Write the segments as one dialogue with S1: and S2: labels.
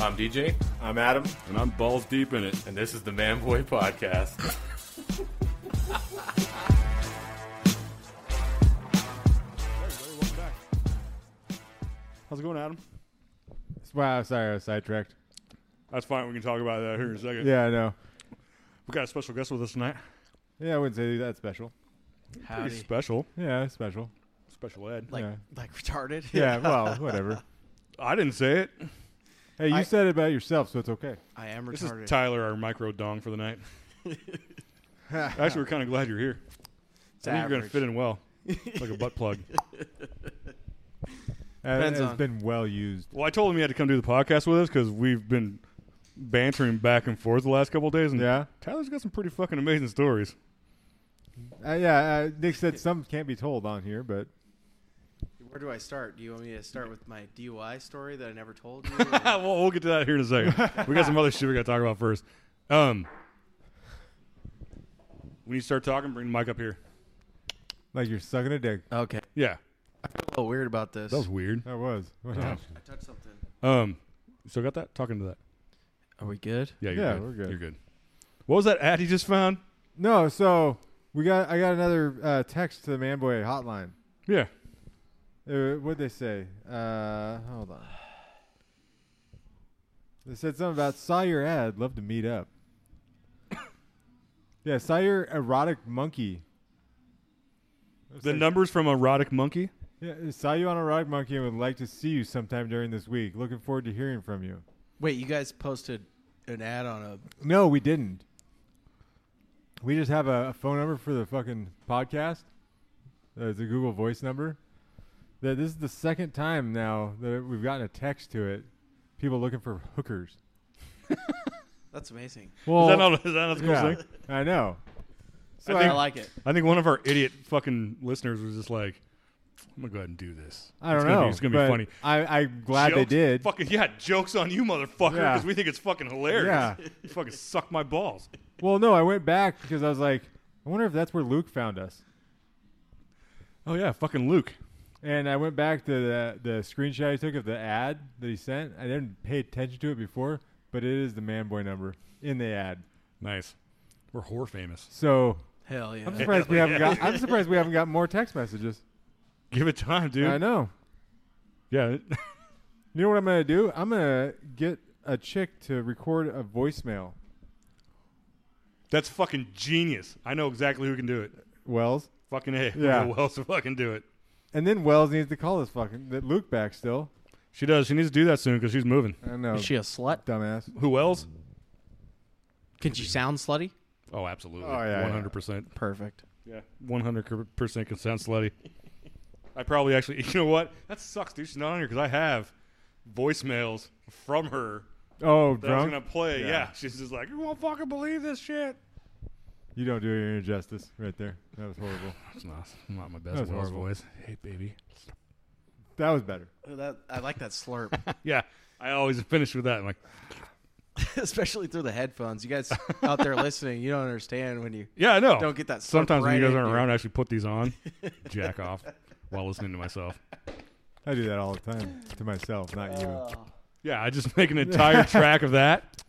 S1: I'm DJ,
S2: I'm Adam,
S3: And I'm balls deep in it.
S1: and this is the Man Boy Podcast.
S3: How's it going, Adam?
S4: Wow, sorry, I was sidetracked.
S3: That's fine. We can talk about that here in a second.
S4: Yeah, I know.
S3: We got a special guest with us tonight.
S4: Yeah, I wouldn't say that's special.
S3: Pretty special.
S4: Yeah, it's special.
S3: Special Ed.
S5: like
S4: Yeah.
S5: like retarded.
S4: Yeah, well, whatever.
S3: I didn't say it.
S4: Hey, you
S5: I-
S4: said it about yourself, so it's okay.
S5: I am
S3: This
S5: retarded.
S3: is Tyler, our micro dong for the night. Actually, we're kind of glad you're here.
S5: It's
S3: I think you're going to
S5: average.
S3: fit in well, like a butt plug.
S4: Uh,
S5: Depends
S4: it's
S5: on-
S4: been well used.
S3: Well, I told him he had to come do the podcast with us because we've been bantering back and forth the last couple of days. And
S4: Yeah,
S3: Tyler's got some pretty fucking amazing stories.
S4: uh, yeah. Uh, Nick said some can't be told on here, but
S5: Where do I start? Do you want me to start with my DUI story that I never told you?
S3: Ah,
S5: Or-
S3: well, we'll get to that here in a second. We got some other shit we got to talk about first. Um, when you start talking, bring the mic up here.
S4: like you're sucking a dick.
S5: okay.
S3: Yeah,
S5: A little weird about this.
S3: that was weird.
S4: That was.
S3: Yeah.
S5: I touched something.
S3: Um, so got that talking to that.
S5: Are we good?
S3: Yeah, you're
S4: Yeah,
S3: good.
S4: we're good.
S3: You're good. What was that ad he just found?
S4: no, so we got. I got another uh, text to the Manboy hotline.
S3: Yeah,
S4: Uh, what'd they say? Uh, hold on. They said something about saw your ad, love to meet up. yeah, saw your erotic monkey. It's
S3: the
S4: like,
S3: numbers from Erotic Monkey.
S4: Yeah, saw you on erotic monkey and would like to see you sometime during this week. Looking forward to hearing from you.
S5: Wait, you guys posted an ad on a
S4: No, we didn't. We just have a, a phone number for the fucking podcast. Uh, it's a Google Voice number. That this is the second time now that we've gotten a text to it. People looking for hookers.
S5: That's amazing.
S4: Well,
S3: is that not, is that not the coolest
S4: Oh. yeah,
S3: thing?
S4: I know. So
S5: I,
S4: I,
S5: like it.
S3: I think one of our idiot fucking listeners was just like, "I'm gonna go ahead and do this."
S4: I don't
S3: it's
S4: know.
S3: Gonna be, it's gonna
S4: but
S3: be funny.
S4: I, I'm glad they
S3: Jokes-
S4: did.
S3: Fucking yeah, jokes on you, motherfucker,
S4: Yeah.
S3: because we think it's fucking hilarious.
S4: Yeah.
S3: you fucking suck my balls.
S4: Well, no, I went back because I was like, I wonder if that's where Luke found us.
S3: Oh yeah, fucking Luke.
S4: And I went back to the the screenshot I took of the ad that he sent. I didn't pay attention to it before, but it is the man boy number in the ad.
S3: Nice. We're whore famous.
S4: So
S5: Hell yeah.
S4: I'm surprised we haven't got. I'm surprised we haven't got more text messages.
S3: Give it time, dude.
S4: I know.
S3: Yeah.
S4: You know what I'm gonna do? I'm gonna get a chick to record a voicemail.
S3: That's fucking genius. I know exactly who can do it.
S4: Wells,
S3: Fucking A.
S4: Yeah.
S3: Who else will fucking do it?
S4: and then Wells needs to call this fucking that Luke back still.
S3: She does. She needs to do that soon because she's moving.
S4: I know,
S5: Is she a slut?
S4: dumbass.
S3: Who else?
S5: Can she sound slutty?
S3: Oh, absolutely.
S4: Oh, yeah, yeah.
S3: 100%.
S5: Perfect.
S3: Yeah. 100% consent slutty. I probably actually, you know what? That sucks, dude. She's not on here because I have voicemails from her
S4: Oh,
S3: that I was
S4: drunk.
S3: going to play. Yeah.
S4: Yeah.
S3: She's just like, you won't fucking believe this shit.
S4: You don't do her any justice right there. That was horrible.
S3: It's not, not my
S4: That
S3: best
S4: was
S3: Wells
S4: horrible.
S3: voice. Hey, baby.
S4: That was better.
S5: Oh, That, I like that slurp,
S3: Yeah. I always finish with that. I'm like,
S5: especially through the headphones. You guys out there listening, you don't understand when you
S3: yeah, I know.
S5: don't get that. Slurp
S3: Sometimes
S5: right
S3: when you guys
S5: in
S3: aren't
S5: here.
S3: around, I actually put these on, jack off while listening to myself.
S4: I do that all the time to myself, not you.
S3: Yeah, I just make an entire track of that,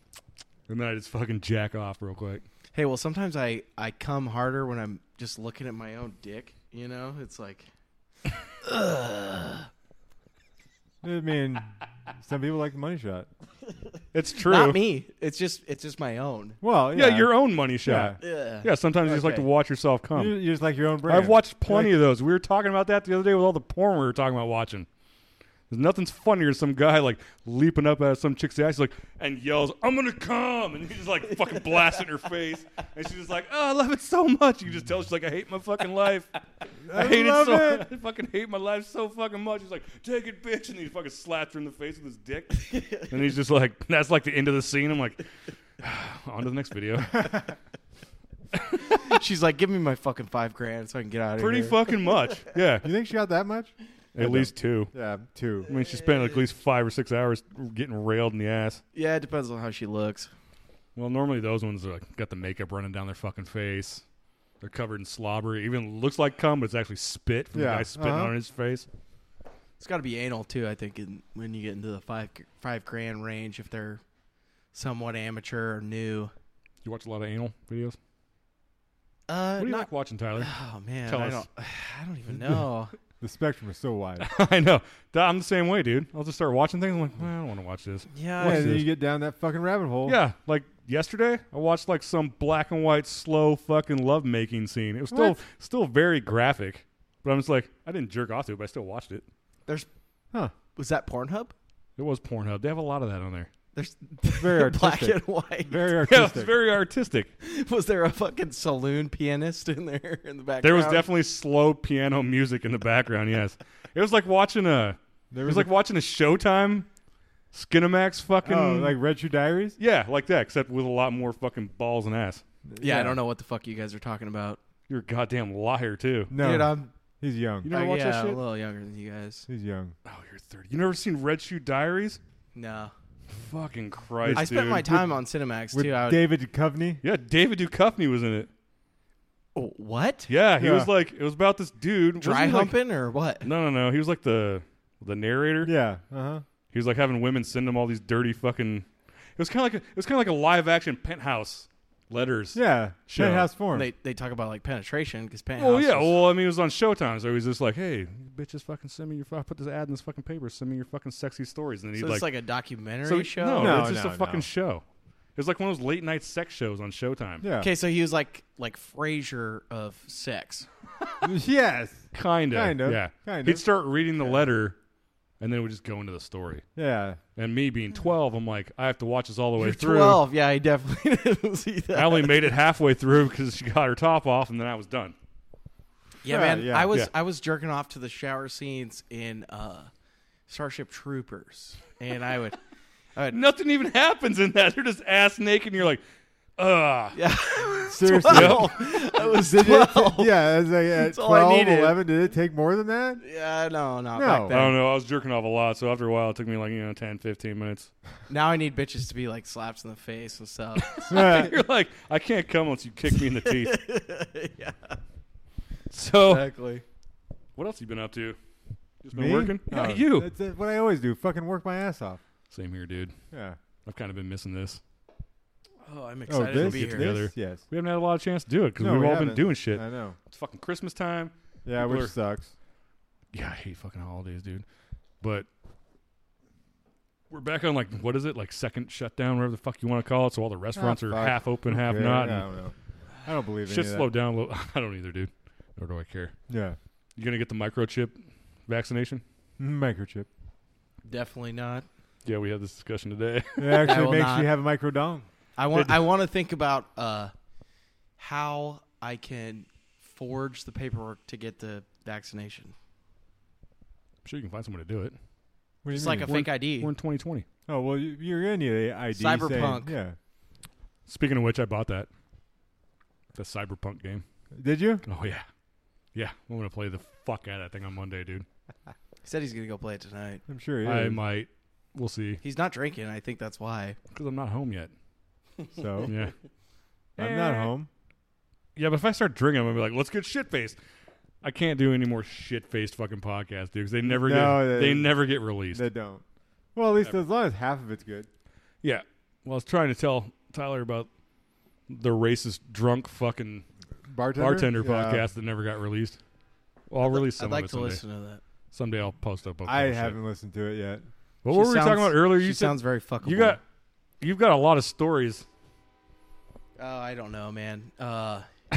S3: and then I just fucking jack off real quick.
S5: Hey, well, sometimes I I come harder when I'm just looking at my own dick. You know, it's like
S4: I mean, some people like the money shot.
S3: It's true.
S5: not me. It's just it's just my own.
S4: Well,
S3: Yeah,
S4: yeah,
S3: your own money shot. Yeah,
S5: Ugh.
S3: sometimes you just like to
S5: Okay.
S3: watch yourself come.
S4: You, you just like your own brand.
S3: I've watched plenty of those. We were talking about that the other day with all the porn we were talking about watching. 'Cause Nothing's funnier than some guy like leaping up out of some chick's ass, like, and yells, "I'm gonna come!" and he's just like fucking blasting her face, and she's just like, "Oh, I love it so much." You can just tell she's like, "I hate my fucking life. I, hate
S4: love
S3: so.
S4: it."
S3: I fucking hate my life so fucking much." He's like, "Take it, bitch!" and he fucking slaps her in the face with his dick, and he's just like, "That's like the end of the scene." I'm like, "On to the next video."
S5: She's like, give me my fucking five grand so I can get out of
S3: Pretty
S5: here.
S3: fucking much, yeah.
S4: You think she got that much?
S3: At least two.
S4: Yeah, two.
S3: I mean, she spent at least five or six hours getting railed in the ass.
S5: Yeah, it depends on how she looks.
S3: Well, normally those ones are like got the makeup running down their fucking face. They're covered in slobber. It even looks like cum, but it's actually spit from
S4: Yeah,
S3: the guy spitting
S4: uh-huh.
S3: on his face.
S5: It's got to be anal too. I think in, when you get into the five five grand range, if they're somewhat amateur or new.
S3: You watch a lot of anal videos.
S5: Uh,
S3: What do you
S5: not.
S3: like watching, Tyler?
S5: Oh man,
S3: Tell
S5: I
S3: us.
S5: don't. I don't even know.
S4: The spectrum is so wide.
S3: I know. Th- I'm the same way, dude. I'll just start watching things. I'm like, "Well, I don't want to watch this.
S5: yeah,
S4: and then
S3: this?
S4: you get down that fucking rabbit hole.
S3: Yeah, like yesterday, I watched like some black and white slow fucking love making scene. It was still
S4: What?
S3: still very graphic, but I'm just like, I didn't jerk off to it, but I still watched it.
S5: there's
S4: Huh.
S5: was that Pornhub?
S3: It was Pornhub. They have a lot of that on there.
S5: There's
S4: very
S5: black
S4: artistic.
S5: and white.
S4: Very
S3: Yeah, it's
S4: artistic.
S3: very artistic.
S5: was there a fucking saloon pianist in there in the background?
S3: There was definitely slow piano music in the background. Yes, it was like watching a.
S4: There was
S3: It was like
S4: a-
S3: watching a Showtime, Skinamax fucking.
S4: oh, like Red Shoe Diaries.
S3: yeah, like that, except with a lot more fucking balls and ass.
S5: Yeah, I don't know what the fuck you guys are talking about.
S3: You're a goddamn liar too.
S4: No,
S5: Dude, I'm
S4: he's young.
S3: You never
S5: I-
S3: watch
S5: Uh, yeah,
S3: that shit?
S5: a little younger than you guys.
S4: He's young.
S3: Oh, you're thirty. You never seen Red Shoe Diaries?
S5: No,
S3: Fucking Christ!
S5: I spent
S3: dude.
S5: my time on Cinemax
S4: With
S5: too. I would,
S4: David Duchovny.
S3: Yeah, David Duchovny was in it.
S5: oh, what?
S3: Yeah, he
S4: Yeah.
S3: was like it was about this dude.
S5: Dry
S3: wasn't he,
S5: humping or what?
S3: Like, no, no, no. He was like the the narrator.
S4: Yeah. Uh huh.
S3: He was like having women send him all these dirty fucking. It was kind of like a, it was kind of like a live action penthouse letters.
S4: Yeah.
S3: Show.
S4: Penthouse form.
S5: They they talk about like penetration because
S3: Well, Oh, yeah. Well, I mean, it was on Showtime, so he was just like, "Hey, bitches, fucking send me your. fu- I put this ad in this fucking paper. Send me your fucking sexy stories." And then
S5: so
S3: he'd
S5: it's
S3: like,
S5: like a documentary
S3: so,
S5: show.
S3: No,
S4: No,
S3: it's just
S4: no,
S3: a fucking
S4: no.
S3: show. It was like one of those late night sex shows on Showtime.
S4: yeah.
S5: Okay, so he was like like Frasier of sex.
S4: yes.
S3: Kind of.
S4: Kind of,
S3: Yeah.
S4: kind
S3: He'd
S4: of.
S3: start reading the letter, and then it would just go into the story.
S4: Yeah.
S3: And me being 12, I'm like, I have to watch this all the way
S5: Hmm. You're
S3: through.
S5: twelve. Yeah, I definitely didn't see that.
S3: I only made it halfway through because she got her top off, and then I was done.
S5: Yeah,
S4: Yeah,
S5: man.
S4: yeah.
S5: I was
S3: Yeah.
S5: I was jerking off to the shower scenes in uh, Starship Troopers, and I would, I would
S3: Nothing even happens in that. They're just ass naked, and you're like, ugh.
S5: yeah.
S4: Seriously.
S5: Well, I was
S4: Did it,
S5: twelve.
S4: yeah, it was like at
S5: That's all I
S4: 12,
S5: needed.
S4: 11, did it take more than that?
S5: Yeah, no, no.
S4: No.
S5: Back
S3: I
S5: then.
S3: don't know. I was jerking off a lot, so after a while, it took me like you know 10, 15 minutes.
S5: Now I need bitches to be like slaps in the face and stuff.
S4: Yeah.
S3: You're like, I can't come unless you kick me in the teeth.
S5: yeah,
S3: So,
S5: exactly.
S3: what else you been up to? Just been
S4: Uh, Me?
S3: working? Yeah,
S4: Oh,
S3: you.
S4: That's, that's what I always do. Fucking work my ass off.
S3: Same here, dude.
S4: Yeah.
S3: I've kind of been missing this.
S5: Oh, I'm
S4: Oh,
S5: excited to
S4: this,
S5: be here.
S3: together.
S4: this? Yes.
S3: We haven't had a lot of chance to do it because
S4: No,
S3: we've
S4: we
S3: all been
S4: haven't. Uh,
S3: doing shit.
S4: I know.
S3: It's fucking Christmas time.
S4: Yeah,
S3: People
S4: which
S3: are-
S4: sucks.
S3: Yeah, I hate fucking holidays, dude. But we're back on like what is it like second shutdown, whatever the fuck you want to call it. So all the restaurants are
S4: fuck.
S3: half open,
S4: Who
S3: half
S4: cares?
S3: not.
S4: I
S3: and
S4: don't know. I don't believe in
S3: Shit slowed down a little. I don't either, dude. Nor do I care.
S4: Yeah.
S3: You gonna get the microchip vaccination?
S4: Mm, Microchip.
S5: Definitely not.
S3: Yeah, we had this discussion today.
S4: It
S5: will
S4: actually makes
S5: not.
S4: you have a micro dong.
S5: I want I want to think about uh, how I can forge the paperwork to get the vaccination.
S3: I'm sure you can find someone to do it.
S4: What do
S5: Just
S4: you mean?
S5: like a
S3: We're-
S5: fake ID.
S3: We're in 2020.
S4: Oh well, you, you're gonna need a ID. saying-
S5: Cyberpunk.
S4: yeah.
S3: Speaking of which, I bought that the cyberpunk game.
S4: Did you?
S3: Oh yeah, yeah. I'm gonna play the fuck out of that thing on Monday, dude.
S5: He said he's gonna go play it tonight.
S4: I'm sure you
S3: I
S4: did.
S3: might. We'll see.
S5: He's not drinking. I think that's why.
S3: Because I'm not home yet.
S4: So
S3: Yeah.
S4: I'm not
S5: Eh.
S4: home.
S3: Yeah, but if I start drinking, I'm gonna be like, let's get shit faced. I can't do any more shit faced fucking podcasts, dude, because they never
S4: No,
S3: get
S4: they-
S3: they, never get released.
S4: They don't. Well, at least as long as half of it's good.
S3: yeah. Well, I was trying to tell Tyler about the racist drunk fucking
S4: Bartender.
S3: bartender
S4: Yeah.
S3: podcast that never got released. Well, I'll release some
S5: I'd like
S3: of it
S5: to
S3: someday.
S5: listen to that.
S3: Someday I'll post up. a
S4: I
S3: bunch of
S4: haven't
S3: Shit.
S4: listened to it yet.
S3: What
S5: She
S3: were we
S5: sounds-
S3: talking about earlier?
S5: She
S3: You said
S5: sounds very fuckable.
S3: you got you've got a lot of stories.
S5: Oh, I don't know, man. Uh,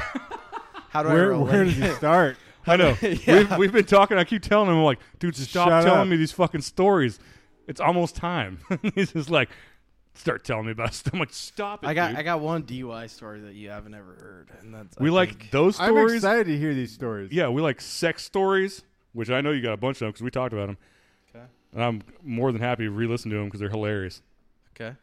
S5: how do I
S4: Where,
S5: relate?
S4: where does he start?
S3: I know. we've,
S5: Yeah.
S3: we've been talking. I keep telling him, I'm like, dude, just stop
S4: Shut
S3: telling
S4: up.
S3: me these fucking stories. It's almost time. He's just like, start telling me about stuff. I'm like, stop it.
S5: I got
S3: dude."
S5: I got one DUI story that you haven't ever heard, and that's
S3: we
S5: I
S3: like
S5: think-
S3: those
S4: I'm
S3: stories.
S4: excited to hear these stories.
S3: Yeah, we like sex stories, which I know you got a bunch of them because we talked about them.
S5: Okay.
S3: And I'm more than happy to re-listen to them because they're hilarious.
S5: okay.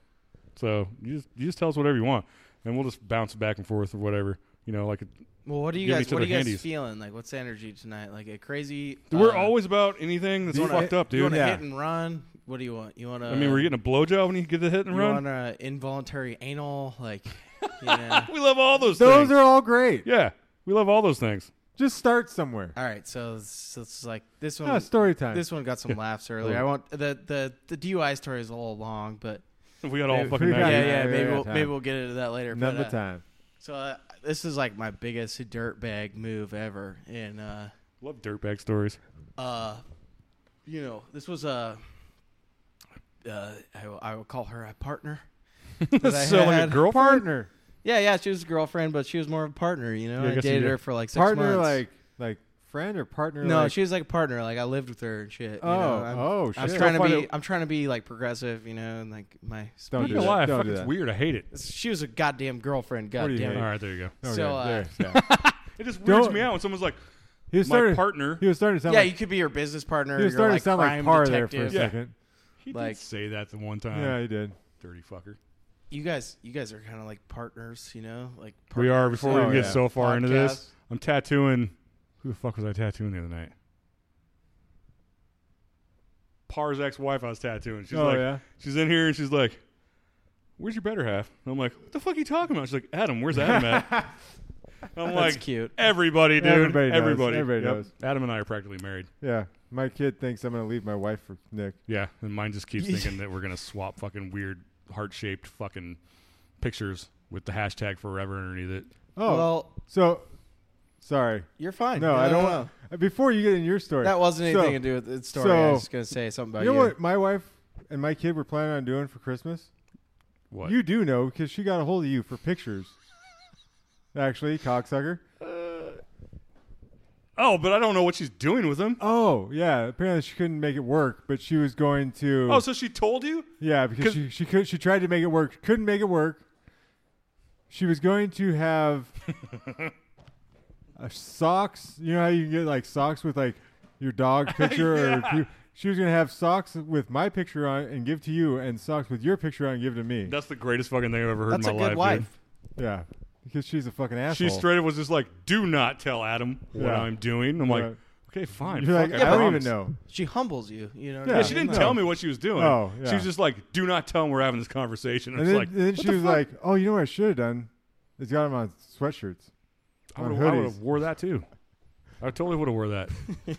S3: So you just you just tell us whatever you want, and we'll just bounce back and forth or whatever. You know, like
S5: Well, what are you
S3: Give
S5: guys?
S3: each
S5: What are
S3: other
S5: you guys
S3: handies.
S5: feeling? Like, what's the energy tonight? Like a crazy.
S3: we're
S5: uh,
S3: always about anything that's
S4: you wanna-
S3: fucked up,
S5: You
S3: dude.
S5: want to
S4: Yeah.
S5: hit and run? What do you want? You want to?
S3: I mean, we're getting a blowjob when you get the hit and
S5: You
S3: run.
S5: want an involuntary anal? Like, you know.
S3: we love all those.
S4: Those
S3: things.
S4: are all great.
S3: Yeah, we love all those things.
S4: Just start somewhere.
S5: All right, so, so it's like this one.
S4: Ah, story time.
S5: This one got some laughs earlier. I want the the the DUI story is a little long, but
S3: We got all
S5: Maybe-
S3: fucking
S4: we
S5: yeah,
S4: got-
S3: night.
S5: yeah,
S4: yeah, yeah,
S5: maybe
S4: yeah,
S5: we'll
S4: time.
S5: maybe we'll get into that later.
S4: None of the
S5: but, uh,
S4: time.
S5: So uh, this is like my biggest dirtbag move ever, and uh,
S3: Love dirtbag stories.
S5: uh, you know, this was a. Uh, I, will- I will call her a partner. that I
S3: so like a
S5: had.
S3: girlfriend.
S4: Partner.
S5: Yeah, yeah, she was a girlfriend, but she was more of a partner. You know,
S3: Yeah, I
S5: I,
S3: guess you
S5: dated
S3: did.
S5: her for like six
S4: Partner
S5: months.
S4: like like friend or partner
S5: no,
S4: like
S5: she was like a partner. Like I lived with her and shit. you
S4: Oh,
S5: know, I'm-
S4: oh
S5: I was
S4: shit.
S5: trying to
S3: Don't
S5: be.
S3: find it-
S5: I'm trying to be like progressive, you know, and like my.
S3: I'm
S4: Don't
S3: not
S4: do
S3: gonna
S4: that.
S3: lie, I
S4: Don't
S3: fucking-
S4: do
S3: it's
S4: that.
S3: weird. I hate it.
S5: She was a goddamn girlfriend.
S4: do you
S5: Goddamn.
S4: hate?
S3: All
S5: it.
S3: right, there you go.
S4: Okay,
S5: so, uh,
S4: there, yeah.
S3: It just weirds
S4: Don't-
S3: me out when someone's like,
S4: he was
S3: my
S4: starting
S3: partner.
S4: he was starting to sound
S5: Yeah,
S4: like
S5: you could be your business partner.
S4: he was
S5: your,
S4: starting
S5: like,
S4: to sound like
S5: crime
S4: par there
S5: detective.
S4: for
S5: Uh,
S4: a
S3: Yeah.
S4: second.
S3: He
S5: like-
S3: did say that the one time.
S4: Yeah, he did.
S3: Dirty fucker.
S5: You guys, you guys are kind of like partners, you know, like
S3: We
S5: partners
S3: are. Before we
S4: Oh,
S5: in
S3: even get
S4: yeah.
S3: so far into
S5: podcasts.
S3: this, I'm tattooing. Who the fuck was I tattooing the other night? Par's ex-wife. I was tattooing. She's
S4: oh
S3: like,
S4: yeah.
S3: she's in here and she's like, "Where's your better half?" And I'm like, "What the fuck are you talking about?" She's like, "Adam, where's Adam at?" I'm
S5: That's
S3: like,
S5: cute.
S3: "Everybody, dude.
S4: Everybody knows.
S3: Everybody.
S4: Everybody
S3: Yep.
S4: knows.
S3: Adam and I are practically married.
S4: Yeah. My kid thinks I'm gonna leave my wife for Nick.
S3: Yeah, and mine just keeps thinking that we're gonna swap fucking weird heart-shaped fucking pictures with the hashtag forever underneath it.
S4: Oh
S5: Well,
S4: so sorry.
S5: you're fine. Uh,
S4: No, I don't want before you get in your story.
S5: That wasn't
S4: so-
S5: anything to do with the story. I was
S4: so-
S5: just gonna say something about
S4: You
S5: you.
S4: know what my wife and my kid were planning on doing for Christmas?
S3: What?
S4: You do know because she got a hold of you for pictures. Actually, cocksucker.
S3: oh, but I don't know what she's doing with him.
S4: Oh, yeah. Apparently she couldn't make it work, but she was going to
S3: Oh, so she told you?
S4: Yeah, because
S3: 'cause-
S4: she she could she tried to make it work, couldn't make it work. She was going to have a socks, you know how you can get like socks with like your dog picture or
S3: Yeah.
S4: pu- she was going to have socks with my picture on and give to you and socks with your picture on and give to me.
S3: That's the greatest fucking thing I've ever heard
S5: That's a
S3: in my
S5: good
S3: life. dude.
S5: wife.
S4: Yeah, because she's a fucking asshole.
S3: She straight up was just like, "Do not tell Adam what
S4: Yeah.
S3: I'm doing." I'm
S4: Yeah.
S3: like, "Okay, fine."
S4: You're
S3: fuck,
S4: like, I don't even know.
S5: She humbles you. You know. what I
S4: Yeah,
S3: Yeah,
S5: mean?
S3: she didn't
S4: No.
S3: tell me what she was doing.
S4: Oh, yeah.
S3: She was just like, "Do not tell him we're having this conversation." I
S4: And
S3: was
S4: then,
S3: like,
S4: and then
S3: "What
S4: she
S3: the
S4: was
S3: fuck?
S4: like, "Oh, you know what I should have done? Is got them on sweatshirts."
S3: I
S4: on
S3: would have I
S4: Oh, hoodies.
S3: would've wore that too. I totally would have wore that.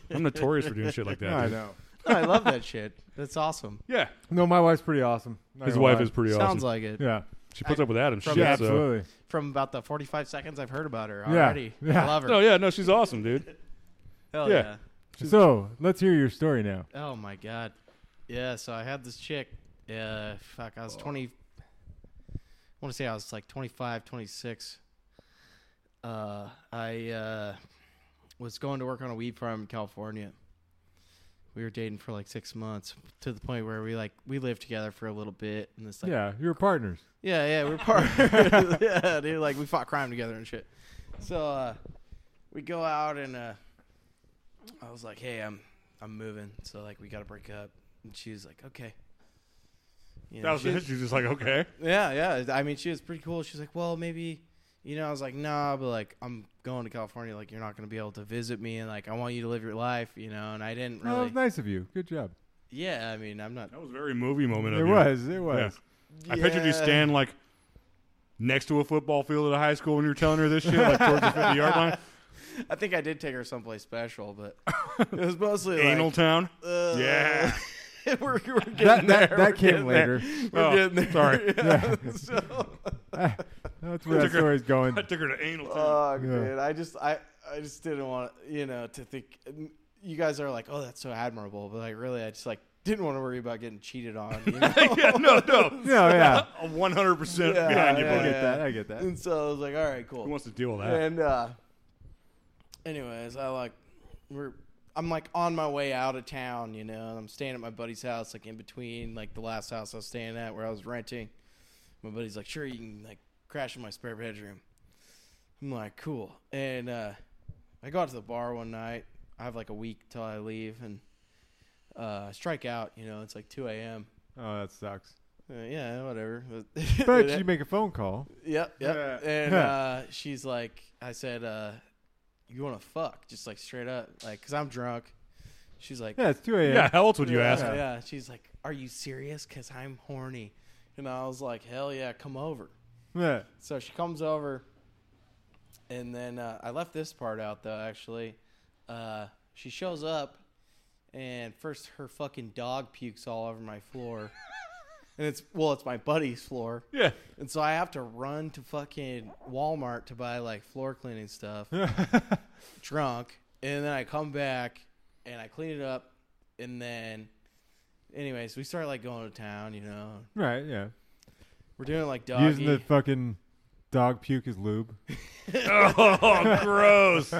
S3: I'm notorious for doing shit like that.
S4: I
S3: dude.
S4: know.
S5: No, I love that shit. That's awesome.
S3: Yeah,
S4: No, my wife's pretty awesome. Not
S3: his
S4: gonna
S3: wife
S4: lie.
S3: is pretty
S5: Sounds
S3: awesome.
S5: like it.
S4: Yeah,
S3: she puts up with Adam.
S5: From
S3: Shit,
S5: Yeah,
S4: yeah,
S3: so-
S4: absolutely.
S5: From about the 45 seconds I've heard about her
S4: Yeah.
S5: already.
S4: Yeah.
S5: I love her.
S3: No, yeah, no, she's awesome, dude.
S5: Hell
S3: yeah.
S5: yeah.
S4: So let's hear your story now.
S5: Oh my god. Yeah, so I had this chick. Uh, fuck, I
S3: Oh.
S5: was 20. I want to say I was like 25, 26. Uh, I uh, was going to work on a weed farm in California. We were dating for like six months to the point where we like we lived together for a little bit and this like
S4: yeah, you were partners.
S5: yeah, yeah, we're partners. yeah, dude, like we fought crime together and shit. So uh, we go out and uh, I was like, "Hey, I'm I'm moving, so like we got to break up." And she was like, "Okay." You know,
S3: That was
S5: she-
S3: it. She was just like, "Okay."
S5: yeah, yeah. I mean, she was pretty cool. She's like, well, maybe, you know. I was like, nah, but like, I'm going to California. Like, you're not going to be able to visit me, and like, I want you to live your life, you know. And I didn't
S4: No, Oh, that
S5: really.
S4: was nice of you. Good job.
S5: Yeah, I mean, I'm not.
S3: That was a very movie moment.
S4: It
S3: of you.
S4: was. It was.
S3: I pictured you
S5: Yeah.
S3: stand like next to a football field at a high school when you were telling her this shit, like towards the 50 yard line,
S5: I think I did take her someplace special, but it was mostly like,
S3: anal town.
S5: Uh,
S3: Yeah.
S5: we're, we're getting
S4: That
S5: there.
S4: that,
S5: we're
S4: that came
S5: getting there.
S4: later.
S5: We're
S3: Oh,
S5: getting there.
S3: sorry.
S5: Yeah. so,
S4: That's where that
S3: Took her-
S4: story's going.
S3: I took her to anal town.
S5: fuck,
S4: Yeah.
S5: dude. I just, I, I just didn't want, you know, to think. You guys are like, oh, that's so admirable, but like, really, I just like didn't want to worry about getting cheated on. You know?
S3: yeah, no, no.
S4: No, yeah.
S3: A 100%
S5: Yeah,
S3: behind you,
S5: yeah,
S4: I
S3: buddy.
S4: get that. I get that.
S5: and so I was like, all right, cool.
S3: Who wants to deal with that?
S5: And uh anyways, I like we're I'm like on my way out of town, you know, and I'm staying at my buddy's house, like in between like the last house I was staying at where I was renting. My buddy's like, sure you can like crash in my spare bedroom. I'm like, cool. And uh I go out to the bar one night. I have like a week till I leave and uh I strike out, you know, it's like two AM.
S4: Oh, that sucks.
S5: Uh, yeah, whatever.
S4: But you make a phone call.
S5: Yep, yep.
S4: Yeah.
S5: And
S4: Yeah.
S5: uh, she's like, I said, uh, you want to fuck? Just like straight up, like, cause I'm drunk. She's like,
S4: Yeah, it's 2 a.m.
S3: yeah, how else would you
S5: yeah,
S3: ask?
S5: yeah. She's like, are you serious? Cause I'm horny. And I was like, hell yeah, come over.
S4: Yeah.
S5: So she comes over, And then uh, I left this part out though. Actually, uh, she shows up, and first her fucking dog pukes all over my floor, and it's well, it's my buddy's floor,
S3: Yeah.
S5: and so I have to run to fucking Walmart to buy like floor cleaning stuff, drunk, and then I come back and I clean it up, and then, anyways, we start like going to town. You know,
S4: Right, yeah.
S5: we're doing like doggy.
S4: Using the fucking dog puke as lube.
S3: oh, gross.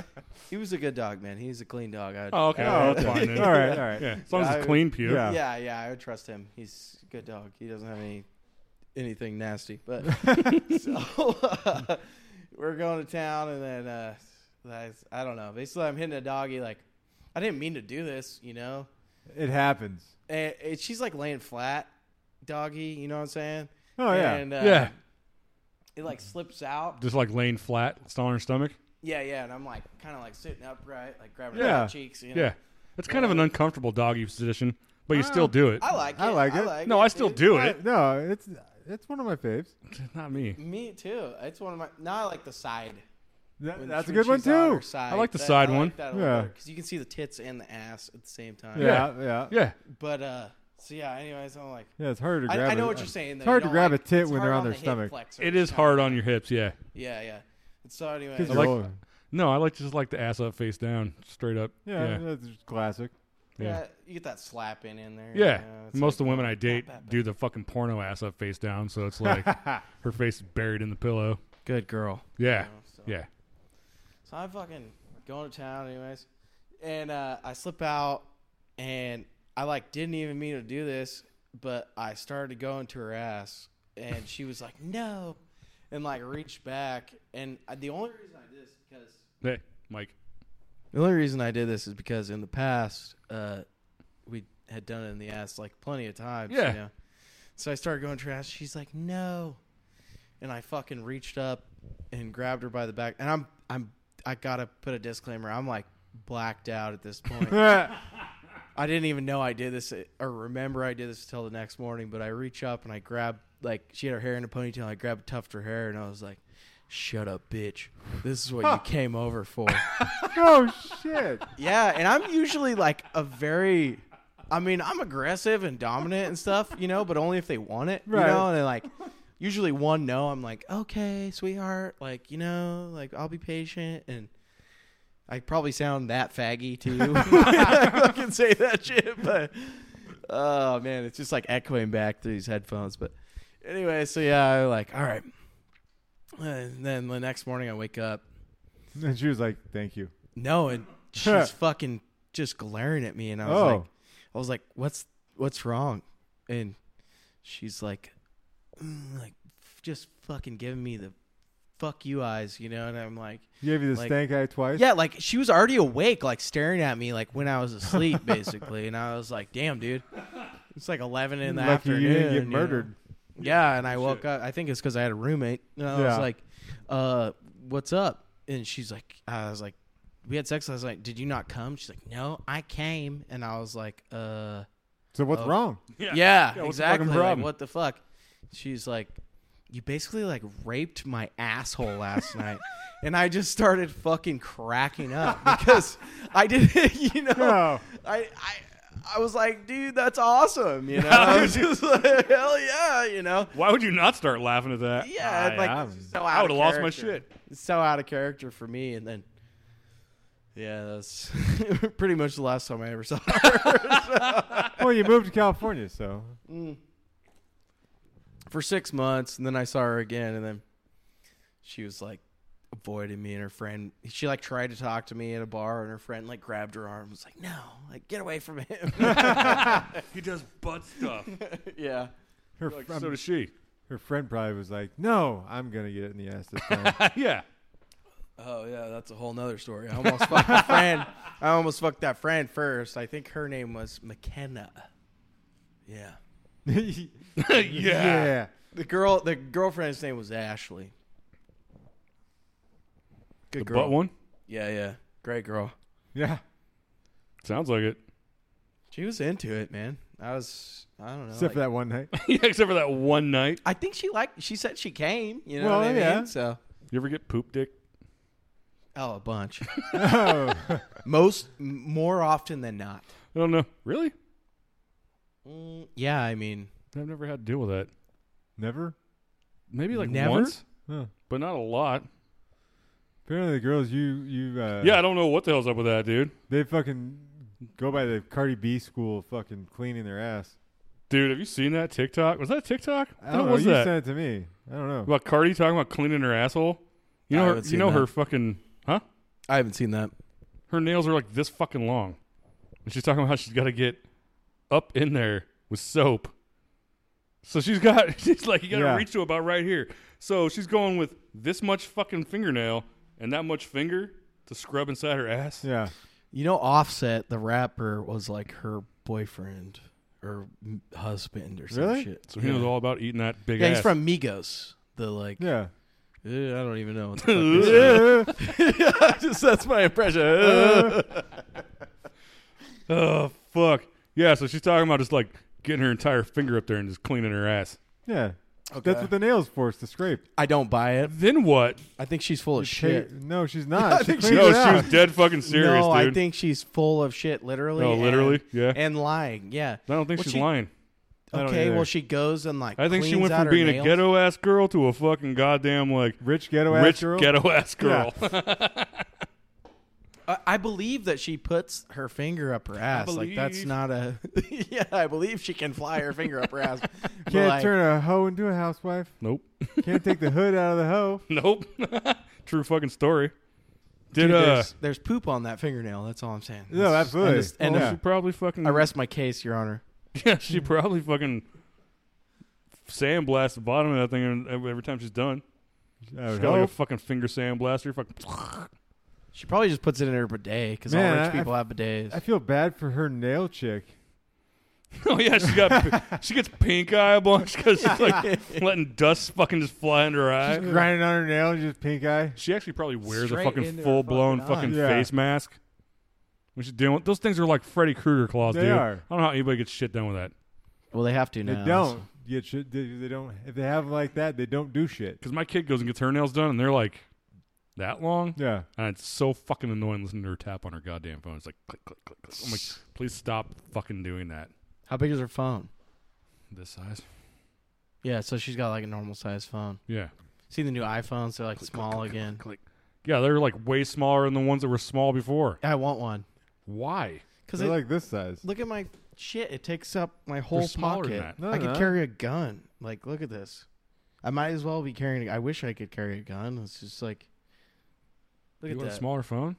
S5: he was a good dog, man. He's a clean dog. I,
S3: Oh, okay.
S4: Oh,
S3: that's fine. Then.
S4: all right, all right.
S3: Yeah, as long as
S5: Yeah,
S3: it's
S5: I-
S3: clean puke.
S4: Yeah.
S5: Yeah, yeah, I would trust him. He's a good dog. He doesn't have any anything nasty. But so uh, we're going to town, and then uh, that's- I don't know. Basically, I'm hitting a doggy. Like I didn't mean to do this, you know.
S4: It happens.
S5: And, and she's like laying flat, doggy. You know what I'm saying?
S4: Oh yeah.
S5: And, uh,
S3: yeah.
S5: It like slips out.
S3: Just like laying flat, still on her stomach.
S5: Yeah, yeah. And I'm like kind of like sitting upright, like grabbing her by
S4: Yeah.
S5: the cheeks. You know? Ah.
S3: Yeah. It's kind of an uncomfortable doggy position, but you still do it.
S5: I like it.
S4: I like
S5: I
S4: it.
S5: like
S3: no,
S5: it,
S3: I still
S5: dude.
S3: do
S4: I-
S3: it.
S4: no, it's it's one of my faves.
S3: Not me.
S5: Me too. It's one of my. Now I like the side.
S4: That-
S5: When-
S4: that's a
S5: when
S4: good one
S5: she's on her
S4: too.
S5: side.
S3: I like the
S5: That-
S3: side
S5: I like
S3: one.
S5: that a
S4: Yeah.
S5: lot because you can see the tits and the ass at the same time.
S4: Yeah, yeah, yeah.
S3: Yeah.
S5: But uh, so yeah. Anyways, I'm like,
S4: it's harder to
S5: I,
S4: grab.
S5: I know
S4: a-
S5: what you're saying. Though.
S4: It's hard
S5: You
S4: to
S5: don't
S4: grab
S5: like-
S4: a tit
S5: it's
S4: when
S5: hard
S4: they're on
S5: on
S4: their
S5: the hip
S4: stomach.
S5: flexor.
S3: It is hard on your hips. Yeah.
S5: Yeah, yeah. And So anyway,
S4: 'Cause
S3: I
S4: you're
S3: like-
S4: rolling.
S3: No, I like just like the ass up, face down, straight up.
S4: yeah,
S3: Yeah.
S4: that's just classic.
S5: yeah,
S3: yeah.
S5: you get that slapping in there.
S3: Yeah.
S5: you know, it's
S3: Most of the
S5: like, uh,
S3: women I date
S5: bad, bad.
S3: do the fucking porno ass up, face down. So it's like her face is buried in the pillow.
S5: good girl.
S3: Yeah.
S5: know, so-
S3: Yeah.
S5: So I'm fucking going to town, anyways, and uh, I slip out, and I like didn't even mean to do this, but I started going to her ass, and she was like, "No," and like reached back, and I, the only reason I did this is because
S3: Hey, Mike.
S5: the only reason I did this is because in the past, uh, we had done it in the ass like plenty of times.
S3: Yeah.
S5: You know? So I started going trash. She's like, no. And I fucking reached up and grabbed her by the back. And I'm, I'm, I gotta put a disclaimer. I'm like blacked out at this point. I didn't even know I did this uh, or remember I did this until the next morning. But I reach up and I grab, like, she had her hair in a ponytail. I grabbed a tuft of her hair and I was like, shut up, bitch. This is what you came over for.
S4: oh shit!
S5: Yeah, and I'm usually like a very I mean, I'm aggressive and dominant and stuff, you know, but only if they want it, you
S4: Right.
S5: know, and then like usually one no, I'm like, "Okay, sweetheart, like, you know, like I'll be patient." And I probably sound that faggy too. when I fucking say that shit, but oh man, it's just like echoing back through these headphones, but anyway, so yeah, I like, "All right." And then the next morning I wake up
S4: And she was like, "Thank you."
S5: no, and she's fucking just glaring at me, and I was
S4: Oh.
S5: like, I was like, what's what's wrong? And she's like, "Mm," like f- just fucking giving me the fuck you eyes, you know? And I'm like,
S4: You gave you the
S5: Like-
S4: stank eye twice.
S5: yeah, like she was already awake, like staring at me, like when I was asleep, basically. And I was like, damn, dude, it's like 11 in the
S4: Lucky
S5: afternoon.
S4: you didn't
S5: you
S4: get
S5: know?
S4: murdered.
S5: Yeah, and I woke up. I think it's because I had a roommate. And I was
S4: Yeah.
S5: like, uh, "What's up?" And she's like, "I was like, we had sex." I was like, "Did you not come?" She's like, "No, I came." And I was like, "Uh,
S4: So what's
S5: Oh.
S4: wrong?
S3: Yeah.
S5: yeah,
S3: Yeah, what's the fucking
S5: exactly. like,
S3: problem?
S5: what the fuck?" She's like, "You basically like raped my asshole last night." And I just started fucking cracking up because I didn't, you know,
S4: No.
S5: I, I, I was like, dude, that's awesome, you know. I was just like, hell yeah, you know.
S3: Why would you not start laughing at that?
S5: Yeah,
S4: I-
S5: like
S4: I-
S5: it's just so out
S3: I would
S5: of
S3: have lost my
S5: character.
S3: shit.
S5: It's so out of character for me, and then yeah, that's pretty much the last time I ever saw her.
S4: Oh, well, you moved to California, so
S5: for six months, and then I saw her again, and then she was like avoiding me and her friend. She like tried to talk to me at a bar, and her friend like grabbed her arm, and was like, "No, like get away from him."
S3: He does butt stuff.
S5: yeah,
S4: her
S3: Like,
S4: fr-
S3: so does she.
S4: her friend probably was like, "No, I'm gonna get it in the ass this time."
S3: yeah.
S5: Oh yeah, that's a whole nother story. I almost fucked a friend. I almost fucked that friend first. I think her name was McKenna. Yeah.
S4: yeah.
S3: yeah.
S5: The girl the girlfriend's name was Ashley. Good
S3: The
S5: girl.
S3: butt one?
S5: Yeah, yeah. Great girl.
S4: Yeah.
S3: Sounds like it.
S5: She was into it, man. I was I don't know.
S4: Except for
S5: like-
S4: that one night.
S3: yeah, except for that one night.
S5: I think she liked she said she came, you know
S4: Well,
S5: what I mean?
S4: yeah.
S5: So
S3: You ever get poop dick?
S5: Oh, a bunch.
S4: Oh,
S5: Most, m- more often than not.
S3: I don't know. Really?
S5: Mm, yeah, I mean,
S3: I've never had to deal with that.
S4: never.
S3: Maybe like
S5: Never?
S3: once,
S4: Huh.
S3: but not a lot.
S4: Apparently, the girls you you uh,
S3: yeah, I don't know what the hell's up with that, dude.
S4: they fucking go by the Cardi B school, fucking cleaning their ass.
S3: Dude, have you seen that TikTok? Was that TikTok?
S4: I
S3: What
S4: don't know.
S3: was
S4: you
S3: that?
S4: sent it to me. I don't know.
S3: about Cardi talking about cleaning her asshole. You
S5: I
S3: know, her,
S5: haven't
S3: you
S5: seen
S3: know her
S5: that.
S3: fucking huh?
S5: I haven't seen that.
S3: Her nails are like this fucking long, and she's talking about how she's got to get up in there with soap. So she's got she's like you got to
S4: Yeah.
S3: reach to about right here. So she's going with this much fucking fingernail and that much finger to scrub inside her ass.
S4: Yeah.
S5: You know, Offset, the rapper, was like her boyfriend or m- husband or some
S4: Really?
S5: shit.
S3: So he knows all about eating that big
S5: Yeah,
S3: ass.
S5: he's from Migos. The like,
S4: Yeah.
S5: eh, I don't even know. What the
S4: Yeah.
S5: fuck this- Just that's my impression. Eh.
S3: oh fuck yeah. So she's talking about just like getting her entire finger up there and just cleaning her ass.
S4: Yeah.
S5: Okay.
S4: That's what the nails for. It's to scrape.
S5: I don't buy it.
S3: Then what?
S5: I think she's
S3: Oh,
S5: full of
S4: Hey,
S5: shit.
S4: no, she's not.
S5: I
S4: she
S5: think she
S4: cleaned
S3: No,
S4: it
S3: she
S4: out.
S3: was dead fucking serious,
S5: no,
S3: dude.
S5: I think she's full of shit, literally.
S3: No, literally,
S5: and-
S3: yeah.
S5: and lying. Yeah,
S3: I don't think
S5: Well,
S3: she's
S5: she-
S3: lying.
S4: I don't
S5: Okay,
S4: either.
S5: well, she goes and like.
S3: I think she
S5: cleans
S3: went
S5: out
S3: from
S5: her
S3: being
S5: nails.
S3: a ghetto ass girl to a fucking goddamn like
S4: rich ghetto
S3: rich
S4: ass girl.
S3: ghetto ass girl.
S5: I, I believe that she puts her finger up her ass. Like that's
S3: believe-
S5: not a. yeah, I believe she can fly her finger up her ass. But,
S4: Can't
S5: like,
S4: turn a hoe into a housewife.
S3: nope,
S4: Can't take the hood out of the hoe.
S3: nope. True fucking story. Did
S5: dude,
S3: uh?
S5: there's, there's poop on that fingernail. That's all I'm saying.
S4: No,
S5: That's-
S4: absolutely.
S5: And, this- and
S4: Oh, yeah.
S3: She probably fucking.
S5: I rest my case, Your Honor.
S3: yeah, she probably fucking sandblast the bottom of that thing and every every time she's done.
S4: I
S3: She's
S4: would
S3: got like a
S4: hope.
S3: fucking finger sandblaster. Fucking.
S5: She probably just puts it in her bidet because all
S4: Man,
S5: rich
S4: I-
S5: people have bidets.
S4: I feel bad for her nail chick.
S3: oh yeah, she got she gets pink eye a bunch because she's like letting dust fucking just fly under her eye.
S4: She's grinding on her nail and just pink eye.
S3: She actually probably wears
S5: Straight
S3: a
S5: into
S3: fucking
S5: her
S3: full blown
S5: fucking eye.
S3: fucking
S4: Yeah.
S3: face mask. When she's dealing with those things are like Freddy Krueger claws,
S4: They
S3: dude.
S4: are.
S3: I don't know how anybody gets shit done with that.
S5: well, they have to
S4: They
S5: now.
S4: don't get shit. They, they don't. If they have like that, they don't do shit.
S3: Because my kid goes and gets her nails done and they're like that long.
S4: Yeah.
S3: And it's so fucking annoying listening to her tap on her goddamn phone. It's like click, click, click, click. I'm like, please stop fucking doing that.
S5: How big is her phone?
S3: This size?
S5: Yeah, so she's got like a normal sized phone.
S3: Yeah.
S5: See the new iPhones? They're like small again.
S3: Yeah, they're like way smaller than the ones that were small before.
S5: I want one
S3: Why?
S5: because
S4: They're like this size.
S5: look at my shit. It takes up my whole
S3: smaller than
S5: pocket.
S4: No,
S5: I could
S4: no.
S5: carry a gun. Like, look at this. I might as well be carrying. I wish I could carry a gun. It's just like, look
S3: you
S5: at
S3: want
S5: that.
S3: a smaller phone?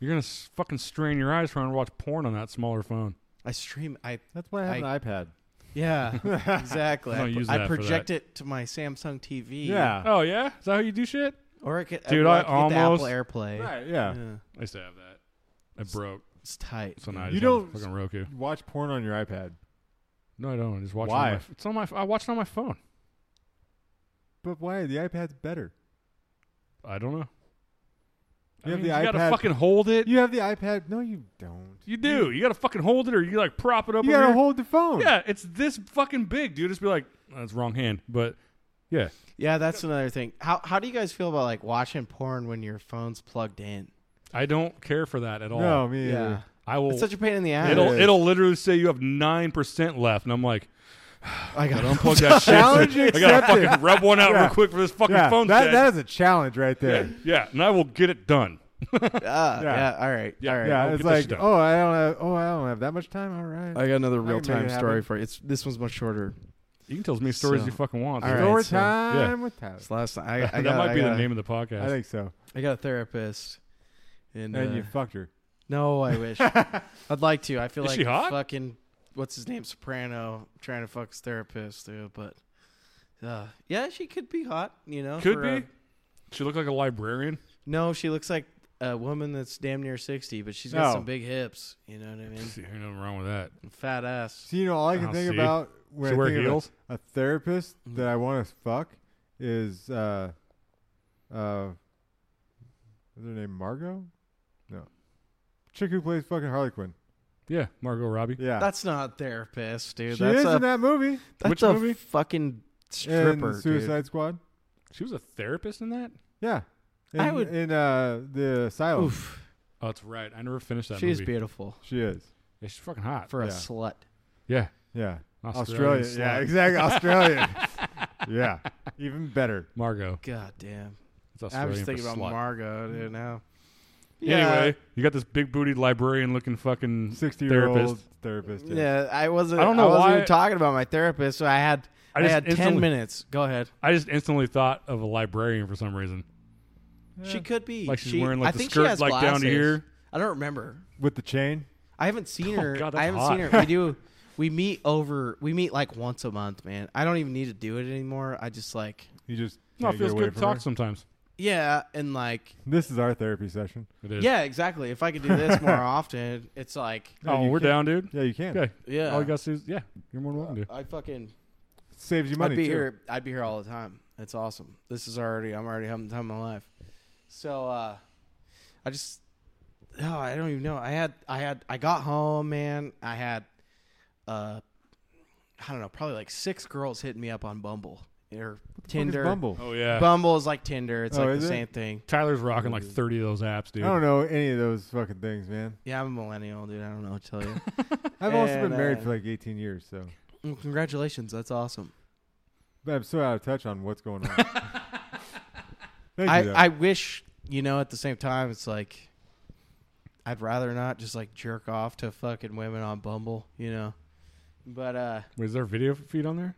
S3: You're going to s- fucking strain your eyes trying to watch porn on that smaller phone.
S5: I stream. I
S4: That's why I have
S5: I-
S4: an iPad.
S5: yeah, exactly.
S3: No,
S5: I,
S3: use
S5: I
S3: that for
S5: project it to my Samsung TV.
S4: Yeah.
S3: Oh, yeah? Is that how you do shit?
S5: or I could.
S3: Dude,
S5: well,
S3: I
S5: I, could
S3: almost-
S5: get the Apple AirPlay.
S4: Right. Yeah.
S5: Yeah,
S3: I used to have that. It broke.
S5: it's tight.
S3: So now I
S4: You
S3: just have
S4: don't-
S3: fucking Roku.
S4: Watch porn on your iPad.
S3: No, I don't. I just watch
S4: Why?
S3: it. On my, it's on my. I watch it on my phone.
S4: But why? The iPad's better.
S3: I don't know.
S4: You
S3: I
S4: have
S3: mean,
S4: the
S3: you gotta
S4: iPad-
S3: fucking hold it. You,
S4: You have the iPad. No, you don't.
S3: do. You gotta fucking hold it, or you like prop it up.
S4: You
S3: over
S4: gotta
S3: here.
S4: hold the phone.
S3: Yeah, it's this fucking big, dude. Just be like, that's wrong hand. But yeah,
S5: Yeah, that's another thing. How how do you guys feel about like watching porn when your phone's plugged in?
S3: I don't care for that at all.
S4: No, me
S5: Yeah.
S4: either.
S3: I will.
S5: It's such a pain in the ass.
S3: it'll
S4: is.
S3: it'll literally say you have nine percent left, and I'm like,
S5: I got
S3: unplug that shit.
S4: Challenge
S3: I gotta
S4: accepted.
S3: fucking rub one out
S4: Yeah.
S3: real quick for this fucking
S4: Yeah,
S3: phone.
S4: that,
S3: dead.
S4: that is a challenge right there.
S3: yeah, and I will get it done.
S5: Ah,
S4: Yeah.
S5: yeah. All right.
S3: Yeah.
S5: All right.
S4: Yeah,
S3: I'll
S4: it's
S3: get this
S4: like,
S3: done.
S4: oh, I don't have, oh, I don't have that much time. All right.
S5: I got another
S4: make
S5: real time
S4: it happen.
S5: story for you. It's this one's much shorter.
S3: You can tell as many stories
S5: So-
S3: as you fucking want.
S5: All
S3: dude.
S5: right.
S4: Story
S5: so-
S4: time
S3: Yeah.
S4: with Tyler.
S5: It's last. I, I
S3: that
S5: got-
S3: might
S5: I
S3: be
S5: got-
S3: the name of the podcast.
S4: I think so.
S5: I got a therapist, and,
S4: And
S5: uh,
S4: you fucked her.
S5: no, I wish I'd like to. I feel
S3: Is
S5: like
S3: she hot?
S5: fucking what's his name Soprano trying to fuck his therapist, dude. But uh, yeah, she could be hot. You know,
S3: Could
S5: for uh,
S3: be.
S5: a-
S3: She looked like a librarian.
S5: no, she looks like a woman that's damn near sixty, but she's got
S4: No.
S5: some big hips. You know what I mean?
S3: See, ain't nothing wrong with that.
S5: And fat ass.
S4: So you know, all I can
S3: I'll
S4: think
S3: Ah, see.
S4: about when
S3: She
S4: I
S3: wear
S4: think of a-
S3: heels?
S4: a, therapist
S5: Mm-hmm.
S4: that I want to fuck is uh, uh, is her name Margot? No, chick who plays fucking Harley Quinn.
S3: Yeah, Margot Robbie.
S4: Yeah,
S5: That's not a therapist, dude.
S4: she
S5: that's
S4: is
S5: a
S4: in that movie
S5: that's
S3: Which
S5: a
S3: movie?
S5: fucking
S4: in
S5: stripper, dude.
S4: Suicide Squad.
S3: She was a therapist in that.
S4: Yeah, In,
S5: I would-
S4: in uh, the asylum.
S5: Oof.
S3: Oh, that's right. I never finished that
S5: She's
S3: movie. Uh,
S5: beautiful
S4: She is.
S3: Yeah, she's fucking hot.
S5: for a
S4: Yeah.
S5: slut.
S3: Yeah.
S4: Yeah.
S3: Australian
S4: Australia. Yeah,
S3: slut.
S4: exactly. Australia. yeah. Even better.
S3: Margot.
S5: God damn.
S3: It's Australian
S5: I was thinking
S3: for
S5: about
S3: slut.
S5: Margot, dude. Now,
S3: Anyway, you got this big booty librarian looking fucking
S4: 60 year old
S3: Therapist.
S4: therapist.
S5: yeah,
S4: Yeah.
S5: I wasn't.
S3: I
S5: I
S3: don't know
S5: wasn't
S3: why-
S5: even talking about my therapist. So I had.
S3: I
S5: I,
S3: just
S5: had ten
S3: instantly-
S5: minutes. Go ahead.
S3: I just instantly thought of a librarian for some reason.
S5: She could be.
S3: Like she's
S5: she,
S3: wearing
S5: I
S3: like the
S5: think she
S3: skirt
S5: has
S3: like down
S5: glasses.
S3: to here.
S5: I don't remember.
S4: With the chain.
S5: I haven't seen
S3: Oh,
S5: her.
S3: God, that's
S5: I haven't seen
S3: hot.
S5: her. We do. We meet over. We meet like once a month, man. I don't even need to do it anymore. I just like.
S4: You just.
S3: No,
S4: can't
S3: it feels
S4: get away
S3: good to
S4: from her.
S3: talk sometimes.
S5: Yeah, and like.
S4: This is our therapy session.
S3: It is.
S5: Yeah, exactly. If I could do this more often, it's like.
S3: Oh,
S4: you
S3: we're
S4: can't-
S3: down, dude.
S4: Yeah, you can.
S3: Okay.
S5: Yeah.
S3: All you got to do is, yeah, you're more than welcome to.
S5: I fucking.
S4: Saves you money.
S5: I'd be
S4: too.
S5: here. I'd be here all the time. That's awesome. This is already. I'm already having the time of my life. So uh, I just. Oh, I don't even know. I had. I had. I got home, man. I had. Uh, I don't know. Probably like six girls hitting me up on Bumble or
S4: Fuck is
S5: Tinder.
S4: Bumble.
S3: Oh, yeah.
S5: Bumble is like Tinder. It's
S4: Oh,
S5: like
S4: is
S5: the
S4: it?
S5: same thing.
S3: Tyler's rocking like 30 of those apps, dude.
S4: I don't know any of those fucking things, man.
S5: Yeah, I'm a millennial, dude. I don't know what to tell you.
S4: I've also been
S5: And,
S4: married
S5: uh,
S4: for like 18 years, so.
S5: Mm, Congratulations. That's awesome.
S4: But I'm so out of touch on what's going on. Thank you,
S5: I,
S4: though.
S5: I wish, you know, at the same time, it's like I'd rather not just like jerk off to fucking women on Bumble, you know. But uh
S3: Wait, is there a video feed on there?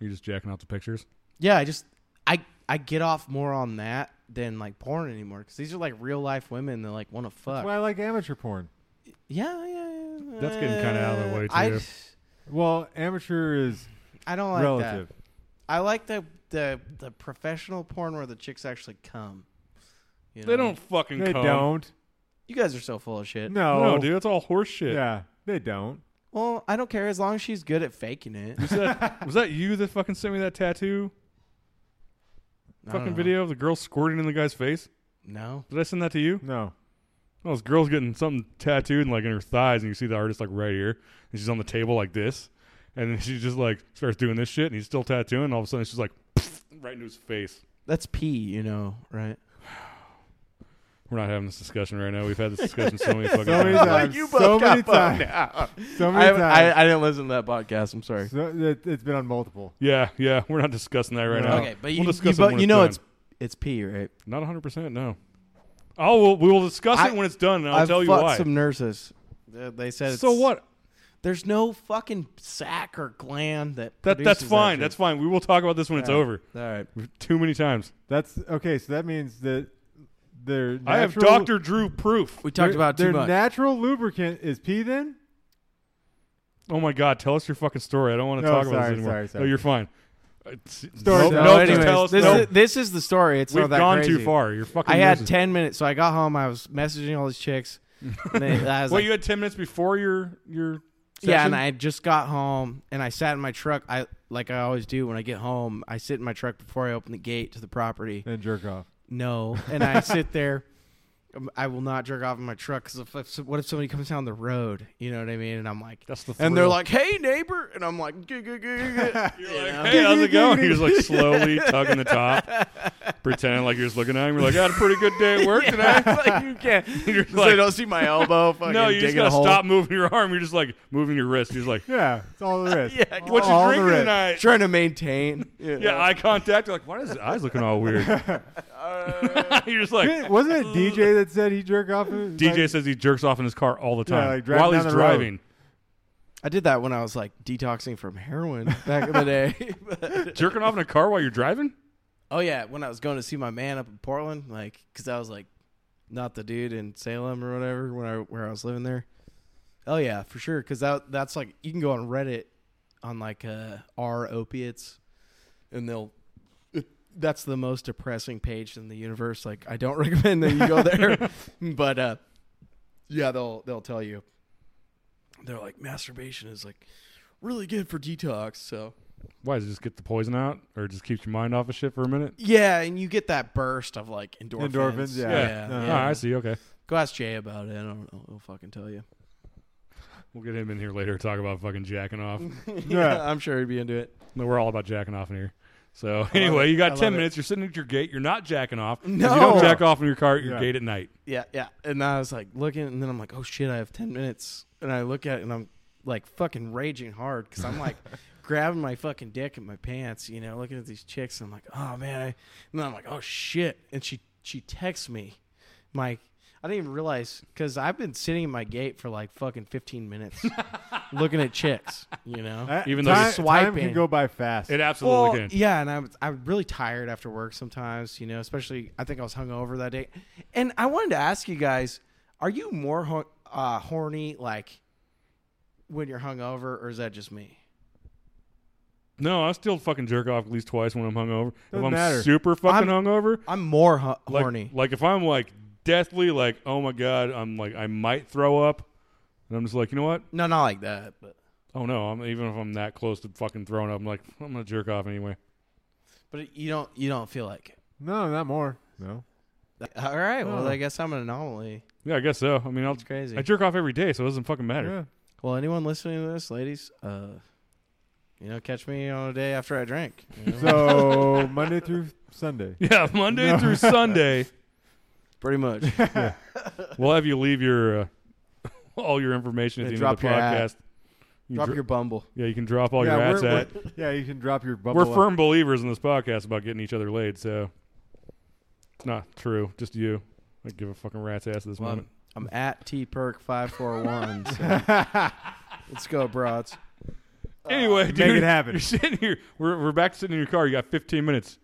S3: You're just jacking out the pictures?
S5: yeah, I just I I get off more on that than like porn anymore cuz these are like real life women that like want to
S4: That's
S5: fuck.
S4: why I like amateur porn.
S5: yeah, yeah, yeah.
S3: That's getting kinda out of the way,
S5: I,
S3: too.
S4: Well, amateur is
S5: I don't like
S4: relative.
S5: that. I like the the the professional porn where the chicks actually come. You
S3: They don't fucking
S4: They
S3: come.
S4: don't.
S5: You guys are so full of shit.
S4: No.
S3: No, dude, that's all horse shit.
S4: Yeah, they don't.
S5: Well, I don't care as long as she's good at faking it.
S3: Was that, was that you that fucking sent me that tattoo
S5: I don't
S3: fucking
S5: know.
S3: video of the girl squirting in the guy's face?
S5: No.
S3: Did I send that to you?
S4: No.
S3: Oh, this girl's getting something tattooed and like in her thighs, and you see the artist like right here, and she's on the table like this, and then she just like starts doing this shit, and he's still tattooing, and all of a sudden she's like right into his face.
S5: That's pee, you know, right?
S3: We're not having this discussion right now. We've had this discussion so many fucking
S4: So many
S3: times.
S4: times. so many times. So many
S5: I,
S4: times.
S5: I, I didn't listen to that podcast. I'm sorry.
S4: so it, it's been on multiple.
S3: Yeah, yeah, we're not discussing that right
S4: No.
S3: now.
S5: Okay, but you,
S3: we'll
S5: you,
S3: discuss it
S5: but
S3: when
S5: you know
S3: done.
S5: it's it's pee, right?
S3: not 100. percent No. Oh, we'll, we will discuss
S5: I-
S3: it when it's done, and I'll
S5: have
S3: tell you
S5: fucked
S3: why.
S5: some nurses. They, they said
S3: so
S5: it's-
S3: what?
S5: There's no fucking sac or gland that
S3: That that's
S5: produces
S3: fine.
S5: shit.
S3: that's fine. We will talk about this when it's
S5: All right.
S3: over.
S5: all right.
S3: We've- Too many times.
S4: That's okay. So that means that their natural,
S3: I have Doctor Drew proof.
S5: We talked
S4: their-
S5: about it too
S4: their
S5: much.
S4: natural lubricant is pee. Then
S3: Oh my God! Tell us your fucking story. I don't want to
S4: No,
S3: talk about
S4: sorry,
S3: this anymore.
S4: sorry, sorry.
S3: No, you're fine. It's-
S4: Story time.
S3: nope, nope,
S4: No,
S3: just
S5: anyways,
S3: tell us.
S5: this,
S3: nope.
S5: is, this is the story. It's
S3: We've
S5: not that
S3: gone
S5: crazy.
S3: too far. You're fucking.
S5: I had
S3: losing.
S5: ten minutes, so I got home. I was messaging all these chicks. And they, I was
S3: Well,
S5: like,
S3: you had ten minutes before your your.
S5: Yeah,
S3: session?
S5: and I just got home and I sat in my truck. I like I always do when I get home, I sit in my truck before I open the gate to the property.
S4: and jerk off.
S5: No, and I sit there. Um, I will not jerk off in my truck because if, if what if somebody comes down the road? You know what I mean? And I'm like,
S3: That's the.
S5: and they're
S3: thrill.
S5: like, "Hey neighbor," and I'm like, "Gah, gah, gah, gah, gah."
S3: You're like, hey, how's it going? He was like slowly tugging the top, pretending like you're just looking at him. You're like, I had a pretty good day at work
S5: Yeah,
S3: today.
S5: it's like you can't.
S3: You're
S5: So they
S3: like,
S5: don't see my elbow. Fucking
S3: no, you just
S5: digging
S3: gotta
S5: a hole.
S3: stop moving your arm. You're just like moving your wrist. He's like,
S4: Yeah, it's all the risk.
S5: Yeah,
S4: all,
S3: what you
S4: all the
S3: drinking
S4: risk.
S3: tonight?
S5: Trying to maintain. you know?
S3: Yeah, eye contact. You're like, why is his eyes looking all weird? you're just like,
S4: Didn't- Wasn't it DJ that said he jerk off? in-
S3: DJ
S4: like-
S3: says he jerks off in his car all the
S4: Yeah,
S3: time
S4: like driving
S3: while
S4: down
S3: he's
S4: the road.
S3: driving.
S5: I did that when I was like detoxing from heroin back in the day. But-
S3: Jerking off in a car while you're driving?
S5: oh yeah, when I was going to see my man up in Portland, like because I was like not the dude in Salem or whatever when I where I was living there. Oh yeah, for sure. Because that that's like you can go on Reddit on like uh, R opiates, and they'll. That's the most depressing page in the universe. Like I don't recommend that you go there, but uh, yeah, they'll they'll tell you. They're like masturbation is like really good for detox. So
S3: Why does it just get the poison out, or it just keeps your mind off of shit for a minute?
S5: Yeah, and you get that burst of like endorphins.
S4: Endorphins, yeah.
S5: yeah.
S4: Yeah.
S3: Oh, I see. Okay,
S5: Go ask Jay about it. I don't know. He'll fucking tell you.
S3: we'll get him in here later. to Talk about fucking jacking off.
S5: I'm sure he'd be into it.
S3: No, we're all about jacking off in here. So anyway, you
S5: I
S3: got
S5: love
S3: ten
S5: it.
S3: minutes. You're sitting at your gate. You're not jacking off. 'cause
S5: No.
S3: you don't jack off in your car at your
S4: Yeah.
S3: gate at night.
S5: Yeah, yeah. And I was like looking, and then I'm like, oh shit, I have 10 minutes. And I look at it, and I'm like fucking raging hard because I'm like grabbing my fucking dick in my pants, you know, looking at these chicks. And I'm like, oh man. I, and then I'm like, oh shit. And she she texts me, my. I didn't even realize because I've been sitting in my gate for like fucking 15 minutes looking at chicks, you know?
S3: Even though you're
S4: time, time
S5: swiping.
S4: can go by fast.
S3: It absolutely
S5: Well,
S3: can.
S5: yeah, and I'm I'm really tired after work sometimes, you know. Especially, I think I was hungover that day, and I wanted to ask you guys: Are you more ho- uh, horny like when you're hungover, or is that just me?
S3: No, I still fucking jerk off at least twice when I'm hungover. if
S4: Doesn't
S3: I'm
S4: matter.
S3: super fucking
S5: I'm-
S3: hungover,
S5: I'm more hu-
S3: like,
S5: horny.
S3: Like if I'm like deathly like, oh my god, I'm like I might throw up, and I'm just like, you know what?
S5: No, not like that, but
S3: Oh no, I'm even if I'm that close to fucking throwing up, I'm like I'm gonna jerk off anyway.
S5: but you don't you don't feel like it.
S4: no, not more. No.
S5: All right, well,
S4: Oh.
S5: I guess I'm an anomaly.
S3: Yeah, I guess so. I mean, I'll
S5: It's crazy.
S3: I jerk off every day, so it doesn't fucking matter.
S4: Yeah.
S5: well, anyone listening to this, ladies, uh, you know, catch me on a day after I drink. you know?
S4: So Monday through Sunday.
S3: Yeah, Monday through Sunday,
S5: pretty much.
S3: we'll have you leave your uh, all your information at
S5: Yeah,
S3: the end of the
S5: drop your ad.
S3: podcast. You
S5: Drop
S3: dro-
S5: your bumble.
S3: yeah, you can drop all
S4: yeah,
S3: your ads
S4: we're,
S3: at.
S4: we're- yeah, you can drop your bubble.
S3: We're
S4: up.
S3: firm believers in this podcast about getting each other laid, so it's not true. Just you. I give a fucking rat's ass at this
S5: Well,
S3: moment.
S5: I'm, I'm at T Perk five four one. Let's go, broads.
S3: Anyway,
S4: make
S3: dude,
S4: it happen.
S3: You're sitting here. We're, we're back sitting in your car. You got 15 minutes.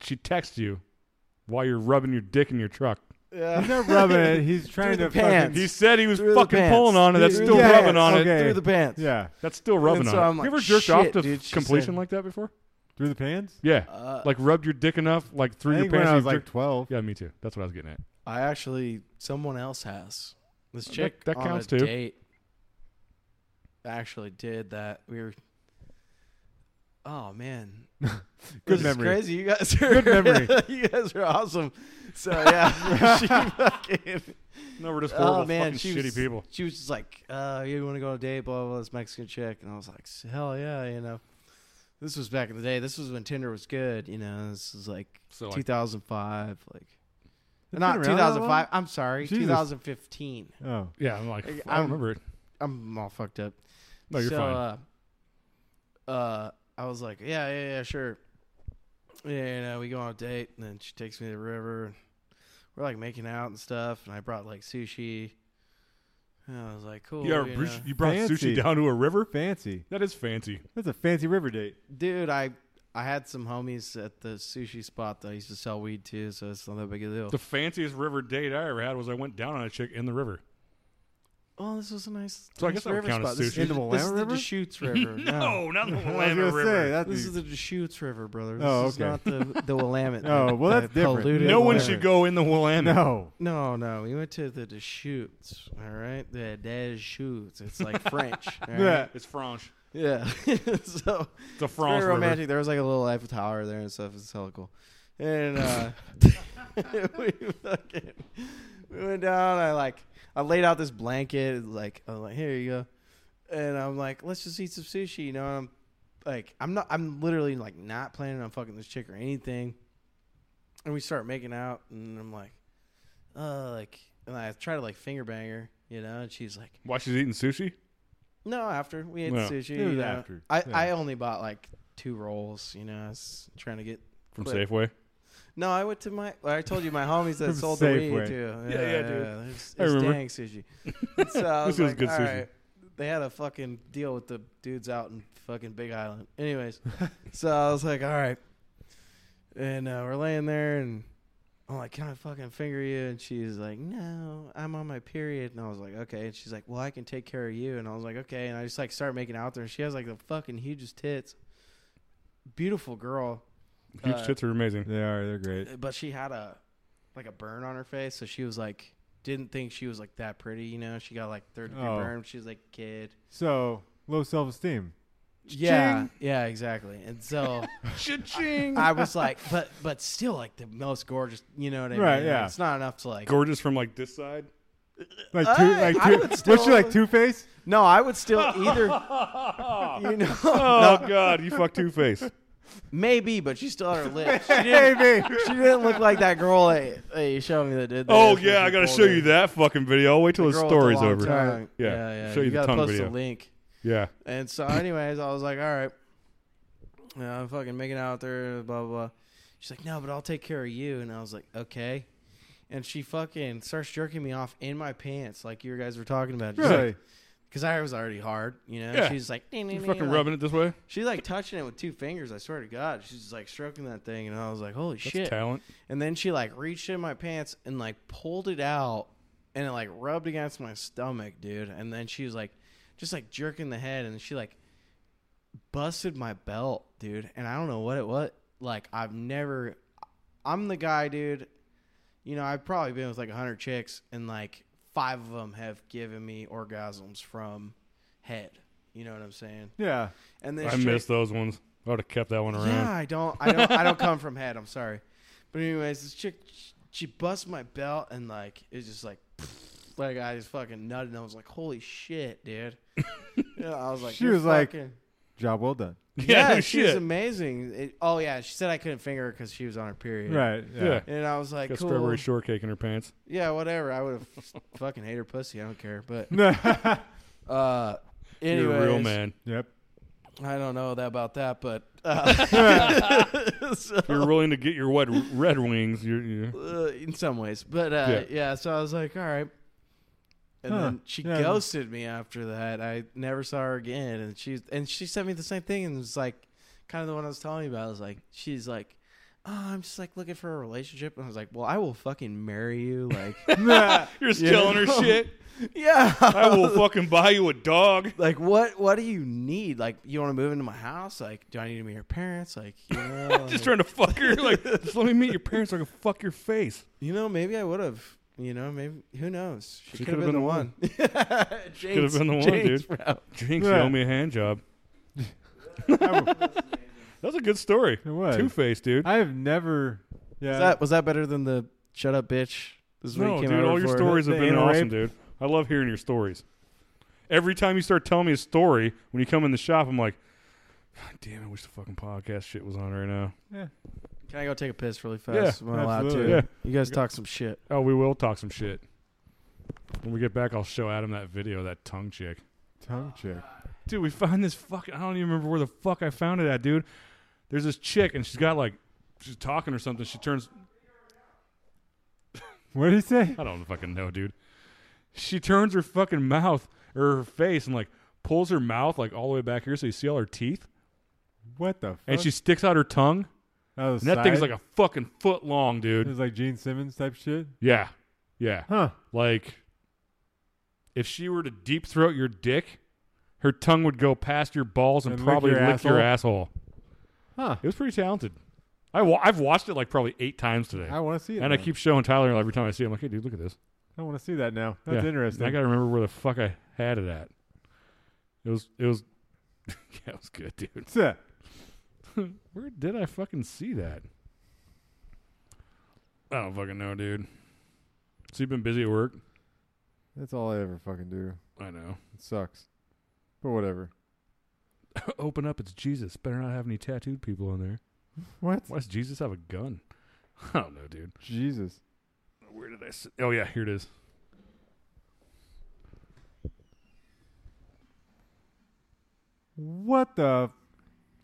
S3: She texts you while you're rubbing your dick in your truck.
S4: He's not rubbing it. He's trying
S5: the
S4: to
S5: pants.
S4: fucking.
S3: He said he was
S5: Through the
S3: fucking
S5: pants.
S3: pulling on it. That's
S5: Through
S3: still
S5: the
S3: rubbing
S4: pants.
S3: on it.
S4: Okay.
S5: Through the pants.
S4: Yeah,
S3: That's still rubbing
S5: so
S3: on
S5: I'm
S3: it.
S5: like,
S3: you ever jerked off
S5: "Shit,
S3: to
S5: dude," she
S3: completion
S5: said.
S3: like that before?
S4: through the pants.
S3: Yeah,
S5: Uh,
S3: like rubbed your dick enough, like through
S4: I
S3: your
S4: think
S3: pants.
S4: when I was
S3: and you
S4: like
S3: jerked-
S4: twelve.
S3: yeah, me too. That's what I was getting at.
S5: I actually someone else has this chick.
S3: that
S5: on
S3: counts
S5: a
S3: too.
S5: Date actually did that. We were. Oh man, This is
S4: memory.
S5: Crazy, you guys are
S4: Good memory.
S5: you guys are awesome. So yeah, she fucking.
S3: No, we're just horrible,
S5: Oh man,
S3: fucking
S5: she
S3: shitty
S5: was,
S3: people.
S5: She was just like, uh, "You want to go on a date?" Blah, blah blah. This Mexican chick, and I was like, "S- "Hell yeah!" You know, this was back in the day. This was when Tinder was good. You know, this was like
S3: So, like-
S5: 2005, like
S4: been
S5: not
S4: around that
S5: 2005.
S4: long?
S5: I'm sorry,
S4: Jesus.
S5: 2015.
S4: Oh,
S3: Yeah, I'm like, I
S5: Like,
S3: don't
S5: I'm-
S3: remember it.
S5: I'm all fucked up.
S3: No, you're
S5: so,
S3: fine.
S5: Uh, uh, I was like, yeah, yeah, yeah, sure. Yeah, you know, we go on a date, and then she takes me to the river. And we're like making out and stuff, and I brought like sushi. And I was like, cool.
S3: you, ever-
S5: you know.
S3: you brought
S4: Fancy.
S3: sushi down to a river?
S4: fancy.
S3: That is fancy.
S4: That's a fancy river date.
S5: dude, I I had some homies at the sushi spot that I used to sell weed to, so it's not that big a deal.
S3: The fanciest river date I ever had was I went down on a chick in the river.
S5: oh, this was a nice.
S3: So I
S5: nice
S3: guess that would
S5: river
S3: count as
S5: spot. This,
S3: sushi.
S5: is-
S4: In the
S5: this is the
S4: Willamette River?
S5: Deschutes River.
S3: No, not the
S4: I was
S3: Willamette
S4: gonna say
S3: River.
S4: that.
S5: This is the Deschutes River, brother. This
S4: Oh,
S5: is
S4: okay.
S5: not the the Willamette.
S4: Oh, well,
S5: the
S4: that's different.
S5: polluted
S3: No one
S5: Willamette.
S3: should go in the Willamette.
S4: no.
S5: No, no, we went to the Deschutes. All right, the Deschutes. It's like French. all right?
S4: Yeah.
S3: It's Franche.
S5: yeah. so
S3: It's a
S5: it's very
S3: France
S5: romantic.
S3: river.
S5: There was like a little Eiffel Tower there and stuff. It's hella cool. And uh, we fucking we went down. I like I laid out this blanket. and, Like I'm like, here you go. And I'm like, let's just eat some sushi. You know, and I'm like, I'm not. I'm literally like not planning on fucking this chick or anything. And we start making out, and I'm like, uh, like, and I try to like finger bang her, you know, and she's like.
S3: Why she's eating sushi?
S5: No, after we ate
S3: Well,
S5: sushi.
S4: it was
S5: you know.
S4: after,
S5: I,
S4: yeah.
S5: I only bought like two rolls. You know, I was trying to get.
S3: From
S5: But-
S3: Safeway.
S5: No, I went to my. well, I told you my homies that
S4: From
S5: sold the weed
S4: Safeway.
S5: too.
S3: Yeah, yeah, dude.
S5: It's,
S3: I
S5: it's
S3: remember.
S5: dang sushi. And so I
S3: This
S5: was
S3: was
S5: like,
S3: good
S5: all
S3: sushi.
S5: right. They had a fucking deal with the dudes out in fucking Big Island. Anyways, so I was like, all right. And uh, we're laying there, and I'm like, can I fucking finger you? And she's like, no, I'm on my period. And I was like, okay. And she's like, well, I can take care of you. And I was like, okay. And I just like started making out there. And she has like the fucking hugest tits. Beautiful girl.
S3: Huge
S5: Uh,
S3: tits are amazing.
S4: They are. They're great.
S5: But she had a like a burn on her face, so she was like didn't think she was like that pretty, you know. She got like third degree
S4: Oh.
S5: burn. She was like kid.
S4: So low self-esteem.
S5: Yeah, yeah, exactly. And so
S3: Cha-ching.
S5: I was like, but but still like the most gorgeous, you know what I mean?
S4: Right,
S5: Like,
S4: yeah.
S5: It's not enough to like.
S3: Gorgeous from like this side.
S4: Like two.
S5: I-
S4: like
S5: I
S4: two.
S5: would
S4: What's
S5: still-
S4: she like? Two Face.
S5: no, I would still either, you know.
S3: Oh God, you fuck Two Face.
S5: Maybe, but she still had her lips. She didn't,
S4: Maybe.
S5: she didn't look like that girl that, that you showed me that did. that.
S3: Oh
S5: She
S3: yeah, I
S5: was
S3: gotta
S5: older.
S3: show you that fucking video. I'll wait till
S5: The
S3: the,
S5: girl
S3: story's
S5: with the long
S3: over.
S5: tongue.
S3: Yeah.
S5: yeah, yeah.
S3: Show you, the
S5: gotta
S3: tongue
S5: post
S3: video.
S5: a link.
S3: Yeah,
S5: And so, anyways, I was like, all right, yeah, I'm fucking making out with her, blah, blah, blah. She's like, no, but I'll take care of you. And I was like, okay. And she fucking starts jerking me off in my pants, like you guys were talking about. She's
S4: Really?
S5: like- Cause I was already hard, you know.
S3: Yeah.
S5: She's like,
S3: you fucking rubbing it this way.
S5: She's like touching it with two fingers. I swear to God, she's like stroking that thing, and I was like, holy
S3: That's
S5: shit.
S3: talent.
S5: And then she like reached in my pants and like pulled it out and it like rubbed against my stomach, dude. And then she was like just like jerking the head and she like busted my belt, dude. And I don't know what it was. Like I've never I'm the guy, dude. You know, I've probably been with like 100 chicks and like 5 of them have given me orgasms from head. You know what I'm saying?
S4: Yeah.
S5: And then
S3: I
S5: she,
S3: missed those ones. I would have kept that one around.
S5: yeah, I don't, I don't, I don't come from head. I'm sorry, but anyways, this chick, she busts my belt and like it's just like, like I just fucking nutted. And I was like, holy shit, dude. yeah, I was like,
S4: She
S5: "You're
S4: was like-
S5: fucking-"
S4: Job well done.
S5: yeah,
S3: no
S5: she was
S3: shit.
S5: amazing. It- oh yeah, she said I couldn't finger her because she was on her period.
S4: Right. Yeah.
S3: Yeah.
S5: And I was like,
S3: Got
S5: cool.
S3: strawberry shortcake in her pants.
S5: yeah, whatever. I would have fucking hate her pussy. I don't care. But
S4: No.
S5: uh, anyways,
S3: You're a real man.
S4: yep.
S5: I don't know that about that, but uh, so-
S3: If you're willing to get your wet red wings, you're, you're
S5: uh, in some ways. But uh, yeah.
S3: Yeah.
S5: so I was like, all right. And
S4: Huh.
S5: then she
S4: Yeah.
S5: ghosted me after that. I never saw her again, and she and she sent me the same thing, and it was like, kind of the one I was telling you about. I was like, she's like, oh, I'm just like looking for a relationship, and I was like, well, I will fucking marry you, like,
S3: you're stealing her
S5: know?
S3: shit.
S5: yeah,
S3: I will fucking buy you a dog.
S5: like what what do you need? Like, you want to move into my house? Like, do I need to meet your parents? Like, you know,
S3: Just
S5: like,
S3: trying to fuck her. Like, just let me meet your parents so I can fuck your face.
S5: you know, maybe I would have. You know, maybe who knows? She,
S3: She
S5: could have
S3: could've
S5: been, the
S3: been the
S5: one.
S3: one.
S5: James-
S3: been the one,
S5: James
S3: dude.
S5: Brown.
S3: Jinx, you
S4: Yeah.
S3: owe me a hand job.
S4: I,
S3: That's a good story.
S4: It was.
S3: Two Face, dude.
S4: I have never. Yeah.
S5: Was that was that better than the shut up bitch? This is what
S3: no,
S5: you came
S3: dude,
S5: out
S3: all
S5: with
S3: your
S5: for?
S3: stories
S4: The
S3: have been
S4: anal
S3: awesome,
S4: rape?
S3: dude. I love hearing your stories. Every time you start telling me a story, when you come in the shop, I'm like, God damn, I wish the fucking podcast shit was on right now.
S5: Can I go take a piss really fast?
S4: Yeah,
S5: Am I allowed to?
S4: absolutely.
S3: Yeah.
S5: You guys talk some shit.
S3: Oh, we will talk some shit. When we get back, I'll show Adam that video, of that tongue chick.
S4: tongue check.
S3: Dude, we found this fucking. I don't even remember where the fuck I found it at, dude. There's this chick, and she's got like, she's talking or something. She turns.
S4: What did he say?
S3: I don't fucking know, dude. She turns her fucking mouth or her face and like pulls her mouth like all the way back here, so you see all her teeth,
S4: What the? Fuck?
S3: and she sticks out her tongue.
S4: Out of the
S3: And that thing's
S4: side?
S3: like a fucking foot long,
S4: It
S3: dude.
S4: was like Gene Simmons type shit.
S3: Yeah. Yeah.
S4: Huh.
S3: Like, if she were to deep throat your dick, her tongue would go past your balls and,
S4: And lick
S3: probably
S4: your
S3: lick your asshole.
S4: Huh.
S3: It was pretty talented. I wa- I've watched it like probably eight times today.
S4: I want to see it.
S3: and I
S4: now.
S3: keep showing Tyler every time I see him. like, hey, dude, look at this.
S4: I want to see that now. That's
S3: Yeah.
S4: interesting.
S3: I got to remember where the fuck I had it at. It was, it was, yeah, it was good, dude.
S4: What's that?
S3: Where did I fucking see that? I don't fucking know, dude. So you've been busy at work?
S4: That's all I ever fucking do.
S3: I know.
S4: It sucks. But whatever.
S3: Open up, it's Jesus. Better not have any tattooed people in there.
S4: What?
S3: Why does Jesus have a gun? I don't know, dude.
S4: Jesus.
S3: Where did I sit? Oh, yeah, here it is.
S4: What the?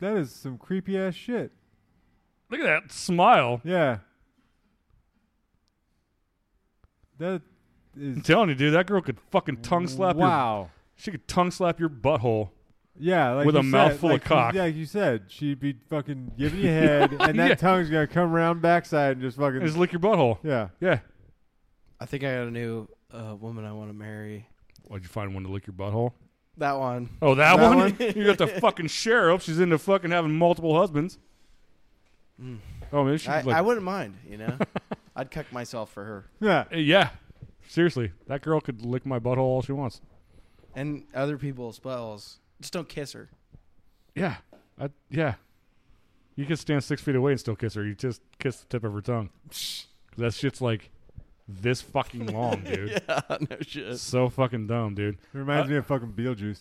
S4: That is some creepy ass shit.
S3: Look at that smile.
S4: Yeah. That
S3: I'm
S4: is.
S3: telling you, dude, that girl could fucking tongue slap your.
S4: Wow.
S3: She could tongue slap your butthole.
S4: Yeah, like
S3: With
S4: you
S3: a
S4: said,
S3: mouthful of
S4: like you-
S3: cock.
S4: Yeah, like you said, she'd be fucking giving you head, and that
S3: Yeah.
S4: tongue's gonna come around backside and just fucking.
S3: And just lick your butthole.
S4: yeah,
S3: Yeah.
S5: I think I got a new uh, woman I want to marry.
S3: Why'd you find one to lick your butthole?
S5: That one.
S3: Oh, that,
S4: That
S3: one?
S4: one?
S3: you got the fucking sheriff. She's into fucking having multiple husbands.
S5: Mm.
S3: Oh, maybe she's
S5: I,
S3: like.
S5: I wouldn't mind. You know, I'd cuck myself for her
S4: yeah.
S3: Uh, Yeah. Seriously, that girl could lick my butthole all she wants.
S5: and other people's balls. Just don't kiss her.
S3: Yeah. I, yeah. You could stand six feet away and still kiss her. You just kiss the tip of her tongue. 'Cause That shit's like this fucking long, dude.
S5: yeah, no shit.
S3: So fucking dumb, dude.
S4: It reminds
S3: Uh,
S4: me of fucking Beetlejuice.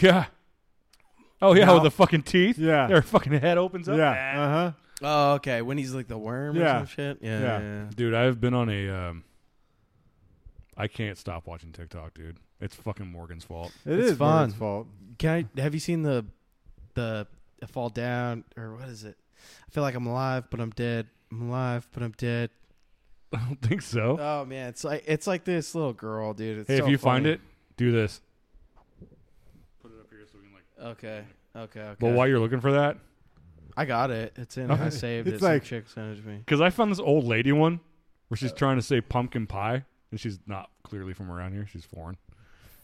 S3: Yeah. Oh yeah,
S5: No.
S3: with the fucking teeth.
S4: Yeah.
S3: their fucking head opens up.
S4: Yeah. Uh huh.
S5: Oh, okay. When he's like the worm
S4: Yeah.
S5: or some shit. Yeah.
S4: Yeah.
S5: yeah, yeah.
S3: Dude, I've been on a. Um, I can't stop watching TikTok, dude. It's fucking Morgan's fault.
S5: It's
S4: it's Morgan's
S5: fun.
S4: fault.
S5: Can I, have you seen the the I fall down or what is it? I feel like I'm alive but I'm dead. I'm alive but I'm dead.
S3: I don't think so.
S5: Oh man, it's like it's like this little girl, dude. It's
S3: hey,
S5: so
S3: if you find
S5: funny.
S3: it, do this. Put it up here so we can like.
S5: okay, okay, okay.
S3: But while you're looking for that,
S5: I got it. It's in. I
S4: Okay.
S5: saved
S4: It's
S5: it. Some
S4: like-
S5: chick sent it to me.
S3: because I found this old lady one where
S4: Uh.
S3: she's trying to say pumpkin pie, and she's not clearly from around here. She's foreign.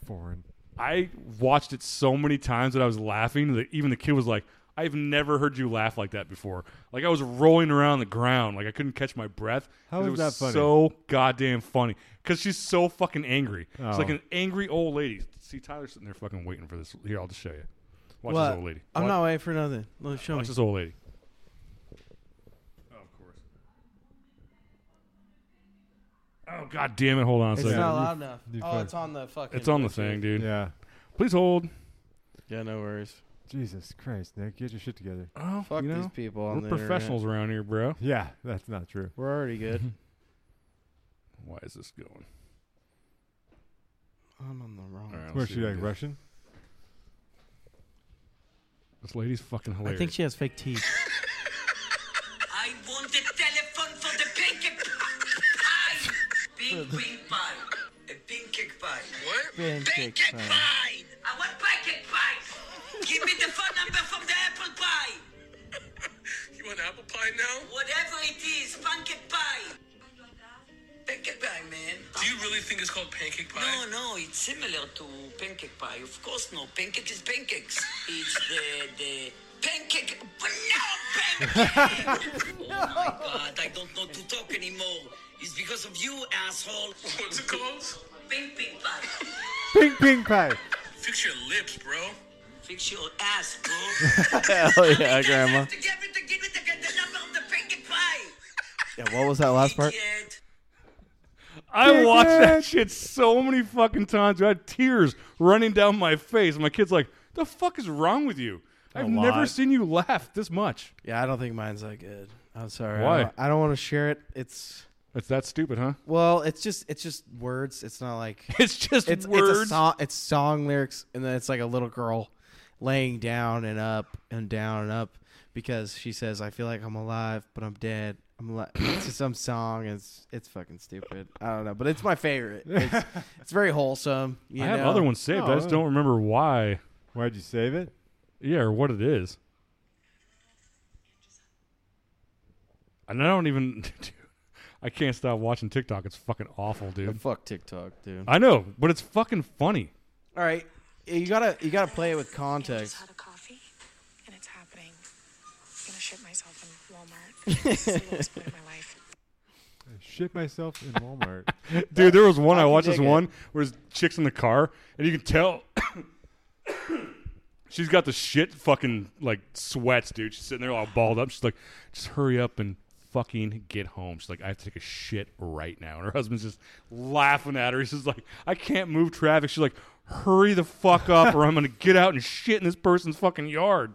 S4: Foreign.
S3: I watched it so many times that I was laughing that even the kid was like, I've never heard you laugh like that before. Like I was rolling around the ground, like I couldn't catch my breath.
S4: How
S3: 'cause it
S4: is
S3: was
S4: that funny?
S3: So goddamn funny because she's so fucking angry. It's like
S4: Oh.
S3: an angry old lady. See, Tyler's sitting there fucking waiting for this. Here, I'll just show you. Watch
S5: What?
S3: this old lady.
S5: I'm
S3: Watch-
S5: not waiting for nothing. Look, show me.
S3: Watch this old lady. Oh, of course. Oh god damn it! Hold on a
S5: It's
S3: second.
S5: not
S4: you-
S5: loud enough.
S4: you
S5: Oh,
S4: fuck-
S5: it's on the fucking.
S3: it's on the
S5: Bluetooth.
S3: thing, dude.
S4: Yeah.
S3: Please hold.
S5: Yeah, no worries.
S4: Jesus Christ, Nick, get your shit together.
S3: Oh,
S5: Fuck
S3: you know?
S5: these people. On
S3: We're
S5: the internet.
S3: professionals around here, bro.
S4: Yeah, that's not true.
S5: We're already good.
S3: Why is this going?
S5: I'm on the wrong.
S3: All right,
S4: Where
S3: let's
S4: is
S3: see
S4: she
S3: what
S4: like
S3: it is.
S4: Russian?
S3: This lady's fucking
S5: I
S3: hilarious.
S5: think she has fake teeth.
S2: I want the telephone for the pancake pie. Pink, pink pie. A pancake pie. What?
S5: Pancake pie.
S2: pie. I want pancake pie. Give me the phone number from the apple pie. you want apple pie now? Whatever it is, pancake pie. Pancake pie, man.
S6: Do you really think it's called pancake pie?
S2: No, no, it's similar to pancake pie. Of course, no. Pancake is pancakes. It's the the pancake. But no pancake. oh my god! I don't know to talk anymore. It's because of you, asshole.
S6: What's it called?
S2: Pancake pie.
S4: Ping ping pie.
S6: Fix your lips, bro.
S2: Fix your ass, bro.
S5: Hell yeah, grandma.
S2: To get me to give me the, the number of the pancake pie.
S5: Yeah, what was that last part?
S2: Idiot.
S3: I watched that
S4: it.
S3: shit so many fucking times. I had tears running down my face. My kid's like, "The fuck is wrong with you? i I've never
S4: lot.
S3: seen you laugh this much."
S5: Yeah, I don't think mine's that good. I'm sorry.
S3: Why?
S5: I don't, I don't want to share it. It's
S3: It's that stupid, huh?
S5: well, it's just it's just words. It's not like
S3: It's just
S5: it's
S3: words.
S5: it's a song. It's song lyrics, and then it's like a little girl laying down and up and down and up because she says, "I feel like I'm alive, but I'm dead." I'm li-. it's just some song. It's it's fucking stupid. I don't know, but it's my favorite. It's, it's very wholesome. You
S3: I have
S5: know?
S3: other ones saved. I
S4: Oh,
S3: just
S4: yeah.
S3: don't remember why.
S4: Why'd you save it?
S3: Yeah, or what it is. And I don't even. Dude, I can't stop watching TikTok. It's fucking awful, dude.
S5: Fuck TikTok, dude.
S3: I know, but it's fucking funny.
S5: All right, you gotta you gotta play it with
S7: I
S5: context.
S7: just had a coffee, and it's happening. I'm gonna shit myself in Walmart. It's the lowest point of my life.
S4: I shit myself in Walmart.
S3: Dude, there was one I
S5: can
S3: watched. This
S5: dig it.
S3: one where there's chicks in the car, and you can tell she's got the shit fucking like sweats, dude. She's sitting there all balled up. She's like, "Just hurry up and fucking get home." She's like, "I have to take a shit right now," and her husband's just laughing at her. He's just like, "I can't move traffic." She's like, "Hurry the fuck up, or I'm gonna get out and shit in this person's fucking yard."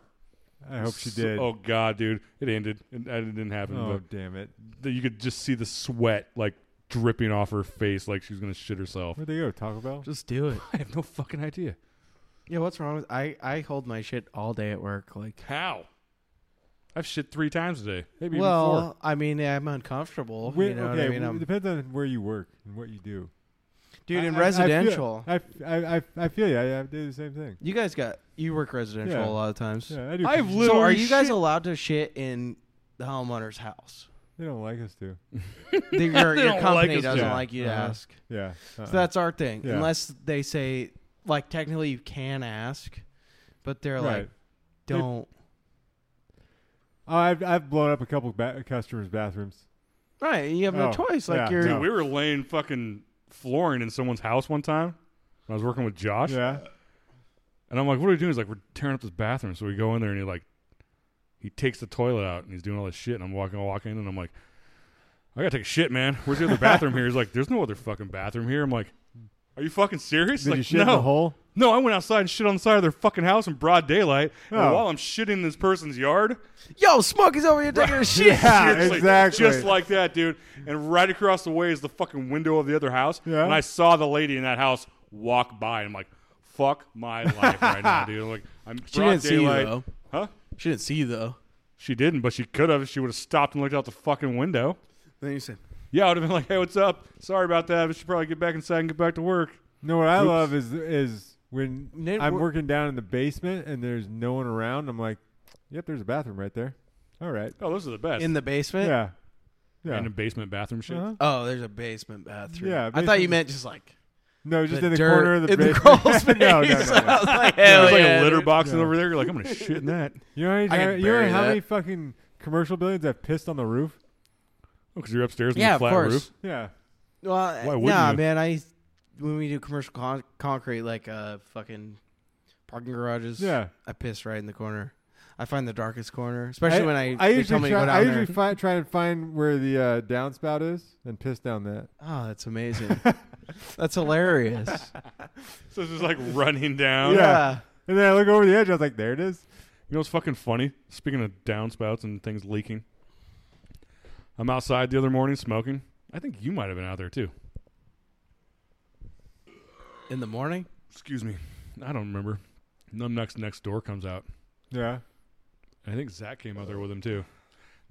S4: I hope she did.
S3: Oh god, dude, it ended. It, it didn't happen.
S4: Oh,
S3: but-
S4: damn it.
S3: that you could just see the sweat like dripping off her face like she was gonna shit herself.
S4: Where'd they go? Taco Bell?
S5: Just do it.
S3: I have no fucking idea.
S5: Yeah, what's wrong with I? I hold my shit all day at work. Like,
S3: How? I've shit three times today. Maybe even four.
S5: well, I mean, I'm uncomfortable.
S4: Wait,
S5: you know
S4: okay,
S5: what I mean?
S4: w-
S5: I'm-
S4: it depends on where you work and what you do. I-
S5: dude, in
S4: I- I feel-
S5: residential,
S4: I, I, I, I feel you. I, I do the same thing.
S5: you guys got you work residential
S4: Yeah.
S5: a lot of times.
S4: Yeah, I do.
S3: I've
S4: they
S5: So,
S3: literally
S5: are you guys
S3: shit-
S5: allowed to shit in the homeowner's house?
S4: don't like us to.
S5: The- your your
S3: don't like
S5: company
S3: us to.
S5: doesn't
S4: Yeah,
S5: like you to
S4: uh-huh.
S5: ask.
S4: Yeah. uh-uh.
S5: So that's our thing,
S4: Yeah.
S5: unless they say like technically you can ask, but they're
S4: right.
S5: like don't.
S4: Oh, I've, I've blown up a couple ba- customers' bathrooms.
S5: Right, you have no
S4: Oh,
S5: choice. Like
S4: yeah,
S5: you're
S4: no.
S3: we were laying fucking flooring in someone's house one time when I was working with Josh.
S5: Uh,
S4: Yeah.
S3: And I'm like, what are we doing? He's like, we're tearing up this bathroom. So we go in there and he like he takes the toilet out and he's doing all this shit and I'm walking walking in and I'm like, I gotta take a shit, man. Where's the other bathroom here? He's like, There's no other fucking bathroom here. I'm like, Are you fucking serious? He's
S4: Did
S3: like,
S4: you shit
S3: no.
S4: in the hole?
S3: No, I went outside and shit on the side of their fucking house in broad daylight. And
S4: Oh.
S3: while I'm shitting in this person's yard,
S5: Yo, Smoke is over here taking a shit.
S3: seriously,
S4: exactly.
S3: just like that, dude. And right across the way is the fucking window of the other house.
S4: Yeah.
S3: And I saw the lady in that house walk by. And I'm like, fuck my life right now, dude. I'm like, I'm
S5: She
S3: broad
S5: didn't see you,
S3: daylight.
S5: though.
S3: Huh?
S5: She didn't see you, though.
S3: She didn't, but she could have. She would have stopped and looked out the fucking window.
S5: Then you said,
S3: Yeah, I would have been like, hey, what's up? Sorry about that. We should probably get back inside and get back to work.
S4: No, what I love is is when
S5: Nate,
S4: I'm
S5: wh-
S4: working down in the basement and there's no one around. I'm like, yep, there's a bathroom right there. All right.
S3: Oh, those are the best.
S5: in the basement?
S4: Yeah. Yeah.
S3: in the basement bathroom shit.
S4: Uh-huh.
S5: Oh, there's a basement bathroom.
S4: Yeah,
S5: I thought you
S4: basement-
S5: meant just like
S4: No, just
S5: the
S4: in the
S5: dirt
S4: corner of the
S5: in the
S4: basement.
S5: crawl space.
S4: no, no, no,
S5: I
S4: no.
S5: was like, hell
S3: There's like
S5: yeah,
S3: a litter
S5: dude.
S3: box over there. You're like, I'm gonna shit in that.
S4: You know, how
S5: I
S4: many-
S5: can
S4: you know
S5: bury
S4: how many
S5: that.
S4: fucking commercial buildings have pissed on the roof?
S3: Because Oh, you're upstairs in
S5: Yeah,
S3: the
S5: of
S3: flat
S5: course.
S3: roof.
S4: Yeah.
S5: Well, uh,
S3: Why wouldn't
S5: nah,
S3: you?
S5: man. I when we do commercial con- concrete, like uh, fucking parking garages.
S4: Yeah.
S5: I piss right in the corner. I find the darkest corner, especially when I,
S4: I
S5: they tell
S4: usually
S5: me to
S4: try,
S5: go down
S4: I usually
S5: there.
S4: fi- try and find where the uh, downspout is and piss down that.
S5: oh, that's amazing. that's hilarious.
S3: So it's just like running down.
S4: Oh, Yeah. And then I look over the edge. I was like, there it is.
S3: You know what's fucking funny? Speaking of downspouts and things leaking, I'm outside the other morning smoking. I think you might have been out there too.
S5: In the morning.
S3: Excuse me. I don't remember. Numbnuck's next door comes out.
S4: Yeah.
S3: I think Zach came out there with him too. And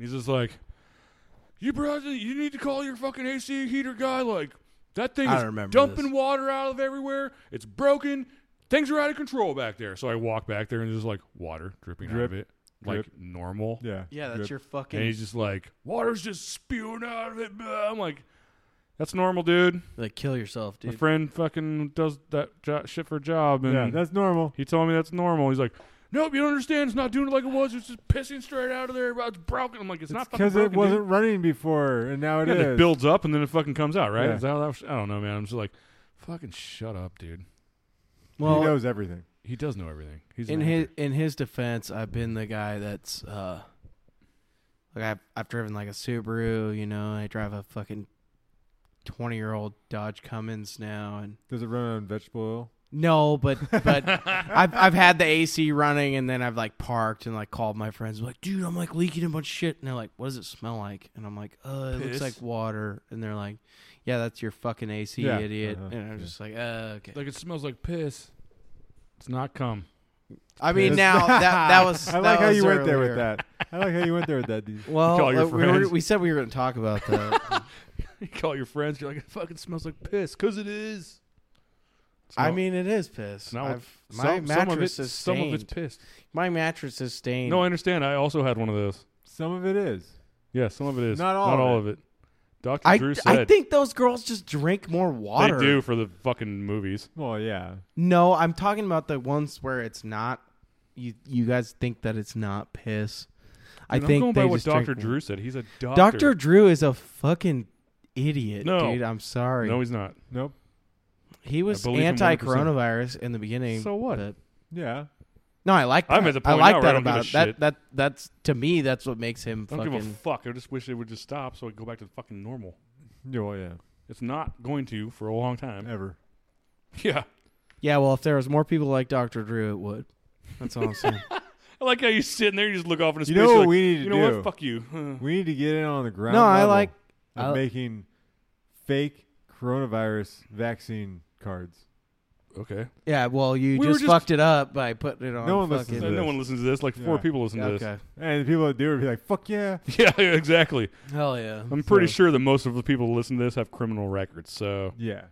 S3: he's just like, "You brought you need to call your fucking AC heater guy. Like that thing
S5: I
S3: is
S5: remember
S3: dumping
S5: this.
S3: water out of everywhere. It's broken. Things are out of control back there." So I walk back there and there's like water dripping out
S4: Drip,
S3: of it,
S4: drip.
S3: like normal.
S4: Yeah.
S5: Yeah, that's
S4: Good.
S5: your
S3: And
S5: fucking
S3: he's just like, "Water's just spewing out of it." blah." I'm like, "That's normal, dude.
S5: like kill yourself,
S3: My
S5: dude.
S3: friend fucking does that jo- shit for a job." And
S4: Yeah, that's normal.
S3: he told me that's normal. He's like, nope, you don't understand. It's not doing it like it was. It's just pissing straight out of there. It's broken. I'm like, it's, not fucking
S4: Because it
S3: broken,
S4: wasn't
S3: dude."
S4: running before, and now it is.
S3: Yeah, it builds up and then it fucking comes out, right?
S4: Yeah.
S3: Is that how that was- I don't know, man. I'm just like, fucking shut up, dude.
S4: he
S5: well,
S4: knows everything.
S3: He does know everything. He's
S5: in
S3: an
S5: his
S3: actor.
S5: in his defense, I've been the guy that's uh, like I've I've driven like a Subaru, you know. I drive a fucking twenty year old Dodge Cummins now, and
S4: Does it run on vegetable oil?
S5: No, but but I've I've had the AC running and then I've like parked and like called my friends like, dude, I'm like leaking a bunch of shit and they're like, what does it smell like? And I'm like, uh, it looks
S1: Piss.
S5: like water. And they're like, yeah, that's your fucking AC,
S4: Yeah,
S5: idiot.
S4: uh-huh,
S5: And I'm
S4: yeah.
S5: just like, uh, okay.
S3: Like, it smells like piss. It's not cum.
S5: I mean,
S4: piss.
S5: now that that was.
S4: I
S5: that
S4: like how
S5: was
S4: you went there with
S5: earlier.
S4: that. I like how you went there with that. dude.
S5: Well,
S3: Call your
S5: uh, we, were,
S3: friends.
S5: we said we were going to talk about that.
S3: You call your friends. You're like, it fucking smells like piss. Because it is. It's
S5: I
S3: not-
S5: mean, it is piss.
S3: it's not-
S5: I've, my
S3: some,
S5: mattress
S3: some of it-
S5: is
S3: Some of it's
S5: stained.
S3: pissed.
S5: My mattress is stained.
S3: No, I understand. I also had one of those.
S4: Some of it is.
S3: Yeah, some of it is.
S4: Not all
S3: Not
S4: of
S3: all
S4: it.
S3: of it. Dr.
S5: I,
S3: Drew
S5: I
S3: said
S5: think those girls just drink more water.
S3: they do for the fucking movies.
S4: Well, yeah.
S5: No, I'm talking about the ones where it's not. You you guys think that it's not piss? I
S3: Dude,
S5: think
S3: I'm going
S5: they
S3: by what
S5: just
S3: Doctor
S5: drink-
S3: Drew said. He's a doctor.
S5: Dr. Drew is a fucking idiot,
S3: No.
S5: dude. I'm sorry.
S3: No, he's not.
S4: Nope.
S5: he was
S3: I believe him
S5: anti-coronavirus in the beginning.
S3: So what?
S5: but-
S4: Yeah.
S5: no, I like. That.
S3: I'm at the
S5: I
S3: point
S5: like
S3: now where
S5: that
S3: I don't give a
S5: about it. That
S3: shit.
S5: that that's to me. That's what makes him
S3: I don't
S5: fucking.
S3: give a fuck. I just wish it would just stop so I could go back to fucking normal.
S4: Yeah, Well, yeah.
S3: It's not going to for a long time.
S4: Ever.
S3: Yeah.
S5: yeah, well, if there was more people like Dr. Drew, it would. That's all I'm saying.
S3: I like how you're sitting there. You just look off into
S4: You
S3: space.
S4: know
S3: you're
S4: what
S3: like,
S4: we need to
S3: You know
S4: do?
S3: what? Fuck you. Huh.
S4: We need to get in on the ground.
S5: no, I
S4: level
S5: like.
S4: of
S5: I-
S4: making fake coronavirus vaccine cards.
S3: okay.
S5: Yeah, well, you
S3: We were
S5: just,
S3: just-
S5: fucked it up by putting it on.
S4: No one listens
S5: fucking,
S4: to
S3: no
S4: this.
S3: one listens to this. Like four
S4: Yeah.
S3: people listen to
S5: Okay.
S4: And the people that do it would be like, "Fuck yeah."
S3: this. Yeah, yeah, exactly.
S5: Hell yeah.
S3: I'm pretty
S4: So-
S3: sure that most of the people who listen to this have criminal records. So.
S4: Yeah.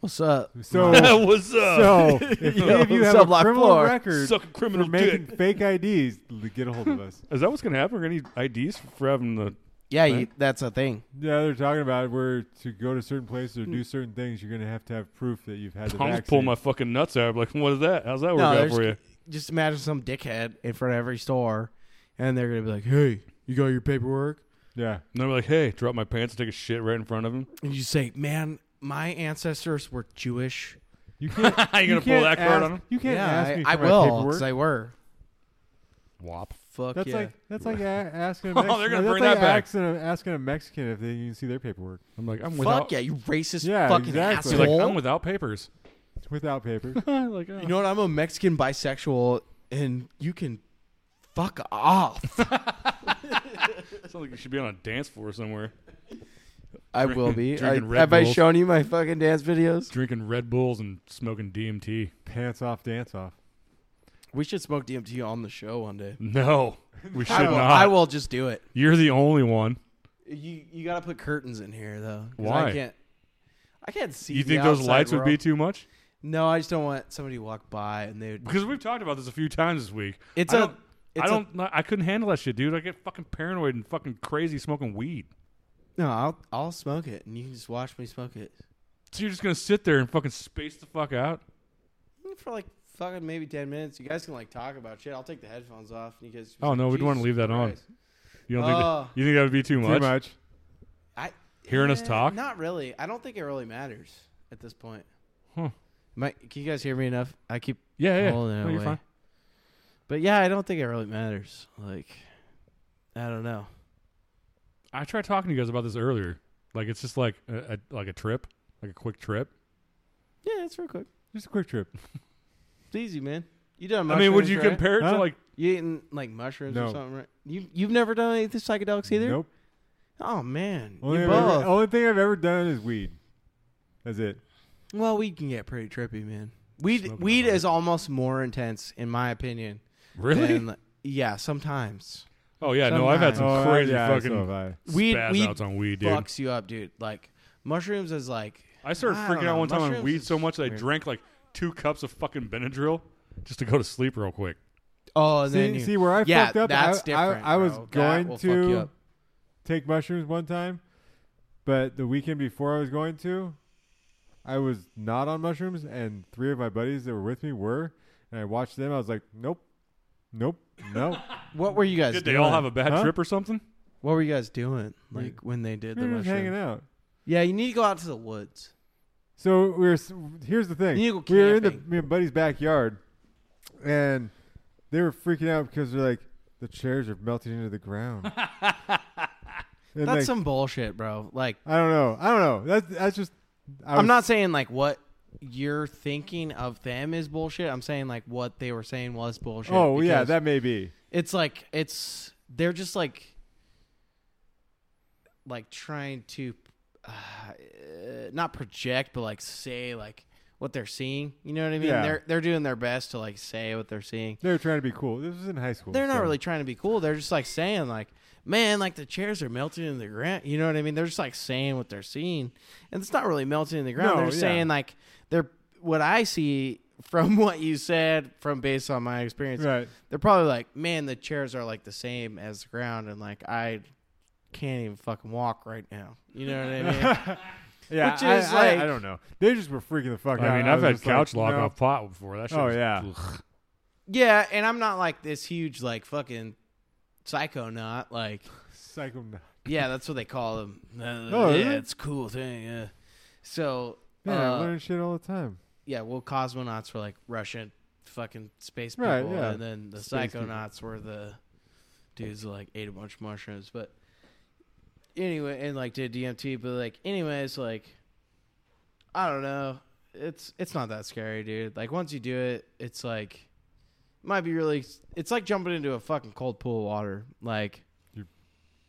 S5: What's up?
S4: So
S3: What's up?
S4: so if any of you
S5: Yo,
S4: have a
S5: Sublock
S4: criminal
S5: floor.
S4: record
S3: Suck a
S4: for
S3: criminal
S4: making
S3: dick.
S4: fake IDs, l- get a hold of us.
S3: Is that what's gonna happen? We're gonna need IDs for having the
S5: Yeah, you, that's a thing.
S4: Yeah, they're talking about where to go to certain places or do certain things, you're gonna have to have proof that you've had the
S3: I'll
S4: vaccine.
S3: just pull my fucking nuts out. I'm like, what is that? How's that work
S5: No,
S3: out
S5: there's-
S3: for you?
S5: Just imagine some dickhead in front of every store, and they're gonna be like, "Hey, you got your paperwork?"
S4: yeah.
S3: And I'm like, hey, drop my pants and take a shit right in front of him.
S5: And you say, "Man, my ancestors were Jewish."
S4: You can't.
S3: Are you, gonna pull that card
S4: ask-
S3: on him?
S4: You can't
S5: yeah,
S4: ask
S5: I,
S4: me for
S5: I
S4: my
S5: will
S4: paperwork.
S5: because they were.
S3: Wop.
S5: Fuck
S4: that's
S5: yeah.
S4: like that's like a- asking. A
S3: Oh,
S4: Mexican,
S3: they're gonna
S4: that's
S3: bring
S4: like
S3: that back.
S4: Asking a, asking a Mexican if they can see their paperwork.
S3: I'm like, I'm
S5: Fuck
S3: without.
S5: yeah, you racist
S4: Yeah,
S5: fucking
S4: exactly.
S5: asshole.
S3: He's like, I'm without papers.
S4: without paper.
S3: like, oh.
S5: You know what? I'm a Mexican bisexual, and you can fuck off.
S3: sounds like you should be on a dance floor somewhere,
S5: I will be. I,
S3: Drinking Red
S5: have I
S3: Bulls.
S5: shown you my fucking dance videos?
S3: drinking Red Bulls and smoking DMT.
S4: Pants off, dance off.
S5: We should smoke DMT on the show one day.
S3: No, we should
S5: I will,
S3: not.
S5: I will just do it.
S3: You're the only one.
S5: You you gotta put curtains in here though. 'cause I
S3: Why?
S5: can't. I can't see.
S3: You
S5: the
S3: think those
S5: outside
S3: lights would be
S5: world.
S3: too much?
S5: No, I just don't want somebody to walk by and they. would
S3: Because we've talked about this a few times this week.
S5: It's
S3: I
S5: a-
S3: Don't,
S5: it's
S3: I
S5: a-
S3: don't. I couldn't handle that shit, dude. I get fucking paranoid and fucking crazy smoking weed.
S5: No, I'll I'll smoke it, and you can just watch me smoke it
S3: So you're just gonna sit there and fucking space the fuck out?
S5: Mm, for like fucking maybe ten minutes. You guys can like talk about shit. I'll take the headphones off, and you guys.
S3: Oh, no, we'd wanna
S5: Jesus
S3: leave that on.
S5: Christ.
S3: You don't think?
S5: Oh.
S3: That, you think that would be too much?
S4: Too much.
S5: I
S3: Hearing us
S5: eh,
S3: talk?
S5: Not really. I don't think it really matters at this point.
S3: Huh.
S5: Mike, can you guys hear me enough? I keep
S3: Yeah, yeah.
S5: holding it
S3: No, you're
S5: away.
S3: fine.
S5: But yeah, I don't think it really matters. Like, I don't know.
S3: I tried talking to you guys about this earlier. Like it's just like a, a like a trip, like a quick trip.
S5: Yeah, it's real quick.
S4: Just a quick trip.
S5: It's easy, man. You done?
S3: I mean, would
S5: mushrooms,
S3: you
S5: right?
S3: compare it to
S4: Huh?
S3: like?
S5: You eating like mushrooms or
S4: No.
S5: something, right? You you've never done any of the psychedelics either.
S4: Nope.
S5: Oh man,
S4: Only,
S5: you
S4: I've ever-
S5: both.
S4: only thing I've ever done is weed. That's it.
S5: Well, weed can get pretty trippy, man. Weed
S3: Smoking
S5: weed
S3: a lot.
S5: is almost more intense, in my opinion.
S3: Really?
S5: than- yeah, sometimes
S3: oh yeah. No, I've had some
S4: Oh,
S3: crazy
S4: yeah,
S3: fucking
S4: so have I.
S5: weed
S3: spaz
S5: weed
S3: outs on weed, dude.
S5: fucks you up, dude. Like mushrooms is like
S3: I started
S5: I don't
S3: freaking out
S5: know.
S3: one time on
S5: Mushrooms
S3: weed
S5: is
S3: so much that I
S5: weird.
S3: drank like two cups of fucking Benadryl just to go to sleep real quick.
S5: oh, and then
S4: See,
S5: you,
S4: see where I
S5: yeah,
S4: fucked up.
S5: That's
S4: I,
S5: different.
S4: I, I was
S5: bro. That will
S4: going
S5: fuck you
S4: to
S5: up.
S4: take mushrooms one time, but the weekend before I was going to, I was not on mushrooms, and three of my buddies that were with me were, and I watched them. I was like, nope, nope, no.
S5: What were you guys?
S3: Did they
S5: doing?
S3: all have a bad
S4: Huh?
S3: trip or something?
S5: What were you guys doing? Like when they did
S4: we
S5: the
S4: were just hanging
S5: mushrooms?
S4: out.
S5: Yeah, you need to go out to the woods.
S4: So we were. s- Here's the thing.
S5: You need to go
S4: we were in the
S5: camping.
S4: my buddy's backyard, and they were freaking out because they're like, the chairs are melting into the ground. And,
S5: That's
S4: like,
S5: some bullshit, bro. Like
S4: I don't know. I don't know. That's that's just. I
S5: I'm
S4: was-
S5: not saying like what you're thinking of them is bullshit. I'm saying like what they were saying was bullshit.
S4: Oh yeah,
S5: because
S4: that may be.
S5: it's like it's they're just like like trying to uh, not project, but like say like what they're seeing. You know what I mean?
S4: Yeah.
S5: They're they're doing their best to like say what they're seeing.
S4: They were trying to be cool. This was in high school.
S5: They're not
S4: so-
S5: really trying to be cool. They're just like saying like, man, like the chairs are melting in the ground. You know what I mean? They're just like saying what they're seeing, and it's not really melting in the ground.
S4: No,
S5: they're just
S4: yeah.
S5: saying like they're what I see from what you said from based on my experience.
S4: Right.
S5: They're probably like, man, the chairs are like the same as the ground, and like I can't even fucking walk right now. You know what I mean?
S4: Yeah,
S5: Which
S4: I-
S5: is
S4: I, I,
S5: like-
S4: don't know. They just were freaking the fuck out.
S3: I mean,
S4: was
S3: I've had
S4: just like,
S3: couch lock
S4: no.
S3: off pot before. That shit.
S4: Oh,
S3: was-
S4: yeah.
S3: Ugh.
S5: yeah, and I'm not like this huge like fucking psycho not like
S4: Psycho.
S5: Yeah, that's what they call them. Uh,
S4: Oh,
S5: yeah,
S4: really?
S5: it's a cool thing. Yeah. So,
S4: Man, I
S5: uh,
S4: learn shit all the time.
S5: yeah, well, cosmonauts were like Russian fucking space people,
S4: Right, yeah.
S5: and then the
S4: Space people.
S5: psychonauts were the dudes that like ate a bunch of mushrooms. But anyway, and like did DMT. But like, anyways, like I don't know. It's it's not that scary, dude. Like once you do it, it's like might be really. It's like jumping into a fucking cold pool of water. Like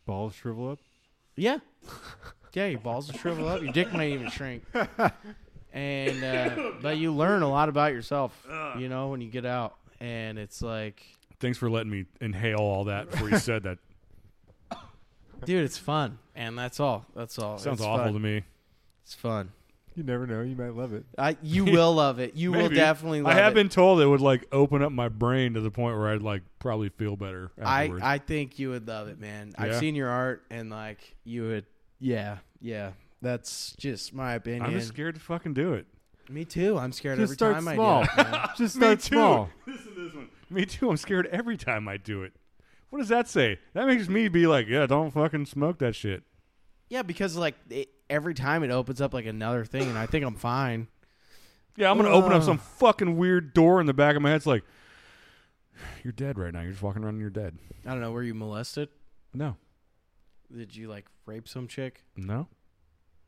S4: Balls shrivel up.
S5: yeah. Yeah, your balls will shrivel up. Your dick might even shrink. And uh, but you learn a lot about yourself, you know, when you get out. And it's like,
S3: Thanks for letting me inhale all that before you said that.
S5: dude, it's fun. And that's all. That's all.
S3: Sounds
S5: It's
S3: awful
S5: fun.
S3: to me.
S5: It's fun.
S4: You never know. You might love it.
S5: I you will love it. You will
S3: Maybe.
S5: definitely love
S3: I have
S5: it.
S3: been told it would like open up my brain to the point where I'd like probably feel better.
S5: I
S3: Afterwards.
S5: I think you would love it, man. I've
S3: Yeah?
S5: seen your art and like you would yeah, yeah. That's just my opinion.
S3: am just scared to fucking do it.
S5: Me too. I'm scared
S4: Just
S5: every
S4: start
S5: time
S4: small.
S5: I do it. man.
S4: Just start small.
S3: Listen to this one. Me too. I'm scared every time I do it. What does that say? That makes me be like, yeah, don't fucking smoke that shit.
S5: Yeah, because like it, every time it opens up like another thing, and I think I'm fine.
S3: Yeah, I'm gonna open up
S5: Ugh.
S3: some fucking weird door in the back of my head. It's like, you're dead right now. You're just walking around and you're dead.
S5: I don't know. Were you molested?
S3: No,
S5: Did you like rape some chick?
S3: no.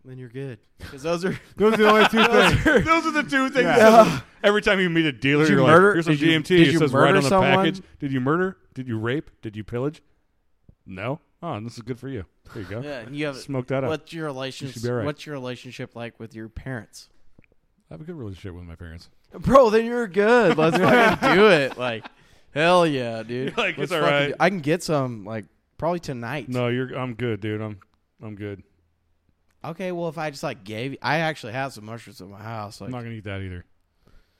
S5: then you're good. Because those are
S4: Those are the only two things.
S3: Those are the two things.
S4: Yeah.
S3: that- Every time you meet a dealer,
S5: Did you
S3: you're
S5: murder-
S3: like, "Here's some
S5: did you-
S3: GMT."
S5: did
S3: it
S5: you
S3: says right on
S5: murder
S3: the
S5: someone?
S3: package. Did you murder? Did you rape? Did you pillage? No. Oh, this is good for you. There you go.
S5: yeah. and You have
S3: Smoke that up.
S5: What's your relationship?
S3: should be all right.
S5: What's your relationship like with your parents?
S3: I have a good relationship with my parents.
S5: Bro, then you're good. Let's fucking do it. Like, hell yeah, dude.
S3: You're like, it's
S5: Let's
S3: all
S5: fucking
S3: right.
S5: do- I can get some like probably tonight.
S3: No, you're. I'm good, dude. I'm. I'm good.
S5: Okay, well if I just like gave you, I actually have some mushrooms in my house. Like,
S3: I'm not gonna eat that either.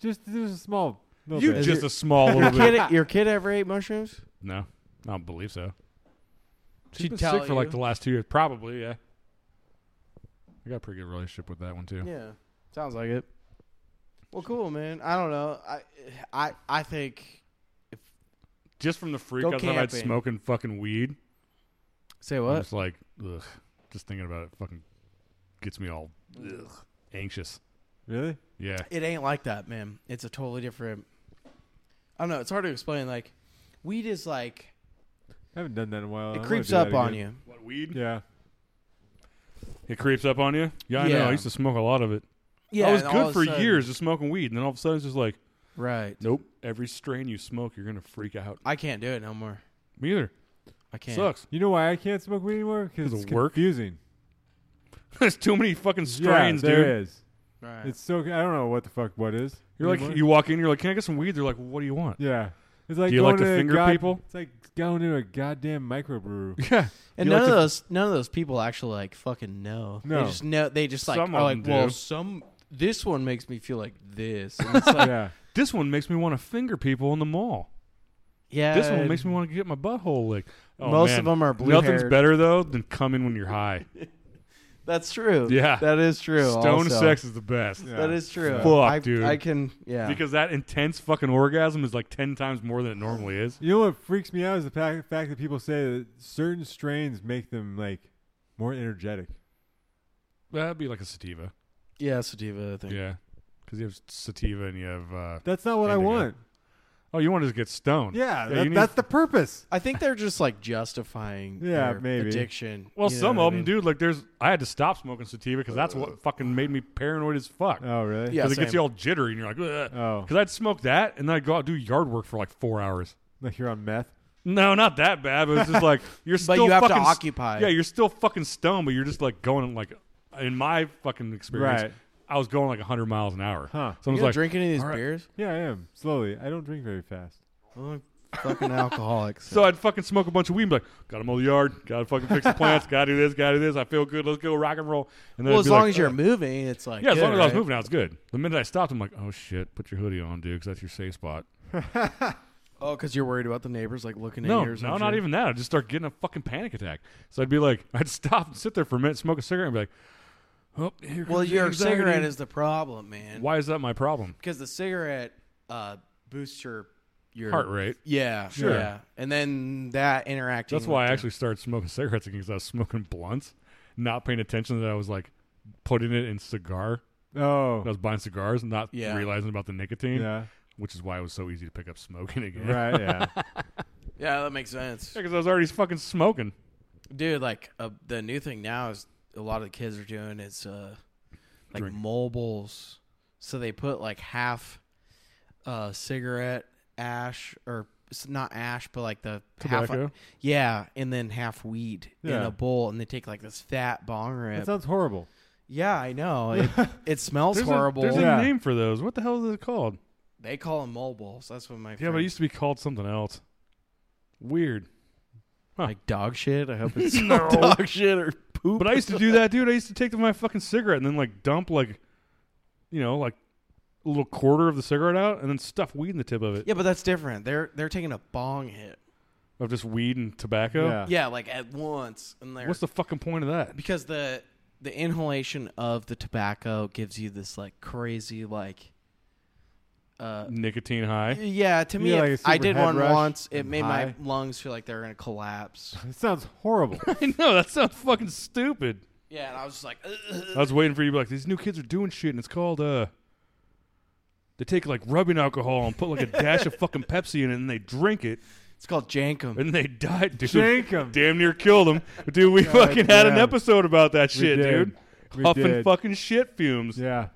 S4: Just, just a small. little
S3: You
S4: bit.
S3: just a small little
S5: your
S3: bit.
S5: kid, your kid ever ate mushrooms?
S3: No, I don't believe so. She's
S5: She'd
S3: been
S5: tell
S3: sick for like
S5: you.
S3: the last two years, probably. Yeah. I got a pretty good relationship with that one too.
S5: Yeah, sounds like it. Well, cool, man. I don't know. I, I, I think.
S3: Just from the freak
S5: Go
S3: out that I'd
S5: camping.
S3: smoking fucking weed.
S5: Say
S3: I'm
S5: what?
S3: just like, ugh. Just thinking about it fucking gets me all ugh, anxious.
S4: really?
S3: Yeah.
S5: It ain't like that, man. It's a totally different. I don't know. It's hard to explain. Like, weed is like
S4: I haven't done that in a
S3: Oh,
S4: while. I
S5: it
S4: wanna
S5: creeps
S4: do that
S5: up on
S4: again.
S5: you.
S3: What weed?
S4: Yeah.
S3: It creeps up on you. Yeah, I know.
S5: Yeah.
S3: I used to smoke a lot of it.
S5: Yeah,
S3: I was
S5: and all
S3: good
S5: of a
S3: for
S5: sudden-
S3: years just smoking weed, and then all of a sudden it's just like,
S5: Right.
S3: nope. Every strain you smoke, you're gonna freak out.
S5: I can't do it no more.
S3: Me either.
S5: I can't.
S3: Sucks.
S4: You know why I can't smoke weed anymore? Because
S3: 'Cause
S4: it's
S3: of work?
S4: confusing.
S3: There's too many fucking strains,
S4: yeah,
S3: dude.
S4: There is.
S5: Right.
S4: It's so. I don't know what the fuck what is.
S3: You're like,
S4: anymore.
S3: you walk in, you're like, can I get some weed? They're like, what do you want?
S4: Yeah. It's like
S3: Do you
S4: going
S3: like to
S4: a
S3: finger
S4: god-
S3: people?
S4: It's like going to a goddamn microbrew.
S3: Yeah.
S5: and
S3: You like
S5: none of
S3: to-
S5: those none of those people actually like fucking know.
S4: No.
S5: They just know. They just like
S3: Some
S5: are
S3: of
S5: like,
S3: them
S5: well,
S3: do.
S5: some this one makes me feel like this. And it's like,
S4: yeah.
S3: This one makes me want to finger people in the mall.
S5: yeah.
S3: This one makes me want to get my butthole licked. Oh,
S5: Most
S3: man.
S5: of 'em are
S3: Nothing's
S5: blue-haired.
S3: better though than coming when you're high.
S5: That's true.
S3: Yeah.
S5: That is true.
S3: Stone
S5: also.
S3: sex is the best.
S5: That is true.
S3: Fuck,
S5: I,
S3: dude.
S5: I can. Yeah.
S3: Because that intense fucking orgasm is like ten times more than it normally is.
S4: You know what freaks me out is the fact, fact that people say that certain strains make them like more energetic.
S3: That'd be like a sativa.
S5: yeah, sativa. I think.
S3: Yeah, because you have sativa and you have. Uh,
S4: That's not what I
S3: Indigo.
S4: want.
S3: oh, you want to just get stoned?
S4: Yeah,
S3: you
S4: that,
S3: need-
S4: that's the purpose.
S5: I think they're just like justifying
S4: Yeah,
S5: their
S4: maybe.
S5: addiction.
S3: Well,
S5: You know
S3: some
S5: what I
S3: of them,
S5: mean? Uh,
S3: dude. Like, there's. I had to stop smoking sativa because that's what fucking made me paranoid as fuck.
S4: Oh, really?
S5: Yeah.
S3: Because it gets
S5: same.
S3: you all jittery and you're like, Ugh.
S4: Oh.
S3: Because I'd smoke that and then I'd go out and do yard work for like four hours.
S4: Like you're on meth.
S3: No, not that bad, but it's just like you're still.
S5: you have to
S3: fucking, s-
S5: occupy.
S3: Yeah, you're still fucking stoned, but you're just like going like, in my fucking experience,
S4: Right.
S3: I was going like 100 miles an hour.
S4: Huh.
S3: So I
S5: You
S3: was
S5: gonna
S3: like,
S5: drink any of these
S3: all right.
S5: beers?
S4: Yeah, I am. Slowly. I don't drink very fast.
S5: Well, I'm fucking alcoholics.
S3: So I'd fucking smoke a bunch of weed and be like, gotta mow the yard, gotta fucking fix the plants, gotta do this, gotta do this. I feel good, let's go rock and roll. And then
S5: well,
S3: I'd
S5: as
S3: be
S5: long
S3: like,
S5: as you're
S3: "Ugh."
S5: moving, it's like
S3: Yeah, as
S5: good,
S3: long as I was
S5: right?
S3: moving, I was good. The minute I stopped, I'm like, oh shit, put your hoodie on, dude, because that's your safe spot.
S5: Oh, because you're worried about the neighbors like looking at
S3: No,
S5: you or
S3: no,
S5: something.
S3: not even that. I'd just start getting a fucking panic attack. So I'd be like, I'd stop and sit there for a minute, smoke a cigarette, and be like, oh, here
S5: Well,
S3: comes the
S5: your
S3: anxiety.
S5: cigarette is the problem, man.
S3: Why is that my problem?
S5: Because the cigarette uh, boosts your your
S3: Heart rate.
S5: Yeah, sure. Yeah, and then that interacting.
S3: That's why I
S5: with the-
S3: actually started smoking cigarettes again because I was smoking blunts, not paying attention that I was like putting it in cigar.
S4: Oh.
S3: I was buying cigars, not
S5: Yeah.
S3: realizing about the nicotine.
S4: Yeah.
S3: which is why it was so easy to pick up smoking again.
S4: Right, yeah.
S5: Yeah, that makes sense,
S3: Because I was already fucking smoking.
S5: dude. Like uh, the new thing now is a lot of the kids are doing is uh, like
S3: Drink.
S5: mobiles. So they put like half uh, cigarette ash or it's not ash, but like the half
S3: Tobacco?
S5: yeah, and then half weed in
S4: Yeah.
S5: a bowl, and they take like this fat bong
S4: that
S5: rip.
S4: sounds horrible.
S5: yeah, I know it, it smells
S3: There's
S5: horrible.
S3: A, there's
S4: Yeah.
S3: a name for those. What the hell is it called?
S5: They call them mobiles. That's what my
S3: Yeah,
S5: friend,
S3: but it used to be called something else. Weird.
S5: like dog shit. I hope it's not dog shit or poop.
S3: But I used to do that, dude. I used to take my fucking cigarette and then like dump like, you know, like a little quarter of the cigarette out and then stuff weed in the tip of it
S5: yeah, but that's different. They're they're taking a bong hit.
S3: of just weed and tobacco.
S4: Yeah.
S5: Yeah, like at once, and they're
S3: What's the fucking point of that?
S5: because the the inhalation of the tobacco gives you this like crazy like. Uh,
S3: Nicotine high.
S5: yeah, to me,
S4: Yeah, like
S5: it-
S4: a
S5: I
S4: super
S5: did
S4: head
S5: one
S4: rush
S5: once. It
S4: and
S5: made
S4: high.
S5: my lungs feel like they were gonna collapse.
S4: It sounds horrible.
S3: I know that sounds fucking stupid.
S5: yeah, and I was just like,
S3: I was waiting for you to be like, these new kids are doing shit, and it's called, uh, they take like rubbing alcohol and put like a dash of fucking Pepsi in it, and they drink it,
S5: it's called jankum.
S3: and they die, dude.
S4: Drink 'em.
S3: Damn near killed them. Dude, we fucking had an
S4: damn.
S3: episode about that shit,
S4: did.
S3: dude.
S4: We
S3: huffing
S4: did.
S3: fucking shit fumes.
S4: Yeah.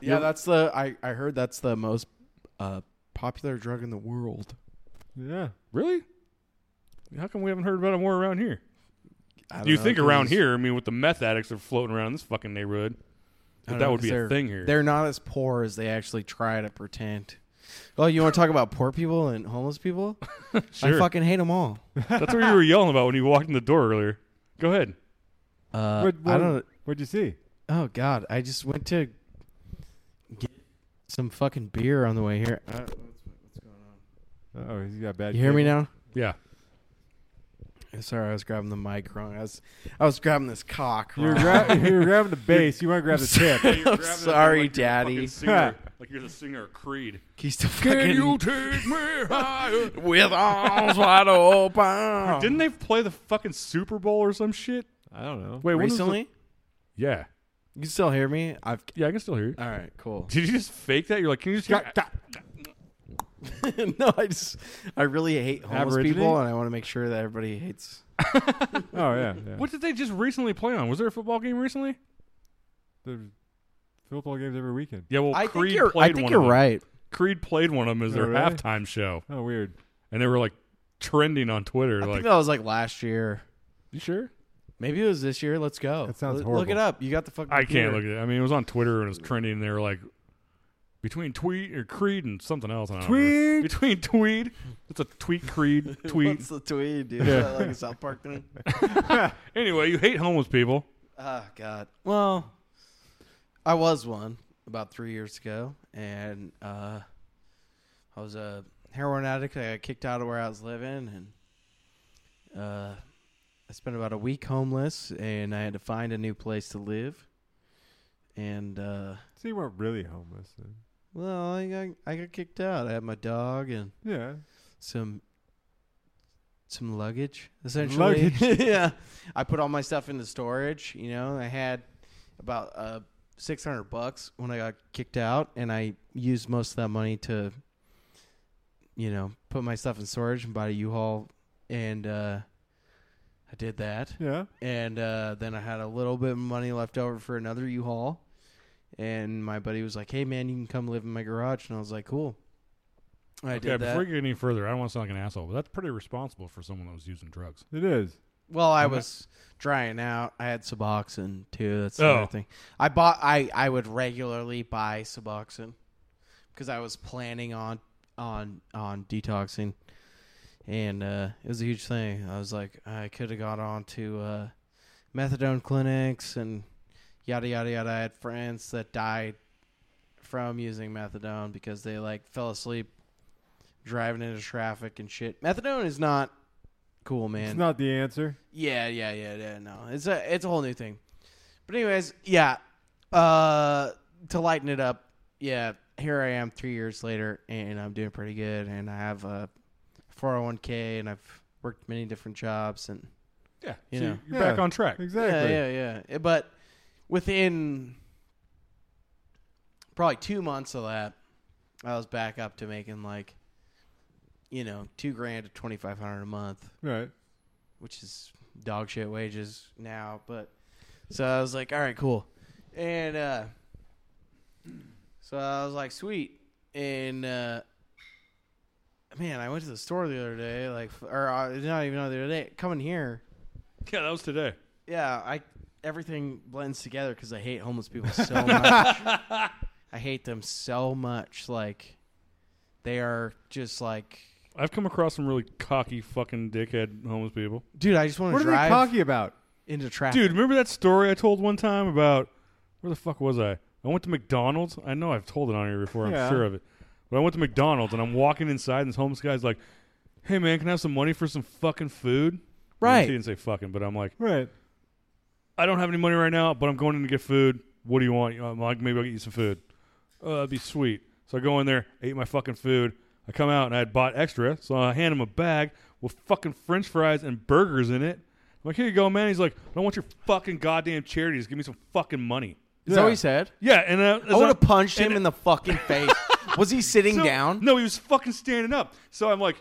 S5: Yeah, that's the I, I heard that's the most uh, popular drug in the world.
S4: Yeah.
S3: Really? How come we haven't heard about it more around here?
S5: I don't
S3: Do you
S5: know,
S3: think around
S5: 'cause-
S3: here? I mean, with the meth addicts that are floating around in this fucking neighborhood, that,
S5: I don't
S3: that
S5: know,
S3: would
S5: 'cause
S3: be a
S5: they're-
S3: thing here.
S5: They're not as poor as they actually try to pretend. Well, you want to talk about poor people and homeless people? I
S3: Sure.
S5: fucking hate them all.
S3: That's what you were yelling about when you walked in the door earlier. Go ahead.
S5: Uh,
S4: what, what,
S5: I don't.
S4: What'd you see?
S5: Oh God, I just went to get some fucking beer on the way here. Uh,
S4: Oh, he's got bad.
S5: you hear me
S4: cable.
S5: now?
S3: Yeah.
S5: Sorry, I was grabbing the mic wrong. I was, I was grabbing this cock.
S4: You're,
S5: wrong.
S4: gra- you're grabbing the base. You want to grab the tip.
S5: I'm sorry, Daddy.
S3: Singer, like you're the singer of Creed.
S5: He's the fucking
S3: take me higher?
S5: with arms wide open.
S3: Didn't they play the fucking Super Bowl or some shit?
S4: I don't know.
S3: Wait, when was the-
S5: recently?
S3: yeah.
S5: You can still hear me? I've.
S3: Yeah, I can still hear you.
S5: All right, cool.
S3: Uh, Did you just fake that? You're like, can you just hear-
S5: no, I just, I really hate homeless
S4: Aborigine?
S5: people, and I want to make sure that everybody hates.
S4: Oh yeah. yeah.
S3: What did they just recently play on? Was there a football game recently?
S4: There's football games every weekend.
S3: Yeah, well,
S5: I
S3: Creed
S5: think you're.
S3: played
S5: I think
S3: one
S5: you're
S3: of them.
S5: right.
S3: Creed played one of them as their
S4: Oh, really?
S3: halftime show,
S4: Oh weird.
S3: and they were like trending on Twitter.
S5: I
S3: like,
S5: think that was like last year.
S3: you sure?
S5: Maybe it was this year. Let's go.
S4: That sounds
S5: Look- Look
S4: horrible.
S5: it up. You got the fucking.
S3: I can't
S5: computer.
S3: look at it. I mean, it was on Twitter and it was trending. And they were like between tweet or Creed and something else. I don't remember.
S4: Tweet.
S3: between tweed. It's a tweet Creed tweet.
S5: What's the tweet, dude? Is that like a South Park thing?
S3: anyway, you hate homeless people.
S5: Oh God. Well, I was one about three years ago, and uh, I was a heroin addict. I got kicked out of where I was living, and uh, I spent about a week homeless, and I had to find a new place to live. And uh,
S4: So you weren't really homeless. Then.
S5: well, I got I got kicked out. I had my dog and
S4: Yeah.
S5: some some luggage essentially yeah i put all my stuff into storage you know i had about uh 600 bucks when i got kicked out and i used most of that money to you know put my stuff in storage and buy a u-haul and uh i did that
S4: Yeah.
S5: and uh, then I had a little bit of money left over for another U-Haul. And my buddy was like, "Hey man, you can come live in my garage." And I was like, "Cool." I
S3: yeah,
S5: did that.
S3: before you get any further, I don't want to sound like an asshole, but that's pretty responsible for someone that was using drugs.
S4: It is.
S5: Well, I was trying out. I had Suboxone too. That's the
S3: Oh.
S5: other thing. I bought. I I would regularly buy Suboxone because I was planning on on on detoxing, and uh, it was a huge thing. I was like, I could have got on to uh, methadone clinics and yada yada yada. I had friends that died from using methadone because they like fell asleep driving into traffic and shit. Methadone is not cool, man.
S4: It's not the answer.
S5: Yeah, yeah, yeah, yeah. No, it's a it's a whole new thing. But anyways, yeah. Uh, to lighten it up, yeah. Here I am, three years later, and I'm doing pretty good. And I have a 401k, and I've worked many different jobs, and
S3: Yeah,
S5: You
S3: so
S5: know.
S3: you're
S4: Yeah.
S3: back on track.
S4: Exactly.
S5: yeah, yeah, yeah. But within probably two months of that, I was back up to making like, you know, two grand to twenty five hundred a month.
S4: Right.
S5: which is dog shit wages now, but so I was like, all right, cool. And uh so I was like, sweet. And uh man, I went to the store the other day, like f- or uh, not even the other day, coming here.
S3: Yeah, that was today.
S5: Yeah, I everything blends together cuz I hate homeless people so much. I hate them so much like they are just like
S3: I've come across some really cocky fucking dickhead homeless people.
S5: dude, I just want
S4: What
S5: to
S4: are they
S5: drive
S4: talking about?
S5: into traffic.
S3: Dude, remember that story I told one time about where the fuck was I? I went to McDonald's. I know I've told it on here before. I'm
S4: Yeah.
S3: sure of it. But I went to McDonald's and I'm walking inside, and this homeless guy's like, "Hey man, can I have some money for some fucking food?"
S5: Right.
S3: He didn't say fucking, but I'm like,
S4: Right.
S3: "I don't have any money right now, but I'm going in to get food. What do you want?" I'm like, "Maybe I'll get you some food. Uh, that'd be sweet." So I go in there, ate my fucking food. I come out and I had bought extra, so I hand him a bag with fucking French fries and burgers in it. I'm like, "Here you go, man." He's like, "I don't want your fucking goddamn charities. Give me some fucking money."
S5: Is that what
S4: Yeah.
S5: he said?
S3: Yeah, and uh,
S5: I would have punched him in the fucking face. Was he sitting down?
S3: No, he was fucking standing up. So I'm like,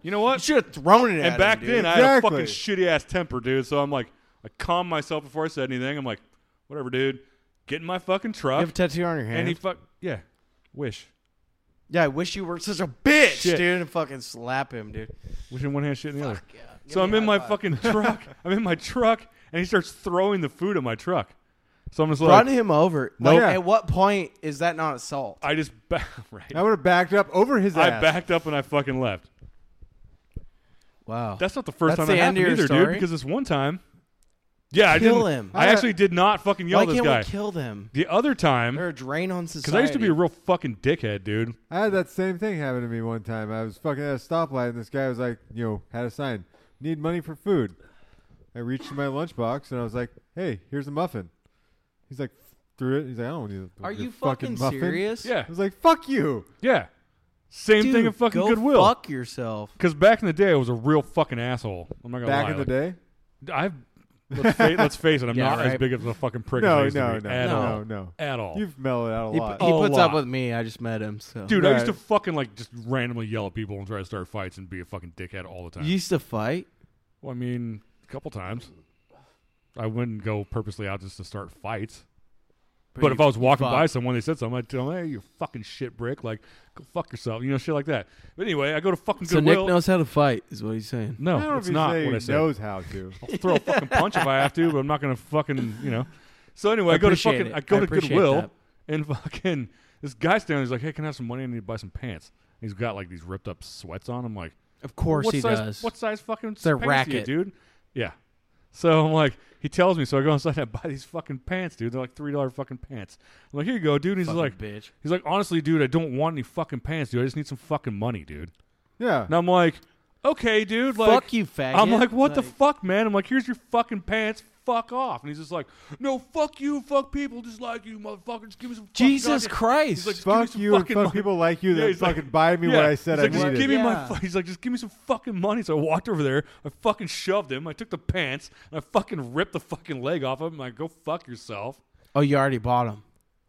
S3: you know what?
S5: You should have thrown it at
S3: And back
S5: him,
S3: then,
S5: dude.
S3: I had a
S4: Exactly.
S3: fucking shitty ass temper, dude. So I'm like, I calmed myself before I said anything. I'm like, whatever, dude. Get in my fucking truck.
S5: You have a tattoo on your hand.
S3: and he fuck yeah, wish.
S5: yeah, I wish you were such a bitch,
S3: Shit.
S5: dude, and fucking slap him, dude.
S3: Wish in one hand, shit in the other.
S5: Yeah. Give
S3: So
S5: me
S3: I'm
S5: a
S3: in
S5: high
S3: my
S5: five.
S3: fucking truck. I'm in my truck, and he starts throwing the food at my truck. So I'm just like,
S5: Run him over.
S4: No.
S5: Like,
S4: Yeah.
S5: At what point is that not assault?
S3: I just ba- right.
S4: I would have backed up over his
S3: I
S4: ass.
S3: backed up and I fucking left.
S5: Wow.
S3: That's not the first time
S5: That's the
S3: that
S5: end of
S3: happened either,
S5: your
S3: dude.
S5: story?
S3: Because this one time, yeah, I
S5: Kill
S3: didn't.
S5: him.
S3: I actually did not fucking yell
S5: Why
S3: at this
S5: can't
S3: guy.
S5: we kill them?
S3: the other time,
S5: They're a drain on society.
S3: because I used to be a real fucking dickhead, dude.
S4: I had that same thing happen to me one time. I was fucking at a stoplight, and this guy was like, you know, had a sign, need money for food. I reached in my lunchbox, and I was like, hey, here's a muffin. He's like, threw it. He's like, I don't need a
S5: Are
S4: your
S5: you fucking,
S4: muffin.
S5: serious?
S3: Yeah,
S4: I was like, fuck you.
S3: yeah. Same
S5: Dude,
S3: thing in fucking
S5: go
S3: Goodwill.
S5: Fuck yourself.
S3: Because back in the day, I was a real fucking asshole. I'm not gonna
S4: Back
S3: lie.
S4: in the
S3: like,
S4: day?
S3: I've let's, fa- let's face it, I'm
S5: Yeah,
S3: not as
S5: right.
S3: big of a fucking prick. as I
S4: No,
S3: used to
S4: no, no,
S3: be at all.
S4: no,
S3: Oh,
S4: no.
S3: at all.
S4: You've mellowed out a
S5: He,
S4: lot.
S5: he
S3: A
S5: puts
S3: lot.
S5: up with me. I just met him, so
S3: Dude, I used to
S4: Right.
S3: fucking like just randomly yell at people and try to start fights and be a fucking dickhead all the time.
S5: You used to fight.
S3: Well, I mean, a couple times. I wouldn't go purposely out just to start fights. But, if I was walking by someone, they said something, I'd tell them, hey, you fucking shit brick. Like, go fuck yourself. You know, shit like that. But anyway, I go to fucking
S5: so
S3: Goodwill.
S5: Nick knows how to fight, is what he's saying.
S4: I don't
S3: no,
S4: know
S3: it's
S4: if
S3: not
S4: he
S3: what I said.
S4: knows how to.
S3: I'll throw a fucking punch if I have to, but I'm not going to fucking, you know. So anyway, I,
S5: I
S3: go to
S5: appreciate
S3: fucking,
S5: it.
S3: I go
S5: I
S3: to
S5: appreciate
S3: Goodwill
S5: that.
S3: and fucking, this guy's standing there. He's like, hey, can I have some money? I need to buy some pants. And he's got like these ripped up sweats on. I'm like,
S5: Of course
S3: what
S5: he
S3: size,
S5: does.
S3: What size fucking
S5: their
S3: pants do you,
S5: racket.
S3: dude? Yeah. So I'm like, he tells me, so I go inside and I buy these fucking pants, dude. They're like three dollar fucking pants. I'm like, here you go, dude. And he's
S5: Fucking
S3: like,
S5: bitch.
S3: he's like, honestly, dude, I don't want any fucking pants, dude. I just need some fucking money, dude.
S4: Yeah.
S3: And I'm like, okay, dude. Like,
S5: Fuck you, faggot.
S3: I'm like, what the
S5: Like-
S3: fuck, man? I'm like, here's your fucking pants. Fuck off. And he's just like, no, fuck you, fuck people just like you, motherfuckers. Give me some. fucking
S5: Jesus
S3: goddamn-"
S5: Christ.
S3: He's like, "Just give me
S4: fuck
S3: some
S4: you and
S3: fucking
S4: fuck
S3: money."
S4: people like you
S3: Yeah,
S4: that
S3: he's
S4: fucking
S3: like-
S4: buy me
S3: yeah.
S4: what I said
S3: he's
S4: I
S3: like,
S4: needed.
S3: Just give me my.
S5: Yeah.
S3: fu- He's like, just give me some fucking money. So I walked over there. I fucking shoved him. I took the pants and I fucking ripped the fucking leg off of him. Like, go fuck yourself.
S5: oh, you already bought him.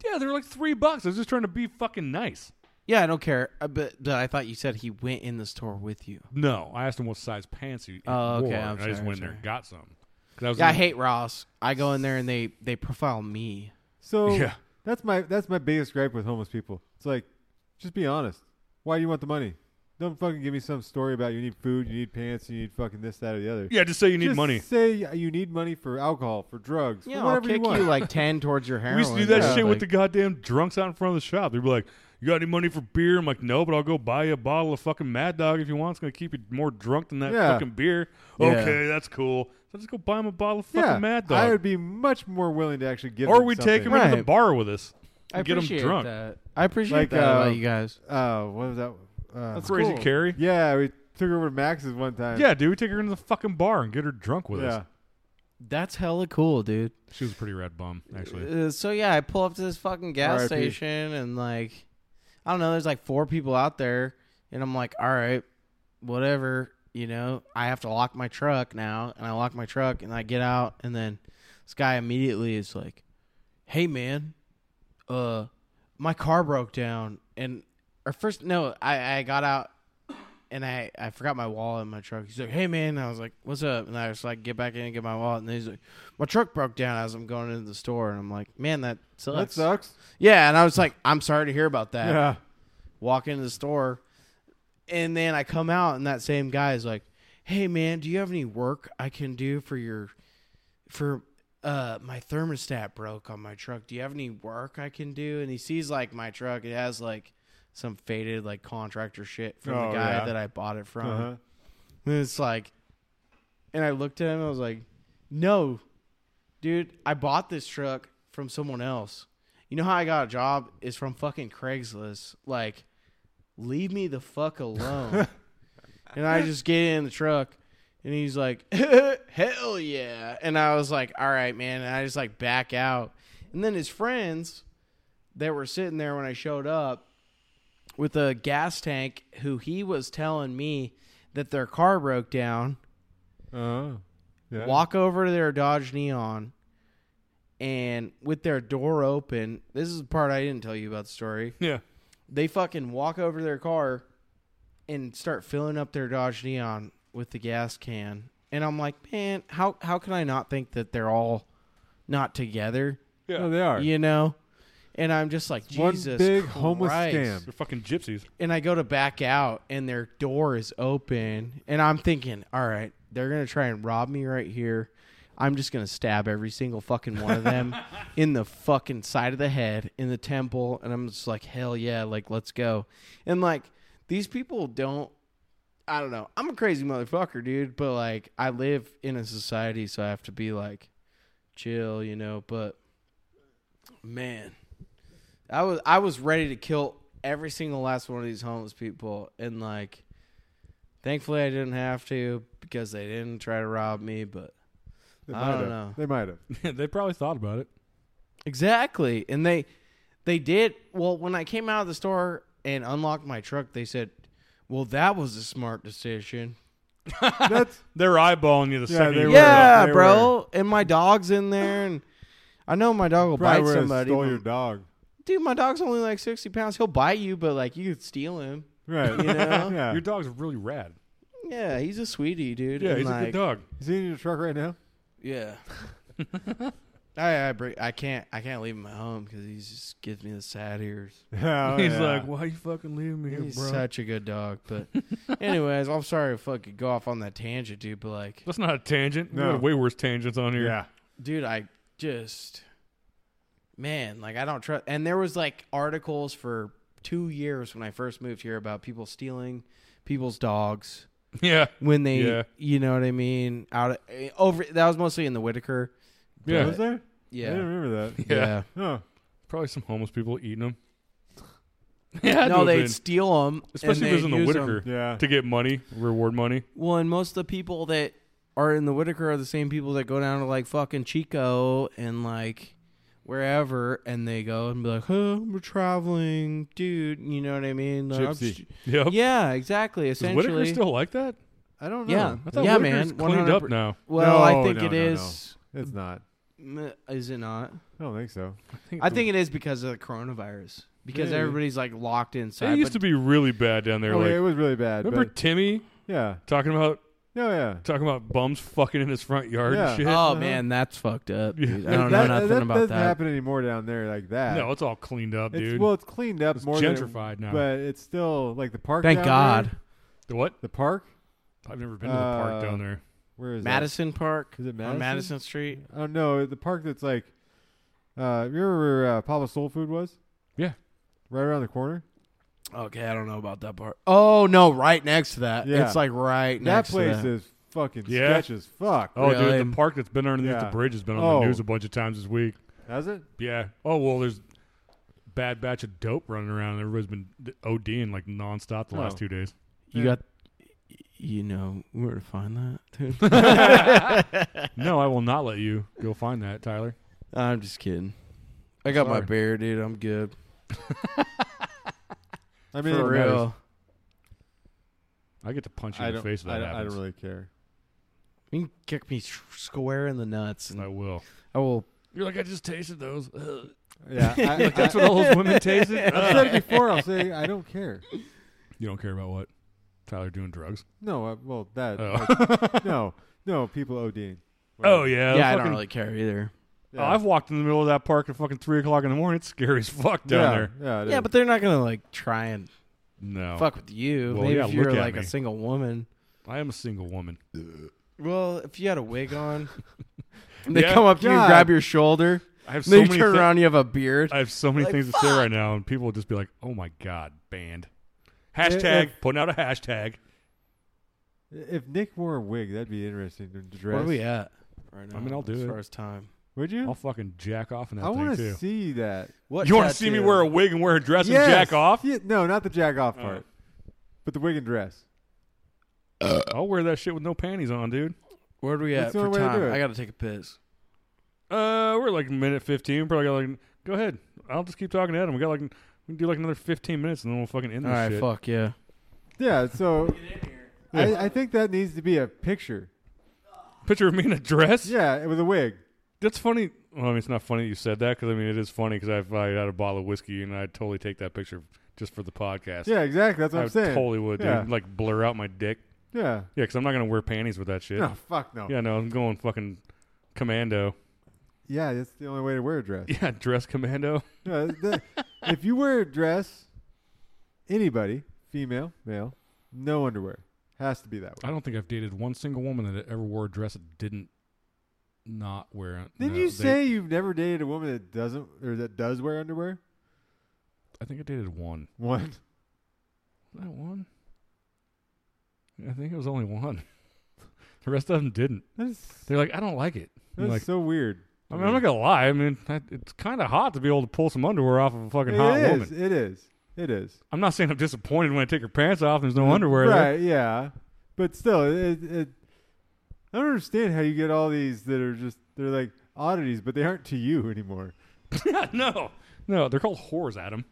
S3: Yeah, they're like three bucks. I was just trying to be fucking nice.
S5: Yeah, I don't care. Uh, But, but I thought you said he went in the store with you.
S3: No, I asked him what size pants he
S5: Oh, okay,
S3: wore,
S5: I'm
S3: and I just
S5: sorry,
S3: went
S5: I'm
S3: in there
S5: sorry.
S3: and got some. 'Cause I was
S5: Yeah, I
S3: in-
S5: hate Ross. I go in there and they they profile me.
S4: So
S3: Yeah.
S4: that's my that's my biggest gripe with homeless people. It's like, just be honest. Why do you want the money? Don't fucking give me some story about you need food, you need pants, you need fucking this, that, or the other.
S3: Yeah, just say you need
S4: Just
S3: money.
S4: Say you need money for alcohol, for drugs,
S5: Yeah,
S4: for
S5: I'll
S4: whatever
S5: kick
S4: you want.
S5: you like ten towards your heroin.
S3: We used to do that
S5: yeah.
S3: shit with
S5: Like,
S3: the goddamn drunks out in front of the shop. They'd be like, "You got any money for beer?" I'm like, "No, but I'll go buy you a bottle of fucking Mad Dog if you want. It's gonna keep you more drunk than that
S4: Yeah.
S3: fucking beer." Okay, that's cool. So just go buy him a bottle of fucking
S4: yeah,
S3: Mad
S4: I
S3: Dog,
S4: would be much more willing to actually give.
S3: or
S4: them
S3: we
S4: something.
S3: take him into the
S5: Right.
S3: bar with us
S5: I
S3: and get him
S5: appreciate
S3: drunk.
S5: That. I appreciate
S4: Like,
S5: that
S4: uh,
S5: about you guys.
S4: Uh, what was that? Uh,
S5: That's
S3: Crazy
S5: cool.
S3: Carrie.
S4: yeah, we took her over to Max's one time.
S3: Yeah, dude, we take her into the fucking bar and get her drunk with
S4: yeah.
S3: us.
S5: That's hella cool, dude.
S3: She was a pretty rad bum, actually.
S5: Uh, so yeah, I pull up to this fucking gas
S4: RIP.
S5: station and like, I don't know. There's like four people out there, and I'm like, all right, whatever. You know, I have to lock my truck now, and I lock my truck, and I get out, and then this guy immediately is like, "Hey man, uh, my car broke down," and or first no, I I got out and I, I forgot my wallet in my truck. He's like, hey man, and I was like, what's up? And I was like, get back in and get my wallet. And then he's like, my truck broke down as I'm going into the store. And I'm like, man, that sucks.
S4: that sucks.
S5: Yeah, and I was like, I'm sorry to hear about that.
S4: Yeah,
S5: Walk into the store, and then I come out, and that same guy is like, hey man, do you have any work I can do for your for uh my thermostat broke on my truck. Do you have any work I can do? And he sees like my truck. It has like some faded like contractor shit from
S4: Oh,
S5: the guy
S4: yeah.
S5: that I bought it from.
S4: uh-huh.
S5: And it's like, and I looked at him. I was like, no, dude, I bought this truck from someone else. You know how I got a job is from fucking Craigslist. Like, leave me the fuck alone. and I just get in the truck. And he's like, hell yeah. And I was like, all right, man. And I just like back out. And then his friends that were sitting there when I showed up, with a gas tank who he was telling me that their car broke down,
S4: Uh-huh. Yeah.
S5: walk over to their Dodge Neon, and with their door open, this is the part I didn't tell you about the story.
S3: Yeah,
S5: They fucking walk over to their car and start filling up their Dodge Neon with the gas can. And I'm like, man, how how can I not think that they're all not together?
S3: Yeah.
S4: No, they are.
S5: you know? And I'm just like,
S4: One
S5: Jesus
S4: big homeless
S5: Christ.
S4: scam.
S3: They're fucking gypsies.
S5: and I go to back out, and their door is open, and I'm thinking, all right, they're gonna try and rob me right here. I'm just gonna stab every single fucking one of them in the fucking side of the head, in the temple, and I'm just like, hell yeah, like let's go. And like these people don't, I don't know. I'm a crazy motherfucker, dude, but like I live in a society, so I have to be like chill, you know. But man, I was I was ready to kill every single last one of these homeless people, and like, thankfully I didn't have to because they didn't try to rob me. But
S4: They
S5: I
S4: might
S5: don't
S4: have.
S5: know.
S4: They might have.
S3: they probably thought about it.
S5: exactly, and they they did well when I came out of the store and unlocked my truck. They said, "Well, that was a smart decision."
S4: That's
S3: They're eyeballing you the second.
S4: they
S3: you
S4: were.
S3: get out.
S5: yeah,
S4: They
S5: bro, and my dog's in there, and I know my dog will
S4: probably
S5: bite
S4: where they
S5: somebody.
S4: stole
S5: but-
S4: your dog.
S5: Dude, my dog's only like sixty pounds. He'll bite you, but like you could steal him.
S4: Right.
S5: You know?
S4: yeah.
S3: Your dog's really rad.
S5: Yeah, he's a sweetie, dude.
S3: Yeah,
S5: and,
S3: he's a
S5: like,
S3: good dog.
S4: Is he in your truck right now?
S5: Yeah. I I, bring, I can't I can't leave him at home because he just gives me the sad ears.
S4: Oh,
S3: he's
S4: yeah.
S3: like, why you fucking leaving me here,
S5: He's
S3: bro?
S5: such a good dog. But anyways, I'm sorry if I could go off on that tangent, dude. But like,
S3: That's not a tangent. We
S4: No.
S3: got way worse tangents on here.
S4: yeah.
S5: dude, I just man, like I don't trust. And there was like articles for two years when I first moved here about people stealing people's dogs.
S3: yeah,
S5: when they,
S3: Yeah.
S5: you know what I mean, out of, eh, over. That was mostly in the Whitaker.
S3: yeah.
S4: Was there? I didn't
S5: Yeah,
S4: remember that.
S3: Yeah.
S5: yeah.
S4: Huh.
S3: Probably some homeless people eating them. yeah,
S5: No, they'd steal them,
S3: especially if it was in the Whitaker
S4: Yeah.
S3: to get money, reward money.
S5: Well, and most of the people that are in the Whitaker are the same people that go down to like fucking Chico and like wherever, and they go and be like, "Huh, we're traveling, dude." You know what I mean? Like, I'm
S4: Gypsy.
S3: Yep.
S5: just- yeah, exactly.
S3: Is Whitaker
S5: Essentially,
S3: still like that?
S4: I don't know.
S5: yeah,
S3: I thought
S5: yeah,
S3: Whitaker's
S5: man.
S3: cleaned up
S5: 100%
S3: now.
S5: Well,
S4: No,
S5: I think
S4: no,
S5: it
S4: no, no.
S5: is.
S4: It's not.
S5: Mm, Is it not?
S4: I don't think so.
S5: I think it is because of the coronavirus. Because
S4: Maybe.
S5: everybody's like locked inside.
S3: It used to
S5: but-
S3: be really bad down there.
S4: Oh,
S3: like,
S4: yeah, it was really bad.
S3: remember
S4: but
S3: Timmy
S4: yeah.
S3: talking about
S4: No, yeah.
S3: talking about bums fucking in his front yard
S4: Yeah.
S3: and shit?
S5: oh
S4: Uh-huh.
S5: man, that's fucked up.
S3: Yeah.
S5: Dude. I don't
S4: that,
S5: know nothing
S4: that
S5: about
S4: doesn't
S5: that.
S4: happen anymore down there like that.
S3: no, it's all cleaned up,
S4: it's,
S3: dude.
S4: well, it's cleaned up
S3: It's
S4: more
S3: gentrified
S4: than,
S3: now.
S4: But it's still like the park.
S5: Thank
S4: down
S5: God.
S4: there-
S3: the what?
S4: the park.
S3: I've never been to the park
S4: Uh,
S3: down there.
S4: Where is that?
S5: Madison Park
S4: Is it
S5: on
S4: Madison?
S5: Madison Street.
S4: Oh no, the park that's like, uh, you remember where uh, Papa Soul Food was?
S3: Yeah.
S4: Right around the corner.
S5: Okay, I don't know about that part. Oh no, right next to that.
S4: Yeah.
S5: It's like right
S4: that
S5: next
S4: place
S5: to that.
S4: is fucking
S3: Yeah.
S4: sketch as fuck.
S3: Oh,
S5: Really?
S3: dude, the park that's been underneath
S4: Yeah.
S3: the bridge has been on
S4: Oh.
S3: the news a bunch of times this week.
S4: Has it?
S3: Yeah. Oh well, there's bad batch of dope running around. and Everybody's been d- ODing like nonstop the
S4: Oh.
S3: last two days.
S5: You got you know where to find that, dude.
S3: No, I will not let you go find that, Tyler.
S5: I'm just kidding. I got my
S3: Sorry.
S5: beer, dude. I'm good.
S4: I mean,
S5: For
S4: it matters.
S5: real.
S3: I get to punch you
S4: I
S3: in the
S4: don't.
S3: face. If that
S4: I, don't I
S3: happens.
S4: don't really care.
S5: You can kick me s- square in the nuts and
S3: I will.
S5: I will
S3: You're like I just tasted those.
S4: Yeah, I, I,
S3: That's what all those women tasted.
S4: I've said it before. I'll say I don't care.
S3: You don't care about what Tyler doing drugs.
S4: No, uh, well that
S3: Oh,
S4: I- no, no people ODing.
S3: oh yeah.
S5: Yeah, I
S3: fucking-
S5: don't really care either.
S3: Oh, I've walked in the middle of that park at fucking three o'clock in the morning. It's scary as fuck down
S4: yeah,
S3: there.
S4: Yeah, it
S5: Yeah,
S4: is.
S5: but they're not gonna like try and
S3: No,
S5: fuck with you.
S3: Oh. Well,
S5: Maybe
S3: yeah,
S5: if you're
S3: look at
S5: like a
S3: me.
S5: single woman.
S3: I am a single woman.
S5: Well, if you had a wig on, and they
S3: Yeah.
S5: come up to you and
S4: God.
S5: grab your shoulder,
S3: I have
S5: and
S3: so
S5: then you
S3: many.
S5: turn
S3: thi-
S5: around, you have a beard.
S3: I have so many
S5: Like,
S3: things to say right now, and people will just be like, "Oh my god, banned." Hashtag
S4: if-
S3: putting out a hashtag.
S4: If Nick wore a wig, that'd be interesting to dress.
S5: Where are we at? Right
S3: I mean, I'll do
S5: as
S3: it.
S5: far as time.
S4: Would you?
S3: I'll fucking jack off in that
S4: I
S3: thing
S4: want
S3: too.
S4: to see that.
S5: What
S3: you want to see me wear a wig and wear a dress
S4: Yes!
S3: and jack off?
S4: Yeah, no, not the jack off
S3: Oh.
S4: part, but the wig and dress.
S3: I'll wear that shit with no panties on, dude.
S5: Where are we
S4: That's
S5: at
S4: the
S5: for
S4: only way to do
S5: time?
S4: it.
S5: I gotta take a piss.
S3: Uh, we're like minute fifteen. Probably got like, go ahead. I'll just keep talking to Adam. We got like, we can do like another fifteen minutes, and then we'll fucking end
S5: All
S3: this Oh,
S5: right,
S3: shit.
S5: fuck yeah.
S4: Yeah, so I, I think that needs to be a picture.
S3: Picture of me in a dress.
S4: Yeah, with a wig.
S3: That's funny. Well, I mean, it's not funny that you said that because I mean, it is funny because if I had a bottle of whiskey and I'd totally take that picture just for the podcast.
S4: Yeah, exactly. That's what
S3: I
S4: am saying.
S3: totally would, dude.
S4: Yeah.
S3: Like blur out my dick.
S4: yeah.
S3: Yeah, because I'm not gonna wear panties with that shit.
S4: No, fuck no.
S3: Yeah, no, I'm going fucking commando.
S4: yeah, that's the only way to wear a dress.
S3: Yeah, dress commando.
S4: No, the- if you wear a dress, anybody, female, male, no underwear. Has to be that
S3: I
S4: way.
S3: don't think I've dated one single woman that ever wore a dress that didn't not wear it.
S4: Didn't
S3: No,
S4: you
S3: they-
S4: say you've never dated a woman that doesn't or that does wear underwear?
S3: I think I dated one.
S4: One.
S3: Was that one? I think it was only one. the rest of them didn't.
S4: That's
S3: They're like, I don't like it. I'm
S4: that's
S3: like,
S4: so weird.
S3: I mean, I'm not gonna lie. I mean, that, it's kind of hot to be able to pull some underwear off of a fucking
S4: It
S3: hot
S4: is,
S3: woman.
S4: It is. It is.
S3: I'm not saying I'm disappointed when I take her pants off. and There's no underwear. there.
S4: Right, yeah. But still, it, it, I don't understand how you get all these that are just, they're like oddities, but they aren't to you anymore.
S3: no, no, they're called whores, Adam.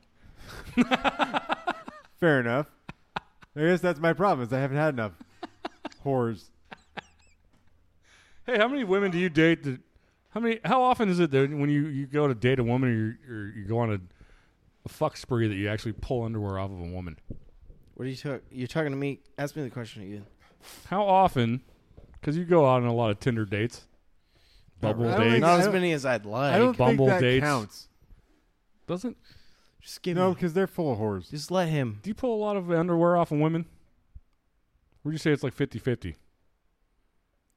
S4: Fair enough. I guess that's my problem is I haven't had enough whores.
S3: Hey, how many women do you date? That, how many? How often is it that when you, you go to date a woman or you, or you go on a, a fuck spree that you actually pull underwear off of a woman?
S5: What are you talking? You're talking to me? Ask me the question again.
S3: How often? Because you go out on a lot of Tinder dates, bubble
S4: I don't
S3: dates.
S4: think-
S5: Not
S4: I
S5: as
S4: don't-
S5: many as I'd like.
S4: I don't
S3: Bumble
S4: think that
S3: dates.
S4: counts.
S3: Doesn't
S5: just give
S4: No,
S5: me.
S4: because they're full of whores.
S5: Just let him.
S3: do you pull a lot of underwear off of women? Would you say it's like 50-50?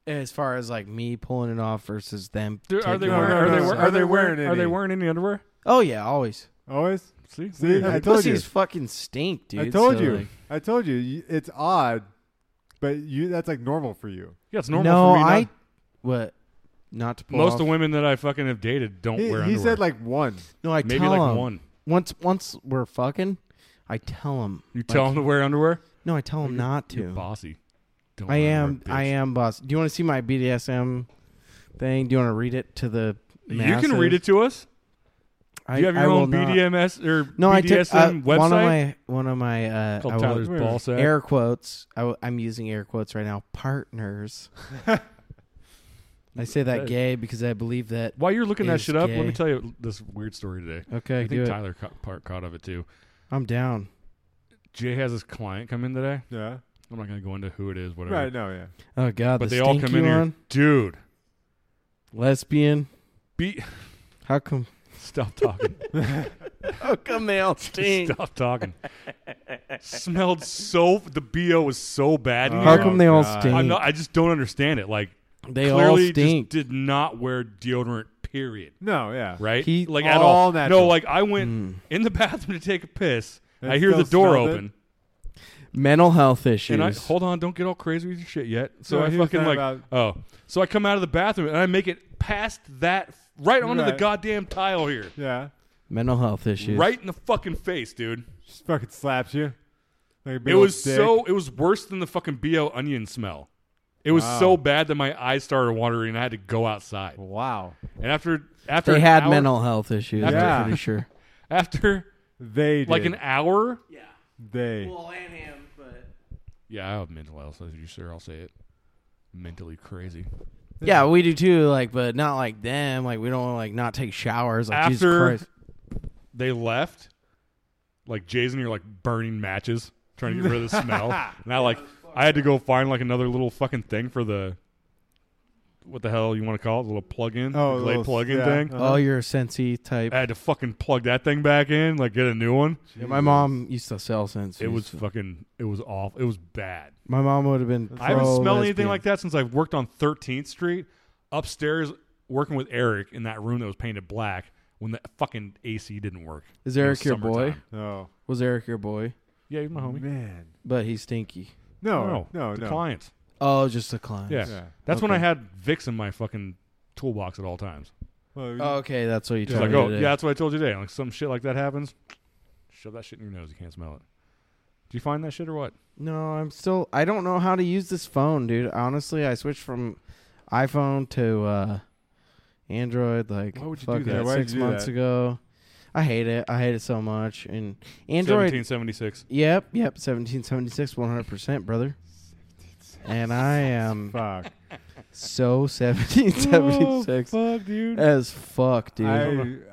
S5: As far as like me pulling it off versus them.
S3: Do- are they
S5: taking
S4: No,
S3: wearing?
S5: it
S4: no,
S3: are
S5: off.
S3: they,
S4: no. Are
S3: wear- are
S4: they
S3: they wearing?
S4: wearing
S3: Are they
S4: any?
S3: wearing any underwear?
S5: Oh yeah, always.
S4: Always?
S3: See,
S4: See,
S3: Weird.
S4: I told you.
S5: Pussy's fucking stink, dude.
S4: I told
S5: so,
S4: you.
S5: like-
S4: I told you. You- It's odd, but you that's like normal for you.
S3: yeah, it's normal
S5: no,
S3: for me. not-
S5: I. What? Not to pull
S3: most
S5: off.
S3: of women that I fucking have dated don't
S4: He,
S3: wear
S4: he
S3: underwear.
S4: said like one.
S5: No, I
S3: maybe
S5: tell
S3: like
S5: 'em.
S3: one.
S5: Once once we're fucking, I tell him.
S3: You tell them to wear underwear.
S5: No, I tell him not to.
S3: You're bossy. Don't
S5: I
S3: wear
S5: am.
S3: underwear,
S5: I
S3: bitch.
S5: am boss. Do you want to see my BDSM thing? Do you want to read it to the?
S3: You can read it to us.
S5: I,
S3: Do you have
S5: I
S3: your
S5: will
S3: own
S5: not.
S3: BDMS or
S5: No, I took
S3: BDSM
S5: uh,
S3: website
S5: one of my one of my uh,
S3: called
S5: I will-
S3: Tyler's
S4: Where?
S3: Ball Sack.
S5: air quotes. I w- I'm using air quotes right now. Partners. I say that
S3: Okay.
S5: gay because I believe that.
S3: While you're looking that
S5: is
S3: shit up, let me
S5: gay.
S3: tell you this weird story today.
S5: Okay,
S3: I
S5: do
S3: think
S5: it.
S3: Tyler caught, part caught of it too.
S5: I'm down.
S3: Jay has his client come in today.
S4: Yeah.
S3: I'm not going to go into who it is, whatever.
S4: Right. No. Yeah.
S5: Oh God,
S3: But
S5: the
S3: they all
S5: stinky
S3: come in here,
S5: one.
S3: dude.
S5: Lesbian.
S3: Be
S5: How come?
S3: stop talking.
S5: How come they all stink?
S3: stop talking. Smelled so the bo was so bad. in
S4: Oh,
S5: How
S3: here.
S5: come they all
S4: God.
S5: stink?
S3: I'm not, I just don't understand it. Like
S5: they all
S3: clearly
S5: stink.
S3: just did not wear deodorant. Period.
S4: No. Yeah.
S3: right?
S5: He-
S3: like
S4: all
S3: at all.
S4: natural.
S3: No, like I went in the bathroom to take a piss.
S4: And
S3: I hear the
S4: still
S3: door
S4: smelled it?
S3: open,
S5: Mental health issues.
S3: and I hold on. Don't get all crazy with your shit yet. So
S4: No,
S3: I
S4: he was
S3: fucking like
S4: talking
S3: oh. So I come out of the bathroom and I make it past that right onto the
S4: Right.
S3: goddamn tile here,
S4: Yeah.
S5: Mental health issues.
S3: right in the fucking face, dude.
S4: Just fucking slaps you. Like a big
S3: It
S4: old
S3: was
S4: dick.
S3: so. It was worse than the fucking bo onion smell. It was
S4: Wow.
S3: so bad that my eyes started watering and I had to go outside.
S4: Wow.
S3: And after after
S5: They
S3: an
S5: had
S3: hour-
S5: mental health issues.
S4: Yeah.
S5: I'm pretty sure.
S3: after
S4: They did.
S3: like an hour.
S4: they.
S5: and him, but
S3: Yeah, I have mental health issues, sir. I'll say it. Mentally crazy.
S5: yeah, we do too. Like, but not like them. Like, we don't like not take showers. Like, Jesus
S3: After
S5: Christ.
S3: they left, like Jason, you're like burning matches trying to get rid of the smell, and I like I had to go find like another little fucking thing for the what the hell you want to call it, little plug-in,
S4: Oh,
S3: the
S4: a
S3: Glade
S4: little-
S3: plug-in
S4: yeah,
S3: thing.
S4: uh-huh.
S5: Oh, you're a Sensi type.
S3: I had to fucking plug that thing back in, like get a new one.
S5: Yeah, my mom used to sell Sensi.
S3: It was fucking, it was awful. It was bad.
S5: my mom would have been.
S3: I haven't smelled anything
S5: pro-lesbian.
S3: like that since I've worked on 13th Street upstairs working with Eric in that room that was painted black when the fucking AC didn't work.
S5: Is
S3: It
S5: Eric
S3: was
S5: your boy?
S3: summertime.
S4: Oh
S5: Was Eric your boy?
S3: Yeah, he's my homie.
S4: man.
S5: But he's stinky.
S4: No.
S3: no,
S4: No. Oh, No.
S3: the client.
S5: Oh, just a client.
S3: Yeah,
S4: Yeah.
S3: that's when I
S5: Okay.
S3: had Vicks in my fucking toolbox at all times.
S4: Well,
S5: Oh, okay, that's what you
S3: She's
S5: told
S3: like,
S5: me
S3: "Oh,
S5: today.
S3: yeah, that's what I told you today." Like some shit like that happens, shove that shit in your nose. You can't smell it. Do you find that shit or what?
S5: No, I'm still. I don't know how to use this phone, dude. Honestly, I switched from iPhone to uh, Android like
S3: Why would you do
S5: fucking
S3: that?
S4: Why
S5: six
S4: did you do
S5: months
S4: that?
S5: ago. I hate it. I hate it so much. And Android.
S3: 1776.
S5: Yep, yep. 1776, 100%, brother. And I am
S4: fuck.
S5: so 1776
S3: Oh, fuck, dude.
S5: as fuck, dude.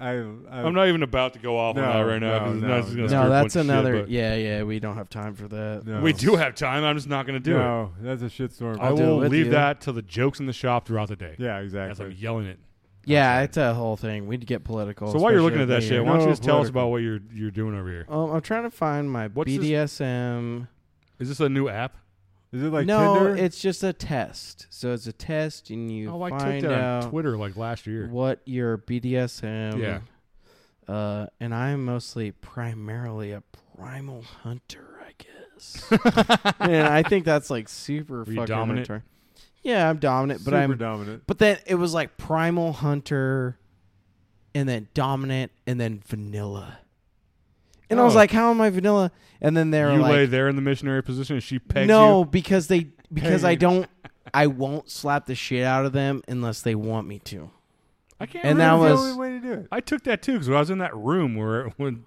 S4: I. I. I
S3: I'm not even about to go off on
S4: No,
S3: that right
S4: no,
S3: now 'cause it's
S4: no,
S3: not just gonna
S4: no.
S3: stir
S5: no,
S3: a
S5: that's
S3: bunch of shit,
S5: another.
S3: but-
S5: yeah, yeah. We don't have time for that.
S4: No.
S3: We do have time. I'm just not going to do it.
S4: No, that's a shit storm.
S3: I
S5: do it
S3: will
S5: with
S3: leave
S5: you.
S3: that to the jokes in the shop throughout the day.
S4: Yeah.
S3: As I'm
S4: Exactly.
S3: yelling it.
S5: Yeah, it's a whole thing. We'd get political.
S3: So while you're looking at
S5: especially
S3: that shit,
S5: with me here.
S3: why don't you
S4: No
S3: just tell us
S4: political.
S3: about what you're you're doing over here?
S5: Um, I'm trying to find my
S3: What's this-
S5: BDSM.
S3: Is this a new app?
S4: Is it like
S5: no,
S4: Tinder?
S5: it's just a test. So it's a test, and you
S3: oh, I
S5: find
S3: took that on
S5: out
S3: Twitter like last year.
S5: what your BDSM.
S3: Yeah.
S5: Uh, and I'm mostly primarily a primal hunter, I guess. and I think that's like super
S3: you
S5: fucking
S3: dominant?
S5: retarded. Yeah, I'm dominant, but
S4: Super
S5: I'm
S4: dominant.
S5: But then it was like primal hunter, and then dominant, and then vanilla. And I was
S3: Oh.
S5: like, "How am I vanilla?" And then they're
S3: You lay
S5: like,
S3: there in the missionary position, and she pegs
S5: "No,
S3: you.
S5: because they because I
S3: Hey.
S5: don't, I won't slap the shit out of them unless they want me to."
S3: I can't.
S5: And that
S3: remember
S4: That's
S5: was-
S4: the only way to do it.
S3: I took that too because I was in that room where when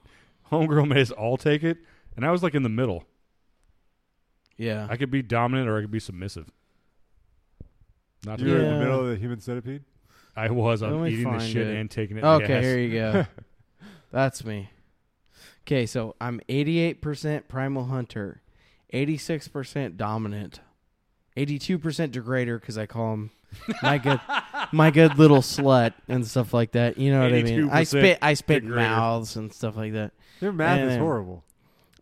S3: homegirl made us all take it, and I was like in the middle.
S5: Yeah,
S3: I could be dominant or I could be submissive. Not
S4: You were
S3: sure.
S4: in the
S5: Yeah.
S4: middle of the human centipede.
S3: I was.
S5: Let
S3: I'm
S5: me
S3: eating the
S5: find
S3: shit
S5: it.
S3: and taking it.
S5: Okay,
S3: yes.
S5: here you go. That's me. Okay, so I'm 88% primal hunter, 86% dominant, 82% degrader because I call him my good, my good little slut and stuff like that. You know what I mean? I
S3: 82%
S5: spit, I spit
S3: degrader.
S5: mouths and stuff like that.
S4: Their math
S5: And
S4: is
S5: then-
S4: horrible.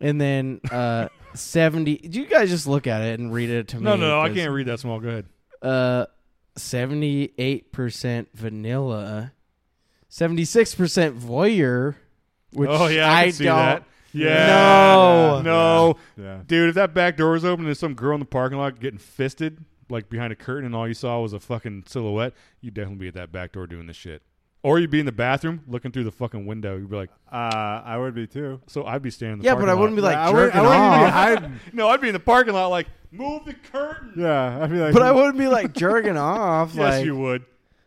S5: And then uh, 70. You guys just look at it and read it to me.
S3: No, no, no I
S5: 'cause,
S3: can't read that small. Go ahead.
S5: Uh, 78% vanilla, 76% voyeur. Which
S3: oh yeah, I, can see
S5: don't.
S3: that. Yeah.
S5: No.
S3: No.
S4: Yeah.
S3: Dude, if that back door was open and there's some girl in the parking lot getting fisted, like behind a curtain, and all you saw was a fucking silhouette, you'd definitely be at that back door doing this shit. Or you'd be in the bathroom looking through the fucking window. You'd be like,
S4: Uh, I would be too.
S3: so I'd be standing in the
S5: Yeah,
S3: parking
S5: but I wouldn't be
S3: lot.
S5: like
S4: I wouldn't,
S5: jerking
S4: I wouldn't be
S5: off.
S4: hiding.
S3: No, I'd be in the parking lot like, move the curtain.
S4: Yeah, I'd be like.
S5: But I wouldn't be like jerking off.
S3: Yes,
S5: like,
S3: you would.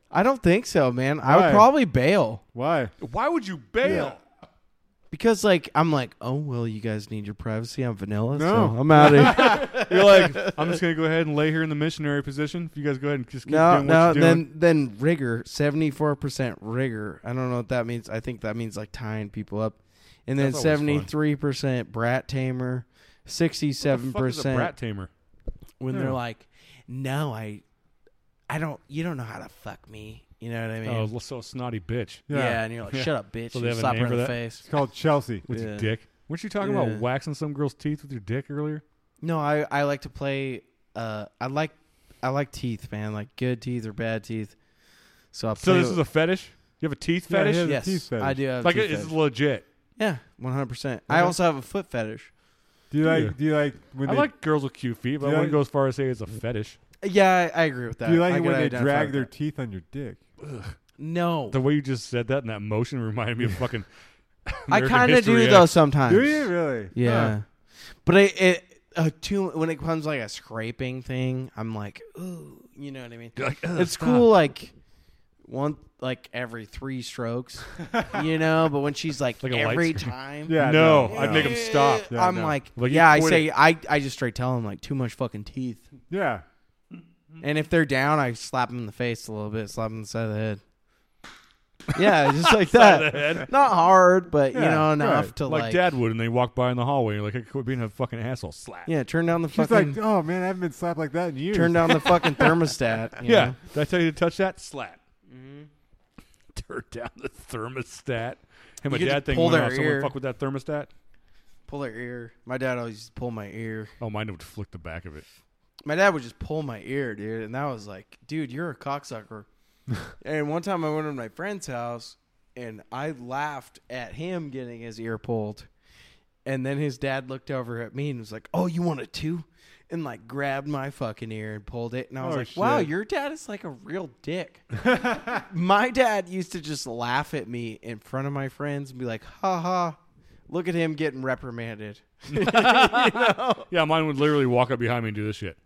S5: I don't think so, man. I would
S4: Why?
S5: probably bail
S4: Why?
S3: Why would you bail?
S5: because, like, I'm like, oh well, you guys need your privacy. I'm vanilla,
S4: No.
S5: so I'm out of here.
S3: You're like, I'm just gonna go ahead and lay here in the missionary position. If you guys go ahead and just keep
S5: no,
S3: doing what
S5: no.
S3: you're doing.
S5: Then, then rigor, seventy four percent rigor. I don't know what that means. I think that means like tying people up. And then
S3: That's always fun.
S5: seventy three percent brat tamer, sixty seven
S3: What the fuck is a brat
S5: percent
S3: tamer.
S5: when they're like, no, I, I don't. You don't know how to fuck me. You know what I mean?
S3: Oh, so snotty bitch.
S5: Yeah.
S4: Yeah.
S5: and you're like,
S3: Yeah.
S5: shut up, bitch.
S3: So they have
S5: and
S3: a
S5: slap
S3: name
S5: her in
S3: for
S5: the
S3: that?
S5: face.
S4: It's called Chelsea.
S3: With your
S5: Yeah.
S3: dick. Weren't you talking
S5: Yeah.
S3: about waxing some girl's teeth with your dick earlier?
S5: No, I, I like to play. Uh, I like I like teeth, man. Like good teeth or bad teeth. So I play.
S3: So this is a fetish. You have a teeth
S4: Yeah, he
S3: fetish.
S4: has a
S5: yes,
S4: teeth fetish.
S5: I do have
S3: Like
S5: a
S3: it
S5: teeth
S3: is
S5: fetish.
S3: legit.
S5: yeah, one hundred percent. I
S4: Okay.
S5: also have a foot fetish.
S4: Do you like?
S3: Yeah.
S4: Do you like when
S3: I
S4: they
S3: like girls with cute feet, but I
S4: Yeah.
S3: wouldn't go as far as say it's a fetish.
S5: Yeah, I, I agree with that.
S4: Do you like
S5: I
S4: it
S5: could
S4: when they
S5: identify
S4: drag
S5: with
S4: their
S5: that.
S4: teeth on your dick?
S5: no,
S3: The way you just said that and that motion reminded me of fucking.
S5: I
S3: American
S5: kind of
S3: History
S5: do
S3: X.
S5: though sometimes.
S4: Do you really?
S5: Yeah, but it, it uh, too when it comes like a scraping thing, I'm like, ooh, you know what I mean.
S3: You're like, "Ugh,
S5: it's
S3: stop."
S5: cool like one like every three strokes you know but when she's like,
S3: Like a light
S5: every
S3: screen.
S5: time
S4: Yeah.
S3: No,
S4: no,
S3: I'd
S4: no.
S3: make them stop.
S4: Yeah,
S5: i'm
S4: no.
S5: like
S3: Like, you
S5: yeah i
S3: quit
S5: say I, I just straight tell them like too much fucking teeth
S4: Yeah.
S5: and if they're down i slap them in the face a little bit slap them in the side of the head yeah just like that not hard but you
S4: Yeah,
S5: know enough
S4: right.
S5: to
S3: like,
S5: like,
S3: dad would, and they walk by in the hallway. You're like, I quit being a fucking asshole. Slap.
S5: yeah turn down the
S4: She's
S5: fucking
S4: like, oh man, I haven't been slapped like that in years.
S5: turn down the fucking thermostat you
S3: Yeah.
S5: know? Mm-hmm.
S3: Did I tell you to touch that? Slap. Turn down the thermostat. Hey, my
S5: You could
S3: dad
S5: just
S3: thing
S5: pull
S3: went
S5: their
S3: off.
S5: ear.
S3: Someone fuck with that thermostat?
S5: pull their ear my dad always used to pull my ear
S3: Oh, mine would flick the back of it.
S5: my dad would just pull my ear, dude, and that was like, dude, you're a cocksucker. and one time I went to my friend's house and I laughed at him getting his ear pulled. And then his dad looked over at me and was like, "Oh, you want it too?" And like grabbed my fucking ear and pulled it. And I was
S4: Oh,
S5: like, "Wow,
S4: shit.
S5: your dad is like a real dick." my dad used to just laugh at me in front of my friends and be like, "Ha ha, look at him getting reprimanded."
S3: Yeah, mine would literally walk up behind me and do this shit.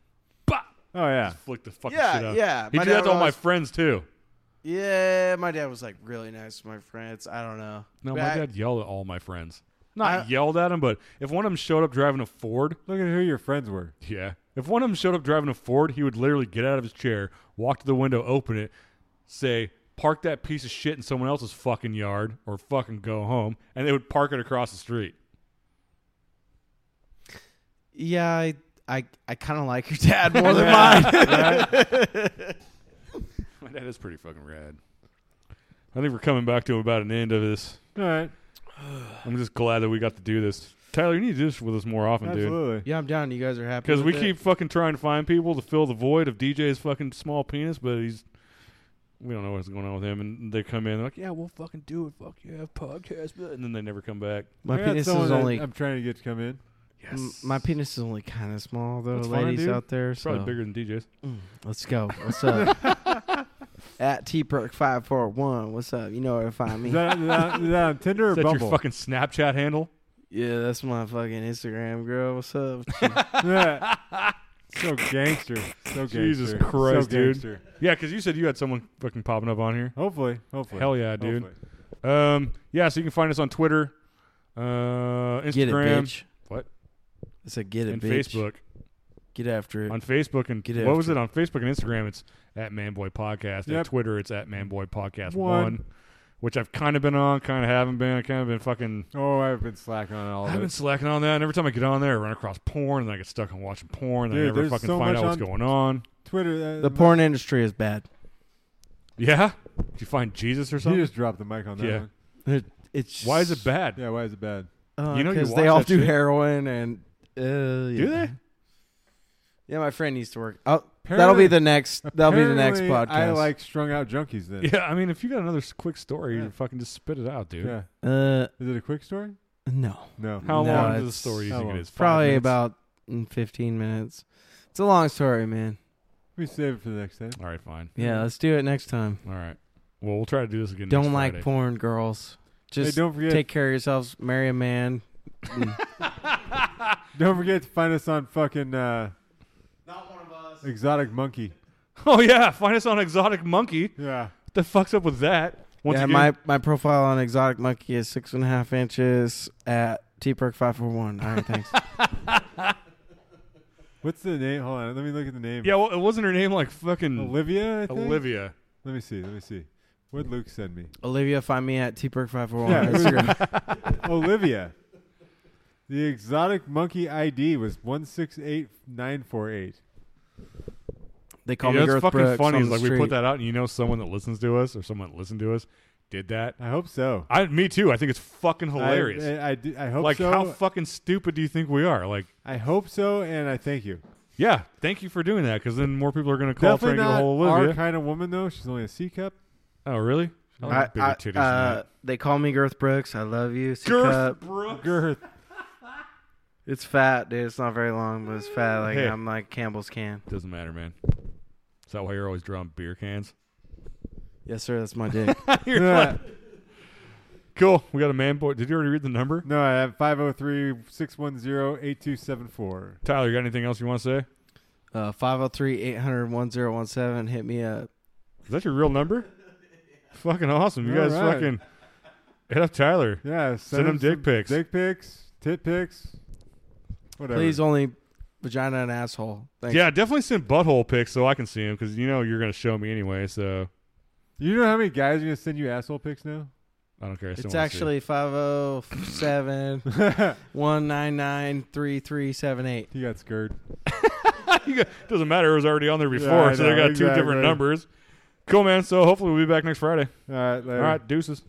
S3: Bah!
S4: Oh yeah.
S3: Flick the fucking
S5: Yeah,
S3: shit out.
S5: yeah.
S3: He
S5: My
S3: did
S5: dad
S3: that to all my
S5: would always-
S3: friends, too.
S5: Yeah, my dad was like really nice to my friends. I don't know.
S3: No,
S5: But
S3: my
S5: I-
S3: dad yelled at all my friends. Not
S5: I-
S3: yelled at him, but if one of them showed up driving a Ford,
S4: Look at who your friends were.
S3: yeah. If one of them showed up driving a Ford, he would literally get out of his chair, walk to the window, open it, say, "Park that piece of shit in someone else's fucking yard, or fucking go home," and they would park it across the street.
S5: Yeah, I I, I kind of like your dad more than mine.
S3: My dad is pretty fucking rad. I think we're coming back to about an end of this.
S4: All right.
S3: I'm just glad that we got to do this. Tyler, you need to do this with us more often, dude.
S4: Absolutely.
S5: Yeah, I'm down. You guys are happy
S3: Because we
S5: with it?
S3: keep fucking trying to find people to fill the void of DJ's fucking small penis, but he's we don't know what's going on with him. And they come in, they're like, "Yeah, we'll fucking do it. Fuck yeah, podcast." blah," And then they never come back.
S4: I
S5: My
S4: got
S5: penis is
S4: someone that
S5: only
S4: I'm trying to get to come in.
S5: m- my penis is only kind of small though,
S3: That's fine,
S5: ladies
S3: dude.
S5: out there.
S3: It's probably
S5: so.
S3: bigger than DJ's.
S5: Let's go. What's up? At tperk five four one. What's up? You know where to find me.
S4: Is that, is that, is that on Tinder or
S3: Is that
S4: Bumble?
S3: your fucking Snapchat handle?
S5: yeah, that's my fucking Instagram girl. What's up?
S4: Yeah. so gangster. So gangster.
S3: Jesus
S4: So
S3: Christ, dude.
S4: gangster.
S3: Yeah, because you said you had someone fucking popping up on here.
S4: Hopefully. Hopefully.
S3: Hell yeah, dude.
S4: Hopefully.
S3: Um, yeah, so you can find us on Twitter, uh, Instagram,
S5: Get it, bitch.
S3: What?
S5: I said get it,
S3: and
S5: bitch.
S3: Facebook.
S5: Get after it.
S3: On Facebook and
S5: Get
S3: what was
S5: after
S3: it on Facebook and Instagram? It's at Manboy Podcast. And
S4: Yep.
S3: Twitter, it's at Manboy Podcast One,
S4: One.
S3: which I've kind of been on, kind of haven't been. I kind of been fucking.
S4: Oh, I've been slacking on all
S3: I've been
S4: this.
S3: slacking on that. And every time I get on there, I run across porn, and I get stuck on watching porn, and I
S4: Dude,
S3: never
S4: there's
S3: fucking
S4: so
S3: find
S4: much
S3: out what's
S4: on-
S3: going on.
S4: Twitter. Uh,
S5: the porn industry is bad.
S3: Yeah, did you find Jesus or
S4: He
S3: something?
S4: just dropped the mic on that
S3: Yeah.
S4: one.
S5: It- It's
S3: Why is it bad?
S4: Yeah, why is it bad?
S3: You know you
S5: because
S3: watch
S5: Uh, they all
S3: that
S5: do
S3: shit.
S5: heroin and uh, yeah.
S3: Do they?
S5: Yeah, my friend used to work. Oh, that'll be
S4: Apparently-
S5: the next. That'll be the next
S4: Apparently,
S5: podcast.
S4: I like strung out junkies then.
S3: Yeah, I mean, if you got another s- quick story,
S4: Yeah.
S3: fucking just spit it out, dude.
S4: Yeah.
S5: Uh,
S4: Is it a quick story?
S5: no.
S4: No.
S3: How
S5: No,
S3: long is the
S5: it's-
S3: story you
S4: how
S3: think it
S4: long?
S3: is? Five
S5: Probably
S3: minutes?
S5: about mm, fifteen minutes. It's a long story, man.
S4: We save it for the next time.
S3: All right, fine.
S5: Yeah, let's do it next time.
S3: All right. Well, we'll try to do this again.
S5: Don't
S3: Mm-hmm. next
S5: like
S3: Friday.
S5: porn, girls. Just
S4: hey, don't forget.
S5: take care of yourselves. Marry a man.
S4: don't forget to find us on fucking uh,
S5: Not one of us.
S4: exotic monkey.
S3: Oh yeah, find us on Exotic Monkey.
S4: Yeah.
S3: What the fuck's up with that? Once
S5: yeah,
S3: again,
S5: my, my profile on Exotic Monkey is six and a half inches at tperk541. All right, thanks.
S4: What's the name? Hold on. Let me look at the name.
S3: yeah, well, it wasn't her name like fucking
S4: Olivia. I think?
S3: Olivia.
S4: Let me see. Let me see. What'd Luke send me?
S5: Olivia, find me at tperk541.
S4: Yeah,
S5: on Instagram.
S4: Olivia. The exotic monkey ID was one six eight nine four eight.
S5: They call
S3: you
S5: me
S3: know,
S5: Girth
S3: it's fucking
S5: Brooks
S3: funny.
S5: on
S3: Is
S5: the
S3: like we
S5: street.
S3: put that out, and you know, someone that listens to us or someone that listened to us did that.
S4: I hope so.
S3: I, me too. I think it's fucking hilarious.
S4: I, I, I do- I hope
S3: like,
S4: so.
S3: how fucking stupid do you think we are? Like,
S4: I hope so, and I thank you.
S3: yeah, thank you for doing that, because then more people are gonna call
S4: Definitely
S3: trying to
S4: not
S3: get a hold of Olivia.
S4: our kind of woman though. She's only a C cup.
S3: oh, really? I like bigger
S5: I- I-
S3: titties. than
S5: uh,
S3: that.
S5: They call me Girth Brooks. I love you. C
S3: Girth
S5: cup.
S3: Brooks.
S4: Uh, Girth.
S5: It's fat, dude. It's not very long, but it's fat. Like
S3: Hey.
S5: I'm like Campbell's can.
S3: Doesn't matter, man. Is that why you're always drawing beer cans?
S5: Yes, sir. That's my dick.
S3: You're
S4: Yeah.
S3: like- cool. We got a man boy. Did you already read the number?
S4: No, I have 503-610-8274.
S3: Tyler, you got anything else you want to say?
S5: Uh, 503-800-1017. Hit me up.
S3: Is that your real number? fucking awesome. You guys
S4: All right.
S3: fucking hit up Tyler.
S4: Yeah, send,
S3: Send him dick
S4: some
S3: pics.
S4: Dick pics, tit pics, whatever.
S5: Please only vagina and asshole. Thanks.
S3: Yeah, definitely send butthole pics so I can see him because you know you're gonna show me anyway. So
S4: You know how many guys are gonna send you asshole pics now?
S3: I don't care. I still
S5: It's
S3: wanna see
S5: actually 507 199 3378.
S4: He got scared.
S3: it. You got- doesn't matter. It was already on there before,
S4: I
S3: so they
S4: know,
S3: got two
S4: exactly.
S3: different numbers. Cool, man. So hopefully we'll be back next Friday.
S4: All right, later.
S3: All right, deuces.